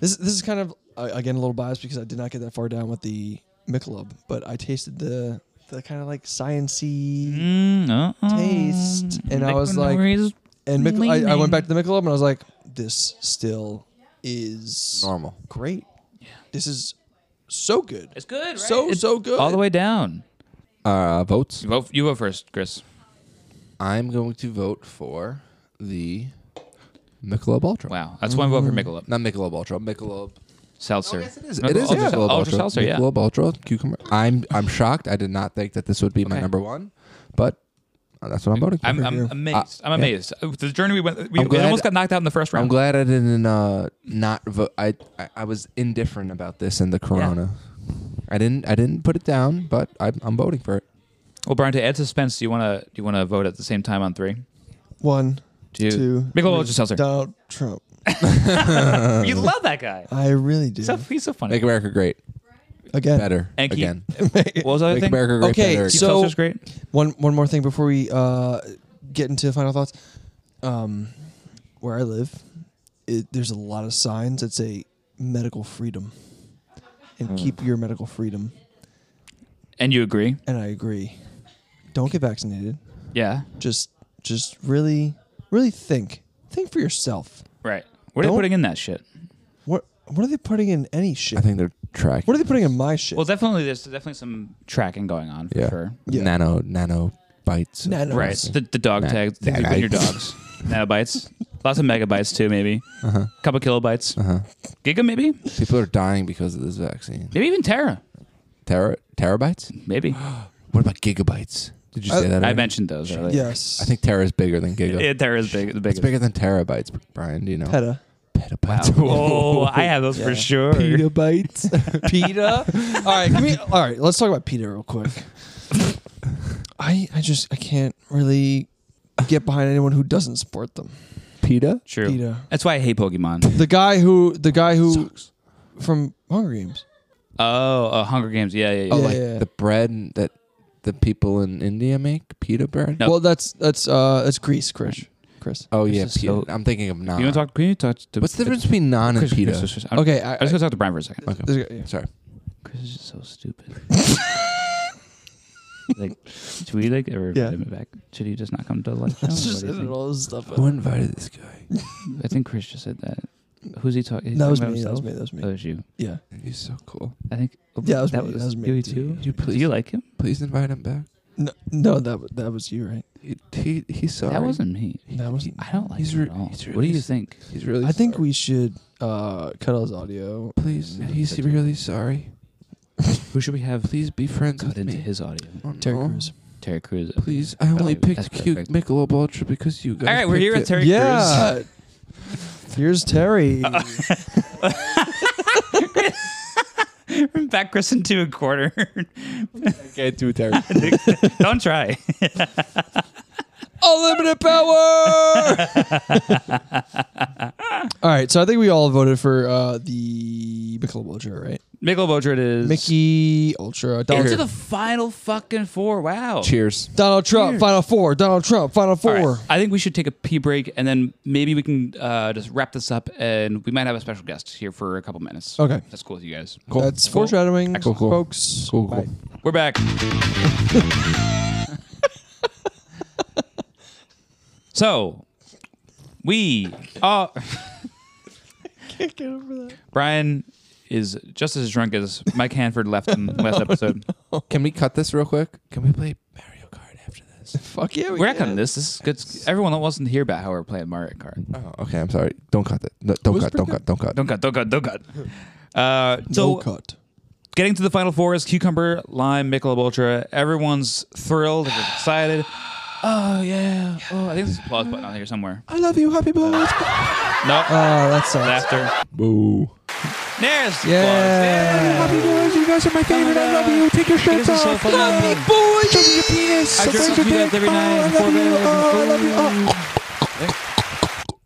This this is kind of uh, again a little biased because I did not get that far down with the Michelob, but I tasted the the kind of like
Mm.
sciency taste, and I was like, and Michelob, I, I went back to the Michelob and I was like, this still is
Normal.
great. This is so good.
It's good. Right?
So so good.
all the way down.
Uh, votes.
You vote. You vote first, Chris.
I'm going to vote for the Michelob Ultra.
Wow, that's one vote for
Mm-hmm.
Michelob
Not Michelob Ultra. Michelob.
Seltzer.
Yes, it is. It is
Ultra,
Michelob Ultra.
Ultra Seltzer. Yeah.
Michelob Ultra cucumber. I'm I'm shocked. I did not think that this would be my
Okay.
number one, but uh, that's what I'm voting for.
I'm, I'm amazed.
Uh,
I'm amazed. Uh, The journey we went, we, we
glad-
almost got knocked out in the first round.
I'm glad I didn't uh, not vote. I, I I was indifferent about this in the Corona. I didn't I didn't put it down, but I, I'm voting for it.
Well, Brian, to add suspense, do you want to do you want to vote at the same time on three?
One,
Two.
two,
Michelob Ultra Seltzer.
Donald Trump.
You love that guy.
I really do.
He's so, he's so funny.
Make America great
Again,
better
And keep-
again.
what was the other
Make
thing?
America great
Okay,
better.
Keep
so-
Seltzer's great.
One one more thing before we uh, get into final thoughts. Um, where I live, it, there's a lot of signs that say medical freedom and keep your medical freedom.
And you agree?
And I agree. Don't get vaccinated.
Yeah.
Just just really really think. Think for yourself.
Right. What are they
Don't-
putting in that shit?
What what are they putting in any shit?
I think they're tracking.
what are they putting in my shit?
Well, definitely there's definitely some tracking going on for
yeah.
sure.
Yeah.
Nano nano bites.
Nanos.
Right. The, the dog
Nah.
tags. Things you put in your dogs. Nanobytes. Lots of megabytes too, maybe. Uh-huh. Couple kilobytes. Uh-huh. Giga maybe.
People are dying because of this vaccine.
Maybe even Terra.
Tera terabytes?
Maybe.
What about gigabytes? Did
Uh,
you say that?
I
already?
mentioned those earlier.
Yes.
I think Terra is bigger than giga.
Yeah, Terra is big, the
it's
biggest.
bigger than terabytes, Brian. Do you know?
PETA.
Petabytes.
Oh, I have those for sure.
Petabytes. PETA. all right, give me, all right. Let's talk about PETA real quick. I I just I can't really get behind anyone who doesn't support them.
PETA?
True.
PETA.
That's why I hate Pokemon.
The guy who the guy who from Hunger Games.
oh, uh, Hunger Games. Yeah, yeah, yeah.
Oh,
Yeah,
like
yeah.
the bread that the people in India make? Pita bread?
No.
Well, that's that's uh that's Greece, Chris. Chris.
Oh, yeah.
This is
Pita.
so-
I'm thinking of non.
You want to talk? Can you talk to
uh, What's the difference between non and
Chris,
PETA?
Chris, Chris, I'm,
Okay, I,
I'm just gonna talk to Brian for a second.
Okay.
there's a- yeah.
Sorry.
Chris is so stupid. like, should we like ever
Yeah.
invite him back? Should he just not come to lunch? now? What do you think?
all this stuff.
Who invited this guy?
I think Chris just said that. Who's he talking? Oh,
That was me. That was me. That was
That
me.
was you.
Yeah.
He's so cool.
I think.
Yeah, that was me, that was me.
You
Dude,
too.
that was me.
Do you like him?
Please invite him back.
No, no that w- that was you, right?
He, he, he's sorry.
That wasn't me.
That was.
I don't like
He's
him
re-
at all.
he's
what do you
really-
think?
He's really
I think
sorry.
we should uh cut all his audio.
Please. He's really sorry.
Who should we have?
Please be friends
cut
with
into
me.
his audio.
Oh,
Terry
no.
Crews.
Terry Crews.
Please, I only
Oh, that's
picked cute
perfect.
Michelob Ultra because you guys.
All right, we're
picked
here
it.
with Terry Crews.
Yeah. Here's Terry.
Back Chris into a quarter.
Okay, too Terry.
Don't try.
Unlimited power. all right, so I think we all voted for uh, the Michelob Ultra, right?
Michelob Ultra it is.
Mickey Ultra. Donald,
Into the final fucking four. Wow.
Cheers.
Donald Trump, Final Four. Donald Trump, Final
All right.
Four.
I think we should take a pee break and then maybe we can uh, just wrap this up and we might have a special guest here for a couple minutes.
Okay.
That's cool with you guys.
That's foreshadowing,
Cool, cool.
folks.
Cool, cool.
Bye.
We're back. so we are. I can't get over that. Brian is just as drunk as Mike Hanford left in last episode.
Can we cut this real quick? Can we play Mario Kart after this?
Fuck yeah, we
We're not cutting this. This is good. Everyone that wasn't here about how we're playing Mario Kart.
Oh, okay. I'm sorry. Don't cut it. No, don't, cut, don't cut. Don't cut.
Don't cut. Don't cut. Don't cut. Uh, so
No cut.
getting to the final four is cucumber, lime, Michelob Ultra. Everyone's thrilled. They're excited. Oh yeah. Oh, I think there's an applause button on here somewhere.
I love you, happy boys.
No.
Oh, that sucks.
Laughter.
Boo.
There's the
Yeah.
Happy boys, you guys are my favorite. I love you. Take your shirts
applause. This is so
off.
fun.
Show me your penis.
I
Show
dress
me
up
your
you guys
dick.
every
Oh,
night
I
before
love you.
bed.
Oh, I love you. Oh.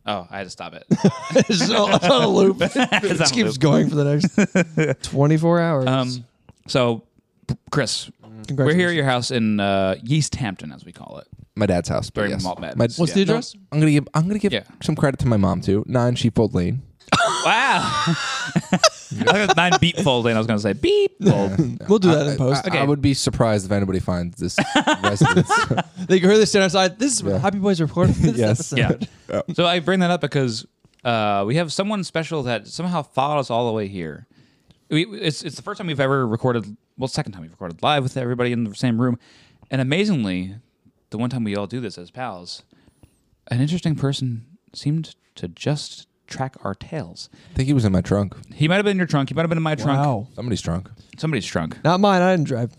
Oh, I had to stop it.
It's on it's on a loop.
It's
it
on
just
a
keeps
loop.
going for the next 24 hours.
Um, so, P- Chris, we're
Congratulations.
here at your house in uh, Yeast Hampton, as we call it.
My dad's house. But
Very
yes.
malt madness.
My,
What's
What's the address?
I'm gonna give I'm gonna give
Yeah.
some credit to my mom too. Nine Sheepfold Lane.
Wow. I thought it was nine beep fold, and I was going to say beep fold.
We'll do that in
I,
post.
I would be surprised if anybody finds this residence.
They can hear this stand outside. This is
Yeah.
Happy Boys report. for this
Yes.
episode.
Yeah. So I bring that up because uh, we have someone special that somehow followed us all the way here. We, it's it's the first time we've ever recorded. Well, second time we've recorded live with everybody in the same room, and amazingly, the one time we all do this as pals, an interesting person seemed to just track our tails.
I think he was in my trunk.
He might have been in your trunk. He might have been in my trunk.
Wow.
Somebody's trunk.
Somebody's trunk.
Not mine. I didn't drive.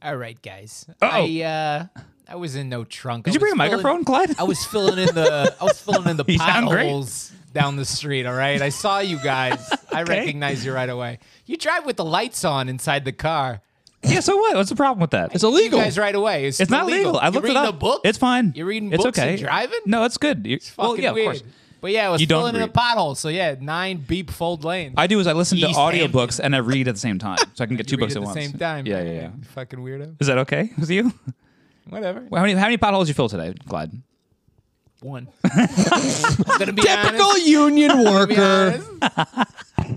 All right, guys. I uh, I was in no trunk.
Oh, Did you bring a microphone, Clyde?
I was filling in the I was filling in the
You sound great.
potholes down the street. All right, I saw you guys. I recognize you right away. You drive with the lights on inside the car.
yeah. So what? What's the problem with that?
It's
You
illegal.
guys right away. It's,
It's not legal. I
You
looked it
reading
up.
a book.
It's fine.
You're reading
It's
books
okay.
and driving.
No, it's good. You-
It's
well,
fucking
yeah,
weird.
of course.
But yeah, I was
You don't
filling in a
read.
pothole. So yeah, nine beep fold lane.
I do is I listen to
Yeast
audiobooks and I read at the same time, so I can get two
You read
books at,
at the
once.
same time.
Yeah, yeah, yeah.
You Fucking weirdo.
Is that okay with you?
Whatever.
Well, how many how many potholes you fill today, Clyde?
One. I'm gonna be
Typical
honest.
union
I'm gonna be
worker.
honest.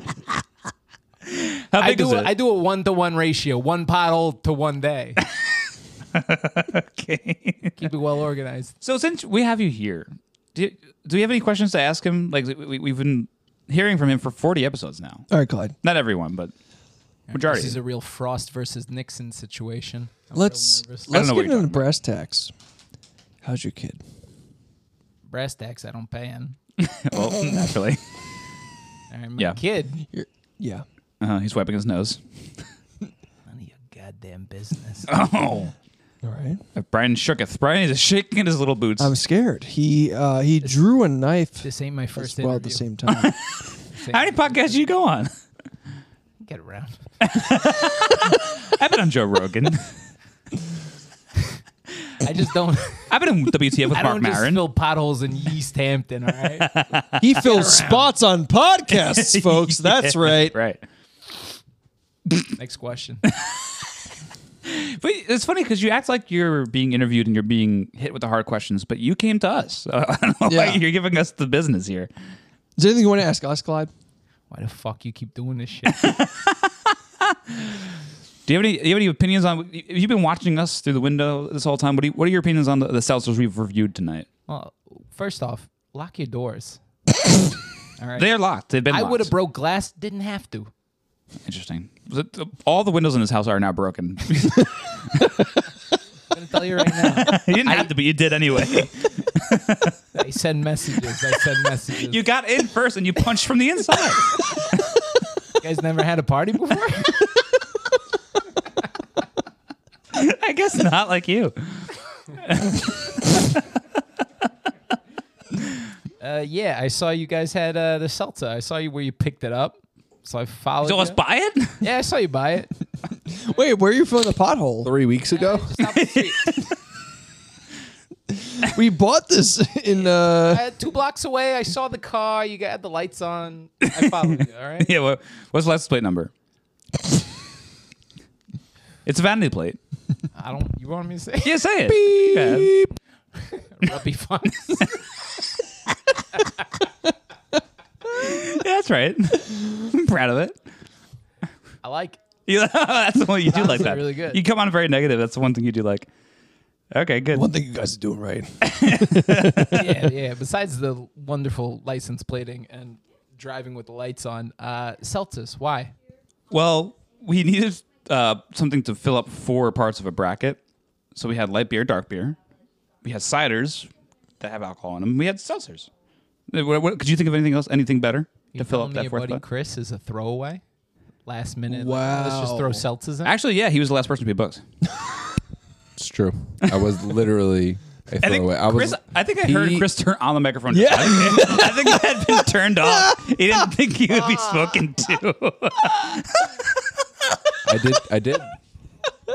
How
I
big
do
is
a,
it?
I do a one to one ratio, one pothole to one day.
okay.
Keep it well organized.
so since we have you here, do you, do we have any questions to ask him? Like we, we, have been hearing from him for forty episodes now.
All right, Clyde.
Not everyone, but majority.
This is a real Frost versus Nixon situation. I'm
Let's
real nervous.
let's
know what
get
you're
into
talking
brass tacks. How's your kid?
brass tacks. I don't pay in.
well, naturally,
All right, my
Yeah.
kid.
Your- yeah.
uh, he's wiping his nose.
None of your goddamn business.
Oh,
All right.
Brian shooketh. Brian is shaking his little boots.
I'm scared. He uh, he drew a knife
this ain't my first
as well at the
interview.
same time.
how many podcasts you go on?
Get around.
I've been on Joe Rogan.
I just don't.
I've been on WTF with
I
Mark
don't just
Maron.
fill potholes in East Hampton. All right.
he fills spots on podcasts, folks. That's right.
Right.
Next question.
But it's funny because you act like you're being interviewed and you're being hit with the hard questions, but you came to us. So I don't know why
Yeah.
you're giving us the business here.
Is there anything you want to ask us, Clyde?
Why the fuck you keep doing this shit?
Do you have any? Do you have any opinions on? Have you been watching us through the window this whole time? What, do you, what are your opinions on the, the seltzers we've reviewed tonight?
Well, first off, lock your doors. All right.
They're locked. They've been.
I
locked.
would have broke glass. Didn't have to.
Interesting. Was it- All the windows in this house are now broken. you
I'm gonna tell you right now.
didn't have to, but you did anyway.
I send messages. I send messages.
you got in first and you punched from the inside.
You guys never had a party before?
I guess not like you.
uh, yeah, I saw you guys had uh, the seltzer. I saw you where you picked it up. So I followed
So
you.
let's buy it.
yeah, I saw you buy it.
Wait, where are you filling the pothole?
Three weeks ago?
Just off the street.
We bought this in
I
uh
had two blocks away. I saw the car. You got the lights on. I followed you. All right.
yeah. What, what's the last plate number? It's a vanity plate.
I don't. You want me to say?
Yeah, say it.
That'd be fun.
Yeah. Yeah, that's right. I'm proud of it.
I like.
Yeah, that's the one you do like
Honestly,
that.
really good.
You come on very negative. That's the one thing you do like. Okay, good.
One thing you guys are doing right.
Yeah, yeah. Besides the wonderful license plating and driving with the lights on, uh, Celtis. Why?
Well, we needed uh, something to fill up four parts of a bracket. So we had light beer, dark beer. We had ciders that have alcohol in them. We had seltzers. Uh, What, what, could you think of anything else? Anything better
You
to fill
telling
up
me
that
your
fourth
buddy
spot?
Chris is a throwaway. Last minute. like, let's just
Wow.
throw Celtis in.
Actually, yeah, he was the last person to be booked.
It's true. I was literally a
I think
throwaway. I was.
Chris. I think I heard
he-
Chris turn on the microphone. Yeah. I think it had been turned off. He didn't think he would be spoken to.
I did. I did.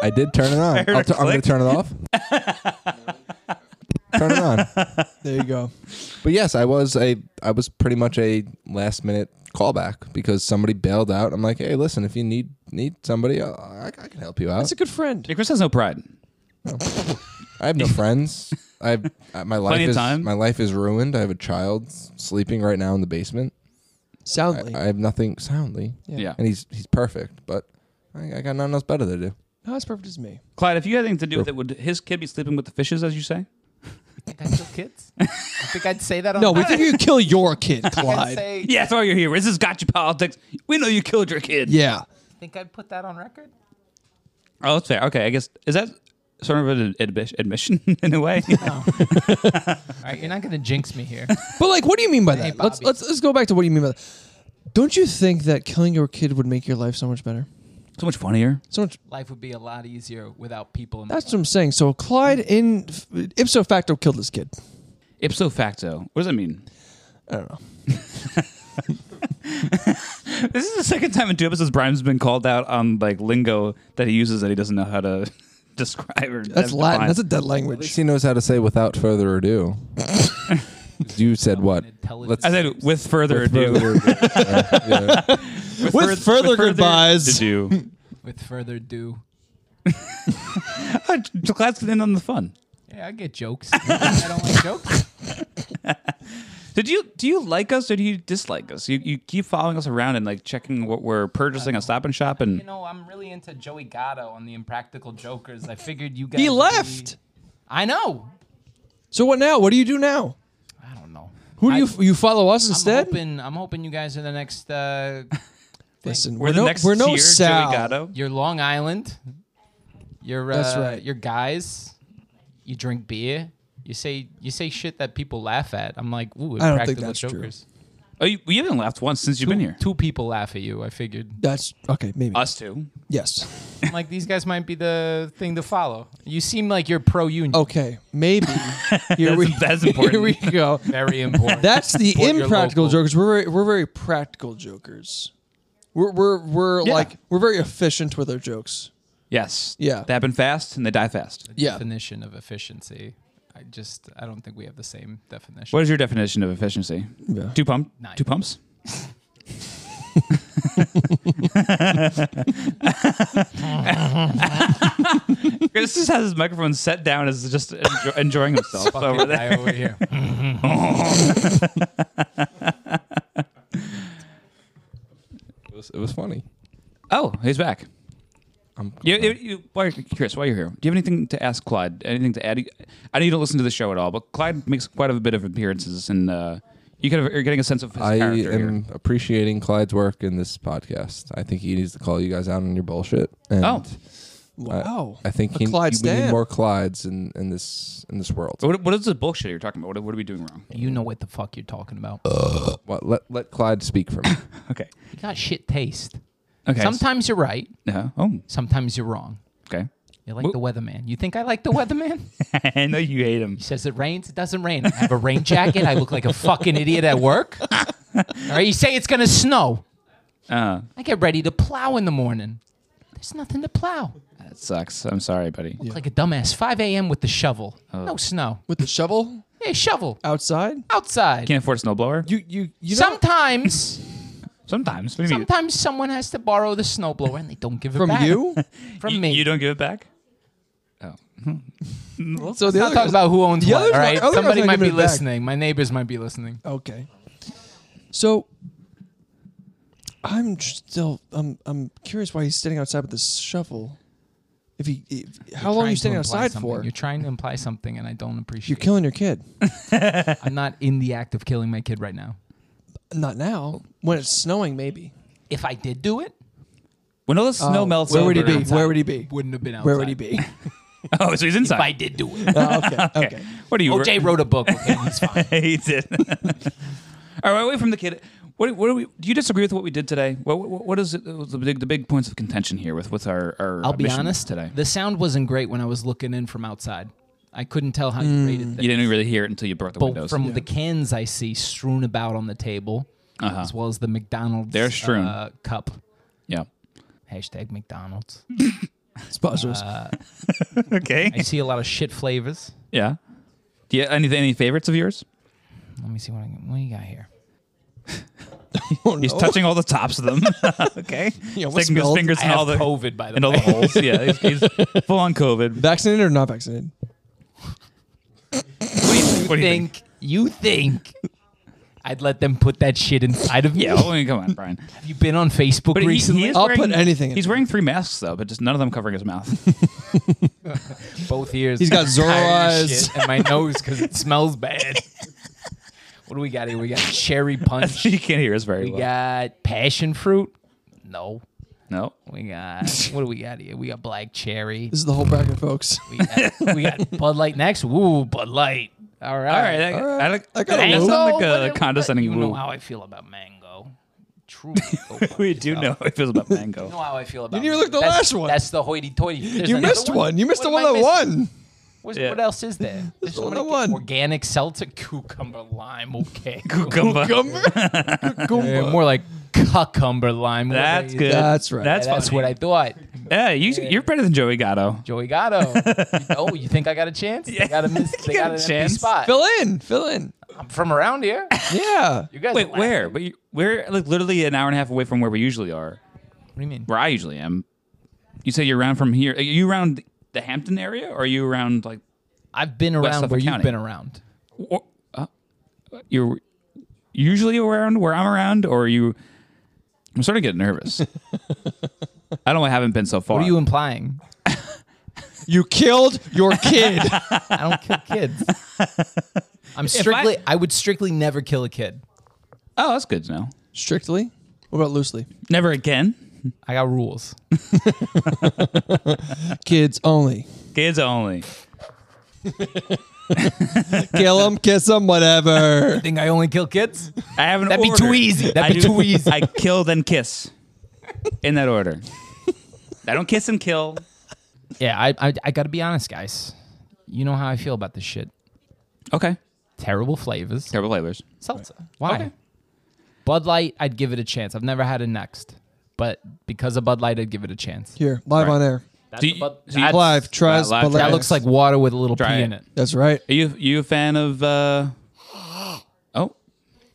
I did turn it on.
heard
I'll
a
tu- I'm going
click.
to turn it off. turn it on.
There you go.
But yes, I was a. I was pretty much a last minute callback because somebody bailed out. I'm like, hey, listen, if you need need somebody, I, I, I can help you out.
That's a good friend.
Yeah, Chris has no pride.
I have no friends. I have uh, my life
Plenty of
is
time.
my life is ruined. I have a child s- sleeping right now in the basement.
Soundly.
I have nothing soundly,
Yeah.
and he's he's perfect. But I, I got nothing else better to do.
Not as perfect as me.
Clyde, if you had anything to do with it, would his kid be sleeping with the fishes, as you say?
Can I kill kids? I think I'd say that. On
No, we think you kill your kid,
I'd
Clyde.
say.
Yeah, that's why you're here. This is gotcha politics. We know you killed your kid.
Yeah.
Think I'd put that on record?
Oh, that's fair. Okay, I guess is that sort of an admi- admission in a way?
All right, you're not gonna jinx me here.
But like, what do you mean by that? Let's,
Bobby.
let's let's go back to what you mean by that. Don't you think that killing your kid would make your life so much better?
so much funnier.
So much.
Life would be a lot easier without people. In my
That's
life.
what I'm saying. So Clyde, in ipso facto, killed this kid.
Ipso facto. What does that mean?
I don't know.
This is the second time in two episodes Brian's been called out on like lingo that he uses that he doesn't know how to describe or
That's Latin.
define.
That's a dead
At least
language.
he knows how to say without further ado. you said what?
Intelligence.
Let's
I said with further
with
ado.
further ado. Uh, yeah.
With,
further goodbyes.
To do.
With further ado.
Clyde's gonna end on the fun.
Yeah, I get jokes. I don't like jokes.
Did you do you like us or do you dislike us? You you keep following us around and like checking what we're purchasing on Stop and Shop and
You know, I'm really into Joey Gatto on the Impractical Jokers. I figured you guys.
He
would
left.
be- I know.
So what now? What do you do now?
I don't know.
Who do
I-
you you follow us
I'm
instead?
hoping. I'm hoping you guys are the next. Uh,
Listen,
we're,
we're,
the
no
next
we're no
tier,
Sal.
Joey Gatto.
you're Long Island. You're. Uh,
That's right.
You're guys. You drink beer. You say you say shit that people laugh at. I'm like, ooh,
I
Impractical
don't think that's true.
Jokers.
Oh, you, we haven't laughed once since you've been here.
Two people laugh at you. I figured.
That's okay. Maybe
Us two.
yes.
I'm like these guys might be the thing to follow. You seem like you're pro union.
Okay, maybe. Here we
That's important.
here we go.
Very important.
That's the
Support your
impractical
local.
jokers. We're very, we're very practical jokers. We're we're we're
Yeah.
like we're very efficient with our jokes.
Yes.
Yeah.
They happen fast and they die fast.
Yeah.
definition of efficiency. I just I don't think we have the same definition.
What is your definition of efficiency?
Yeah.
Two pump.
Nine.
Two pumps. Chris just has his microphone set down as just enjo- enjoying himself over there.
guy over here.
It was, it was funny.
Oh, he's back.
I'm
You, you, you, why, Chris, while you're here, do you have anything to ask Clyde? Anything to add? I know you don't listen to the show at all, but Clyde makes quite a bit of appearances, and uh, you kind of are getting a sense of his
I
character here.
am appreciating Clyde's work in this podcast. I think he needs to call you guys out on your bullshit. And
Oh.
Wow.
I think
A
he,
Clyde
we need
Stan.
more Clydes in, in this in this world.
So what, what is the bullshit you're talking about? What, what are we doing wrong?
You know what the fuck you're talking about.
Uh.
Well, let let Clyde speak for me.
Okay.
You got shit taste.
Okay.
Sometimes you're right.
Yeah. Oh.
Sometimes you're wrong.
Okay.
You're like the weatherman. You think I like the weatherman?
I know you hate him.
He says it rains. It doesn't rain. I have a rain jacket. I look like a fucking idiot at work. All right. You say it's gonna snow.
Uh,
I get ready to plow in the morning. There's nothing to plow.
that sucks. I'm sorry, buddy.
Look like a dumbass. 5 a.m. with the shovel.
Oh.
No snow.
With the shovel
Hey, shovel
outside,
outside.
Can't afford a snowblower.
you you you know
Sometimes
Sometimes. What do you mean?
Sometimes someone has to borrow the snowblower and they don't give it
From
back.
you?
From
You-
me.
You don't give it back?
so the
Let's not talk about who owns
the
what,
other's
all right?
not- other
Somebody
guy's not
might be
giving it back.
listening. My neighbors might be listening.
Okay. So I'm j- still I'm I'm curious why he's standing outside with this shovel. If he, if, how long
You're
are
trying
you
to
standing
imply
outside
something.
for?
You're trying to imply something, and I don't
You're
appreciate it.
killing your kid.
I'm not in the act of killing my kid right now.
Not now. When it's snowing, maybe.
If I did do it,
When all the snow
Oh,
melts
Where would he
over-
be? Where would he be?
wouldn't have been outside.
Where would he be?
Oh, so he's
If I
inside.
did do it.
Oh, okay. Okay.
What are you?
OJ Oh, wrote a book. Okay, he's fine.
he did. all right, away from the kid. What, what do we? Do you disagree with what we did today? What what, what is it, the big the big points of contention here with with our our
I'll
uh,
be
mission
honest.
today?
The sound wasn't great when I was looking in from outside. I couldn't tell how
Hmm.
you rated
you
that.
didn't really hear it until you brought the
Both
windows.
from the cans I see strewn about on the table, as well as the McDonald's
Uh-huh. They're strewn.
Uh, cup.
yeah.
Hashtag McDonald's.
Sponsors.
I
Okay.
see a lot of shit flavors.
yeah. Do you any any favorites of yours?
Let me see what I what do you got here.
He's touching all the tops of them. okay.
Yeah, what's
Sticking his
spelled?
fingers
I
in
have
all the
COVID by
in
the
all
way.
the holes. Yeah, he's, he's full on COVID.
vaccinated or not vaccinated?
What do you think?
think you think I'd let them put that shit inside of me?
Yeah, well, I mean, come on, Brian.
Have you been on Facebook
But he- he
recently?
is
I'll
wearing-
put anything in
He's
there.
wearing three masks though, but just none of them covering his mouth.
Both ears.
He's got Zorro
Tired as
eyes.
shit, and my nose because it smells bad. what do we got here? We got cherry punch.
you can't hear us very
We
well.
got passion fruit. No.
no.
We got what do we got here? We got black cherry.
This is the whole bracket, folks.
We got, we got Bud Light next. Woo, Bud Light. All right.
All right, that,
all right.
I like,
I got
that
a
sounds
woo.
like
What-
a
what-
condescending
You
woo.
know how I feel about mango. True. mango.
we do know it feels about
You know
mango.
how I feel about.
You never looked
mango.
at the
That's-
last one.
That's the hoity-toity. There's
you
another
missed one. You missed the
am
one
I
that
missing?
won.
What's,
Yeah.
What else is there? There's so
one
many
that won.
Organic seltzer, cucumber lime. Okay,
Cucumber.
Yeah, more like cucumber lime. What
That's
is-
good.
That's right.
That's,
That's, what I thought.
Yeah, you, you're better than Joey Gatto.
Joey Gatto. oh, you think I got a chance? They got a miss. They
got
got,
a
an
chance.
empty spot.
Fill in. Fill in.
I'm from around here.
Yeah.
You guys. are
Wait,
laughing.
where? But you, we're like literally an hour and a half away from where we usually are,
What do you mean?
where I usually am. You say you're around from here. Are you around the Hampton area, or are you around like
I've been around
Suffolk
where
County.
you've been around.
or, uh, you're usually around where I'm around, or you? I'm starting to get nervous. I don't. I haven't been so far.
What are you implying?
You killed your kid.
I don't kill kids. I'm strictly. I would strictly never kill a kid.
oh, that's good to know.
Strictly. What about loosely?
Never again.
I got rules.
Kids only.
Kids only.
Kill them, kiss them, whatever.
Think I only kill kids?
I haven't.
That'd be too easy. That'd be too easy.
I kill then kiss, in that order. I don't kiss and kill.
Yeah, I, I, I got to be honest, guys. You know how I feel about this shit.
Okay.
Terrible flavors.
Terrible flavors.
Seltzer. Why?
Okay.
Bud Light, I'd give it a chance. I've never had a next, but because of Bud Light, I'd give it a chance.
Here, live
Right.
on air.
That's
Do
a
you-
Bud-
do you-
that's-
Live, tries,
Live,
but
live.
that
lives.
looks like water with a little
Try
pee
it.
in it.
That's right.
Are you you a fan of? uh Oh,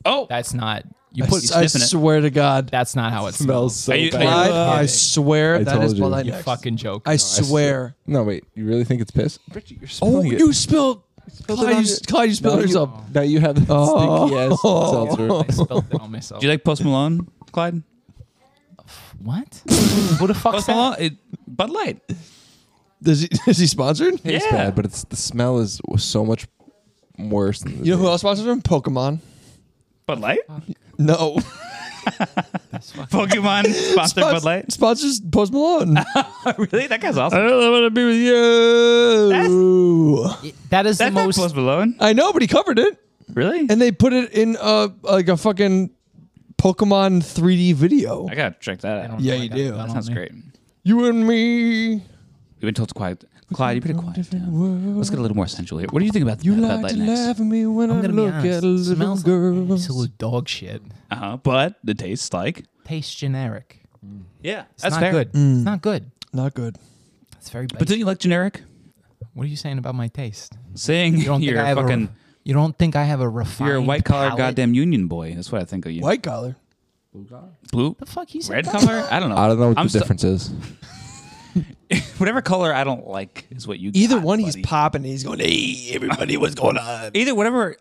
oh.
That's not. You
I,
put.
s- I
sniffing it.
swear to God.
that's not how it
smells
smells.
so
Are you-
bad.
are
Live,
Uh,
I swear
I
that is
told you.
Bud Light
You
You
Next.
fucking joke.
I swear.
No, wait. You really think it's piss? Richie, you're
Oh,
smelling it.
you spilled.
it on
Clyde, you,
your-
Clyde, you spilled
now
yourself.
You, now you have the stinky ass seltzer.
I spilled it on myself.
Do you like Post Malone, Clyde?
what? Who the fuck's
Post
that?
Malone, it, Bud Light.
Is, he, is he sponsored?
It's
Yeah.
bad, but it's the smell is so much worse. Than the
You know who else sponsors him? Pokemon.
Bud Light.
No.
Pokemon sponsored Bud Light.
Sponsors Post Malone.
really? That guy's awesome.
don't want to be with you.
That is the
That's not
most.
Post Malone.
I know, but he covered it.
Really?
And they put it in a, like a fucking Pokemon 3D video.
I gotta check that out.
Yeah,
you do.
That sounds great.
You and me.
We've been told to quiet. Clyde, you better quiet down. Let's get a little more sensual here. What do you think about
You
Bud
like
Light
to
next?
laugh at me when i
I'm gonna
look
be
at
honest.
little
smells like
girls.
absolute dog shit.
Uh huh. But the taste, like,
Tastes generic.
yeah,
It's
that's
not
fair.
good.
Mm.
It's not good.
Not good.
It's very basic.
But don't you like generic?
what are you saying about my taste?
Saying
You don't
you
think I
are
have
fucking,
a you don't think I have a refined
you're a white collar
palate?
goddamn union boy. That's what I think of you.
White collar.
blue,
The fuck you said?
red
that?
color. I don't know.
I don't know what
I'm
the
so-
difference is.
Whatever color I don't like is what you.
Either
got,
one, he's
buddy.
popping and he's going, hey, everybody, what's going on?
Either whatever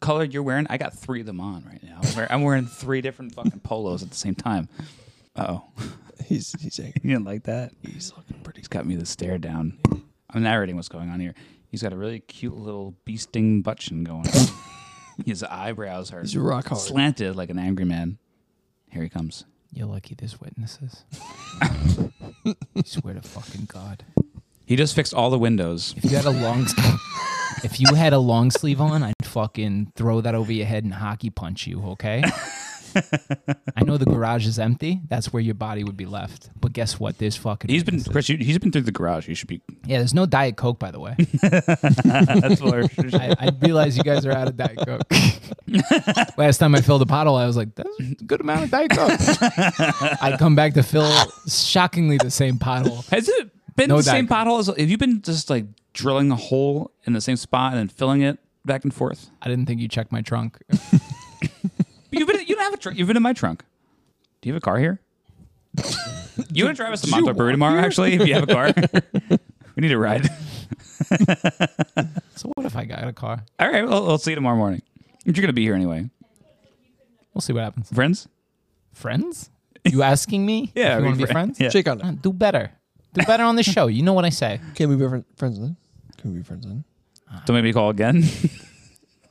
color you're wearing, I got three of them on right now. I'm wear- I'm wearing three different fucking polos at the same time. Oh,
He's, he's saying,
you didn't like that? He's looking pretty. He's got me the stare down. I'm narrating what's going on here. He's got a really cute little bee sting butchin going. on. His eyebrows are
he's rock hard.
slanted like an angry man. Here he comes.
You're lucky there's witnesses. I swear to fucking God.
He just fixed all the windows.
If you had a long if you had a long sleeve on, I'd fucking throw that over your head and hockey punch you, okay? I know the garage is empty. That's where your body would be left. But guess what? There's fucking
He's been
witnesses.
Chris. You, he's been through the garage. You should be.
Yeah, there's no Diet Coke by the way.
That's what
I, I realize you guys are out of Diet Coke. Last time I filled a bottle, I was like, that's a good amount of Diet Coke. I come back to fill shockingly the same bottle.
Has it been
No
the same
doubt.
pothole? As, have you been just like drilling a hole in the same spot and then filling it back and forth?
I didn't think you checked my trunk.
You've been. You don't have a trunk. You've been in my trunk. Do you have a car here? you want to drive us to Monte Brew tomorrow? Actually, if you have a car, we need a ride.
So what if I got a car?
All right, well, we'll see you tomorrow morning. You're gonna be here anyway,
We'll see what happens.
friends.
Friends? You asking me?
Yeah,
if you
we
want to be
fri-
friends?
yeah.
Shake on
Uh,
it.
Do better. Do better on the show. You know what I say.
Can we be fri- friends then? Can we be friends then?
Don't make me call again.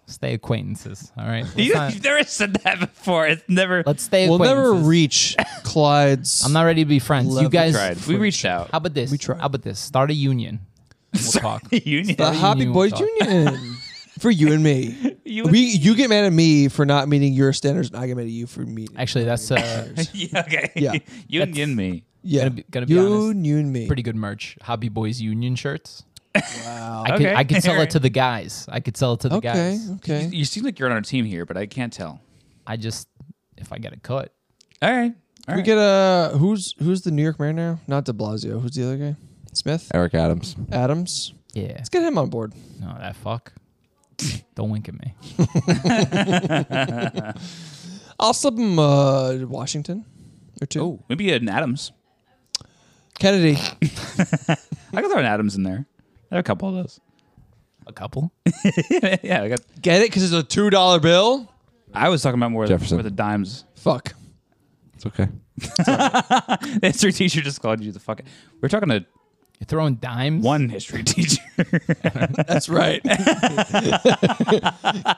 Stay acquaintances. All right. Let's,
you,
not-
have never said that before. It's never.
let's stay
We'll
acquaintances.
never reach Clyde's.
I'm not ready to be friends. You
Level
guys.
tried. We reached out.
How about this?
We tried.
How about this? Start a union. We'll talk.
Union.
the Hobby
union
Boys
talk.
Union for you and me.
You
we you get mad at me for not meeting your standards, and I get mad at you for meeting.
Actually, that's uh,
Yeah, okay.
Yeah.
You and yin me.
yeah,
gonna be- gonna be
you,
honest,
you and me.
pretty good merch. Hobby Boys Union shirts. Wow. I could,
Okay.
I could sell
Alright.
it to the guys. I could sell it to the
okay,
guys.
okay.
You seem like you're on our team here, but I can't tell.
I just, if I get a cut,
All right.
We
All right.
get a who's who's the New York Mayor now? Not De Blasio. Who's the other guy? Smith,
Eric Adams.
Adams.
yeah.
Let's get him on board.
No, that fuck. Don't wink at me.
I'll slip him uh, Washington or two.
oh, maybe an Adams.
Kennedy.
I could throw an Adams in there. There are a couple of those.
A couple.
yeah, I got.
Get it? Because it's a two dollar bill.
I was talking about more
Jefferson.
with the dimes.
Fuck.
It's okay.
History teacher just called you the fucking. We're talking to
You're throwing dimes.
one history teacher.
That's right.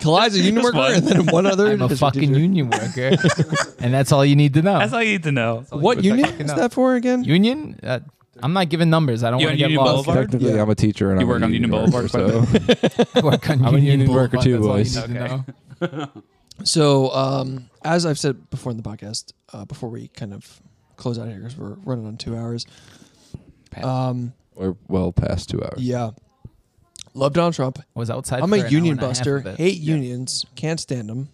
Clyde's a union worker, and then one other.
I'm a
history
fucking
teacher.
union worker, and that's all you need to know.
That's all you need to know.
What union is
up.
that for again?
union. Uh, I'm not giving numbers. I don't
You
want to
on
get
Union
lost.
Boulevard?
Technically,
Yeah.
I'm a teacher and
You
I'm
work
a
on Union Boulevard, eh?
worker, so
Work on
I'm a union
Boulevard,
worker too,
that's all
boys.
you need to
Okay.
know.
So, um, as I've said before in the podcast, uh, before we kind of close out here because we're running on two hours. Um,
we're well past two hours.
yeah, love Donald Trump.
I was outside.
I'm
for
a
an
union
hour and a half
buster.
of it. Mm-hmm.
Hate unions. Can't stand them.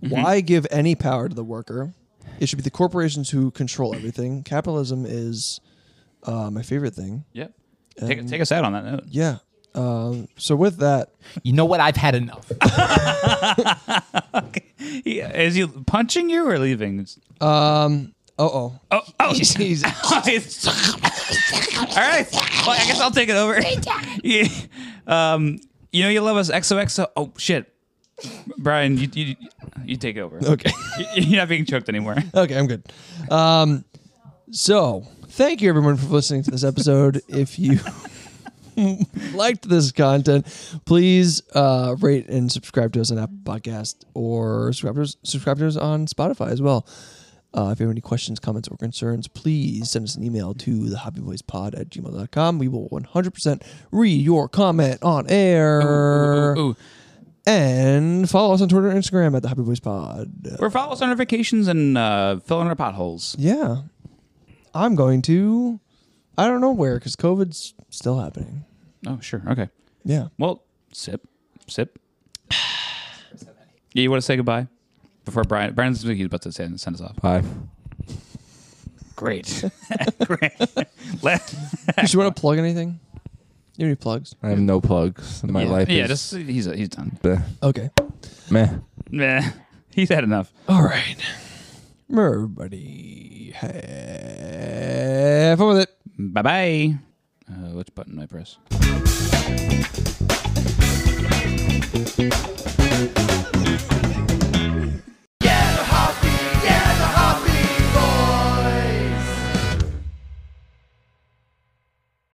Why give any power to the worker? It should be the corporations who control everything. Capitalism is uh, my favorite thing.
Yep. Take, take us out on that note.
Yeah. Um, so with that,
You know what? I've had enough.
Yeah, is he punching you or leaving?
um, oh oh,
Oh, oh.
he's
All right. Well, I guess I'll take it over. yeah. um, you know you love us XOXO. Oh shit, Brian, you you, you take over.
okay.
You- You're not being choked anymore.
Okay, I'm good. Um, so thank you everyone for listening to this episode. if you liked this content, please uh, rate and subscribe to us on Apple Podcast or subscribe to us, subscribe to us on Spotify as well. Uh, if you have any questions, comments, or concerns, please send us an email to thehobbyboyspod at gmail.com. We will 100% read your comment on air.
Ooh.
And follow us on Twitter and Instagram at the Happy Boys Pod.
Or follow us on our vacations and uh, fill in our potholes.
Yeah. I'm going to. I don't know where because COVID's still happening.
Oh sure, okay.
Yeah.
Well, sip, sip. Yeah, you want to say goodbye before Brian? Brian's he's about to send, send us off.
Bye.
Great, great. Let-
Did you want to plug anything? You have any plugs?
I have no plugs. My life
yeah,
is
just he's he's done.
bleh,
Okay.
meh.
Meh. He's had enough.
All right. Everybody have fun with it.
Bye bye. Uh, which button do I press?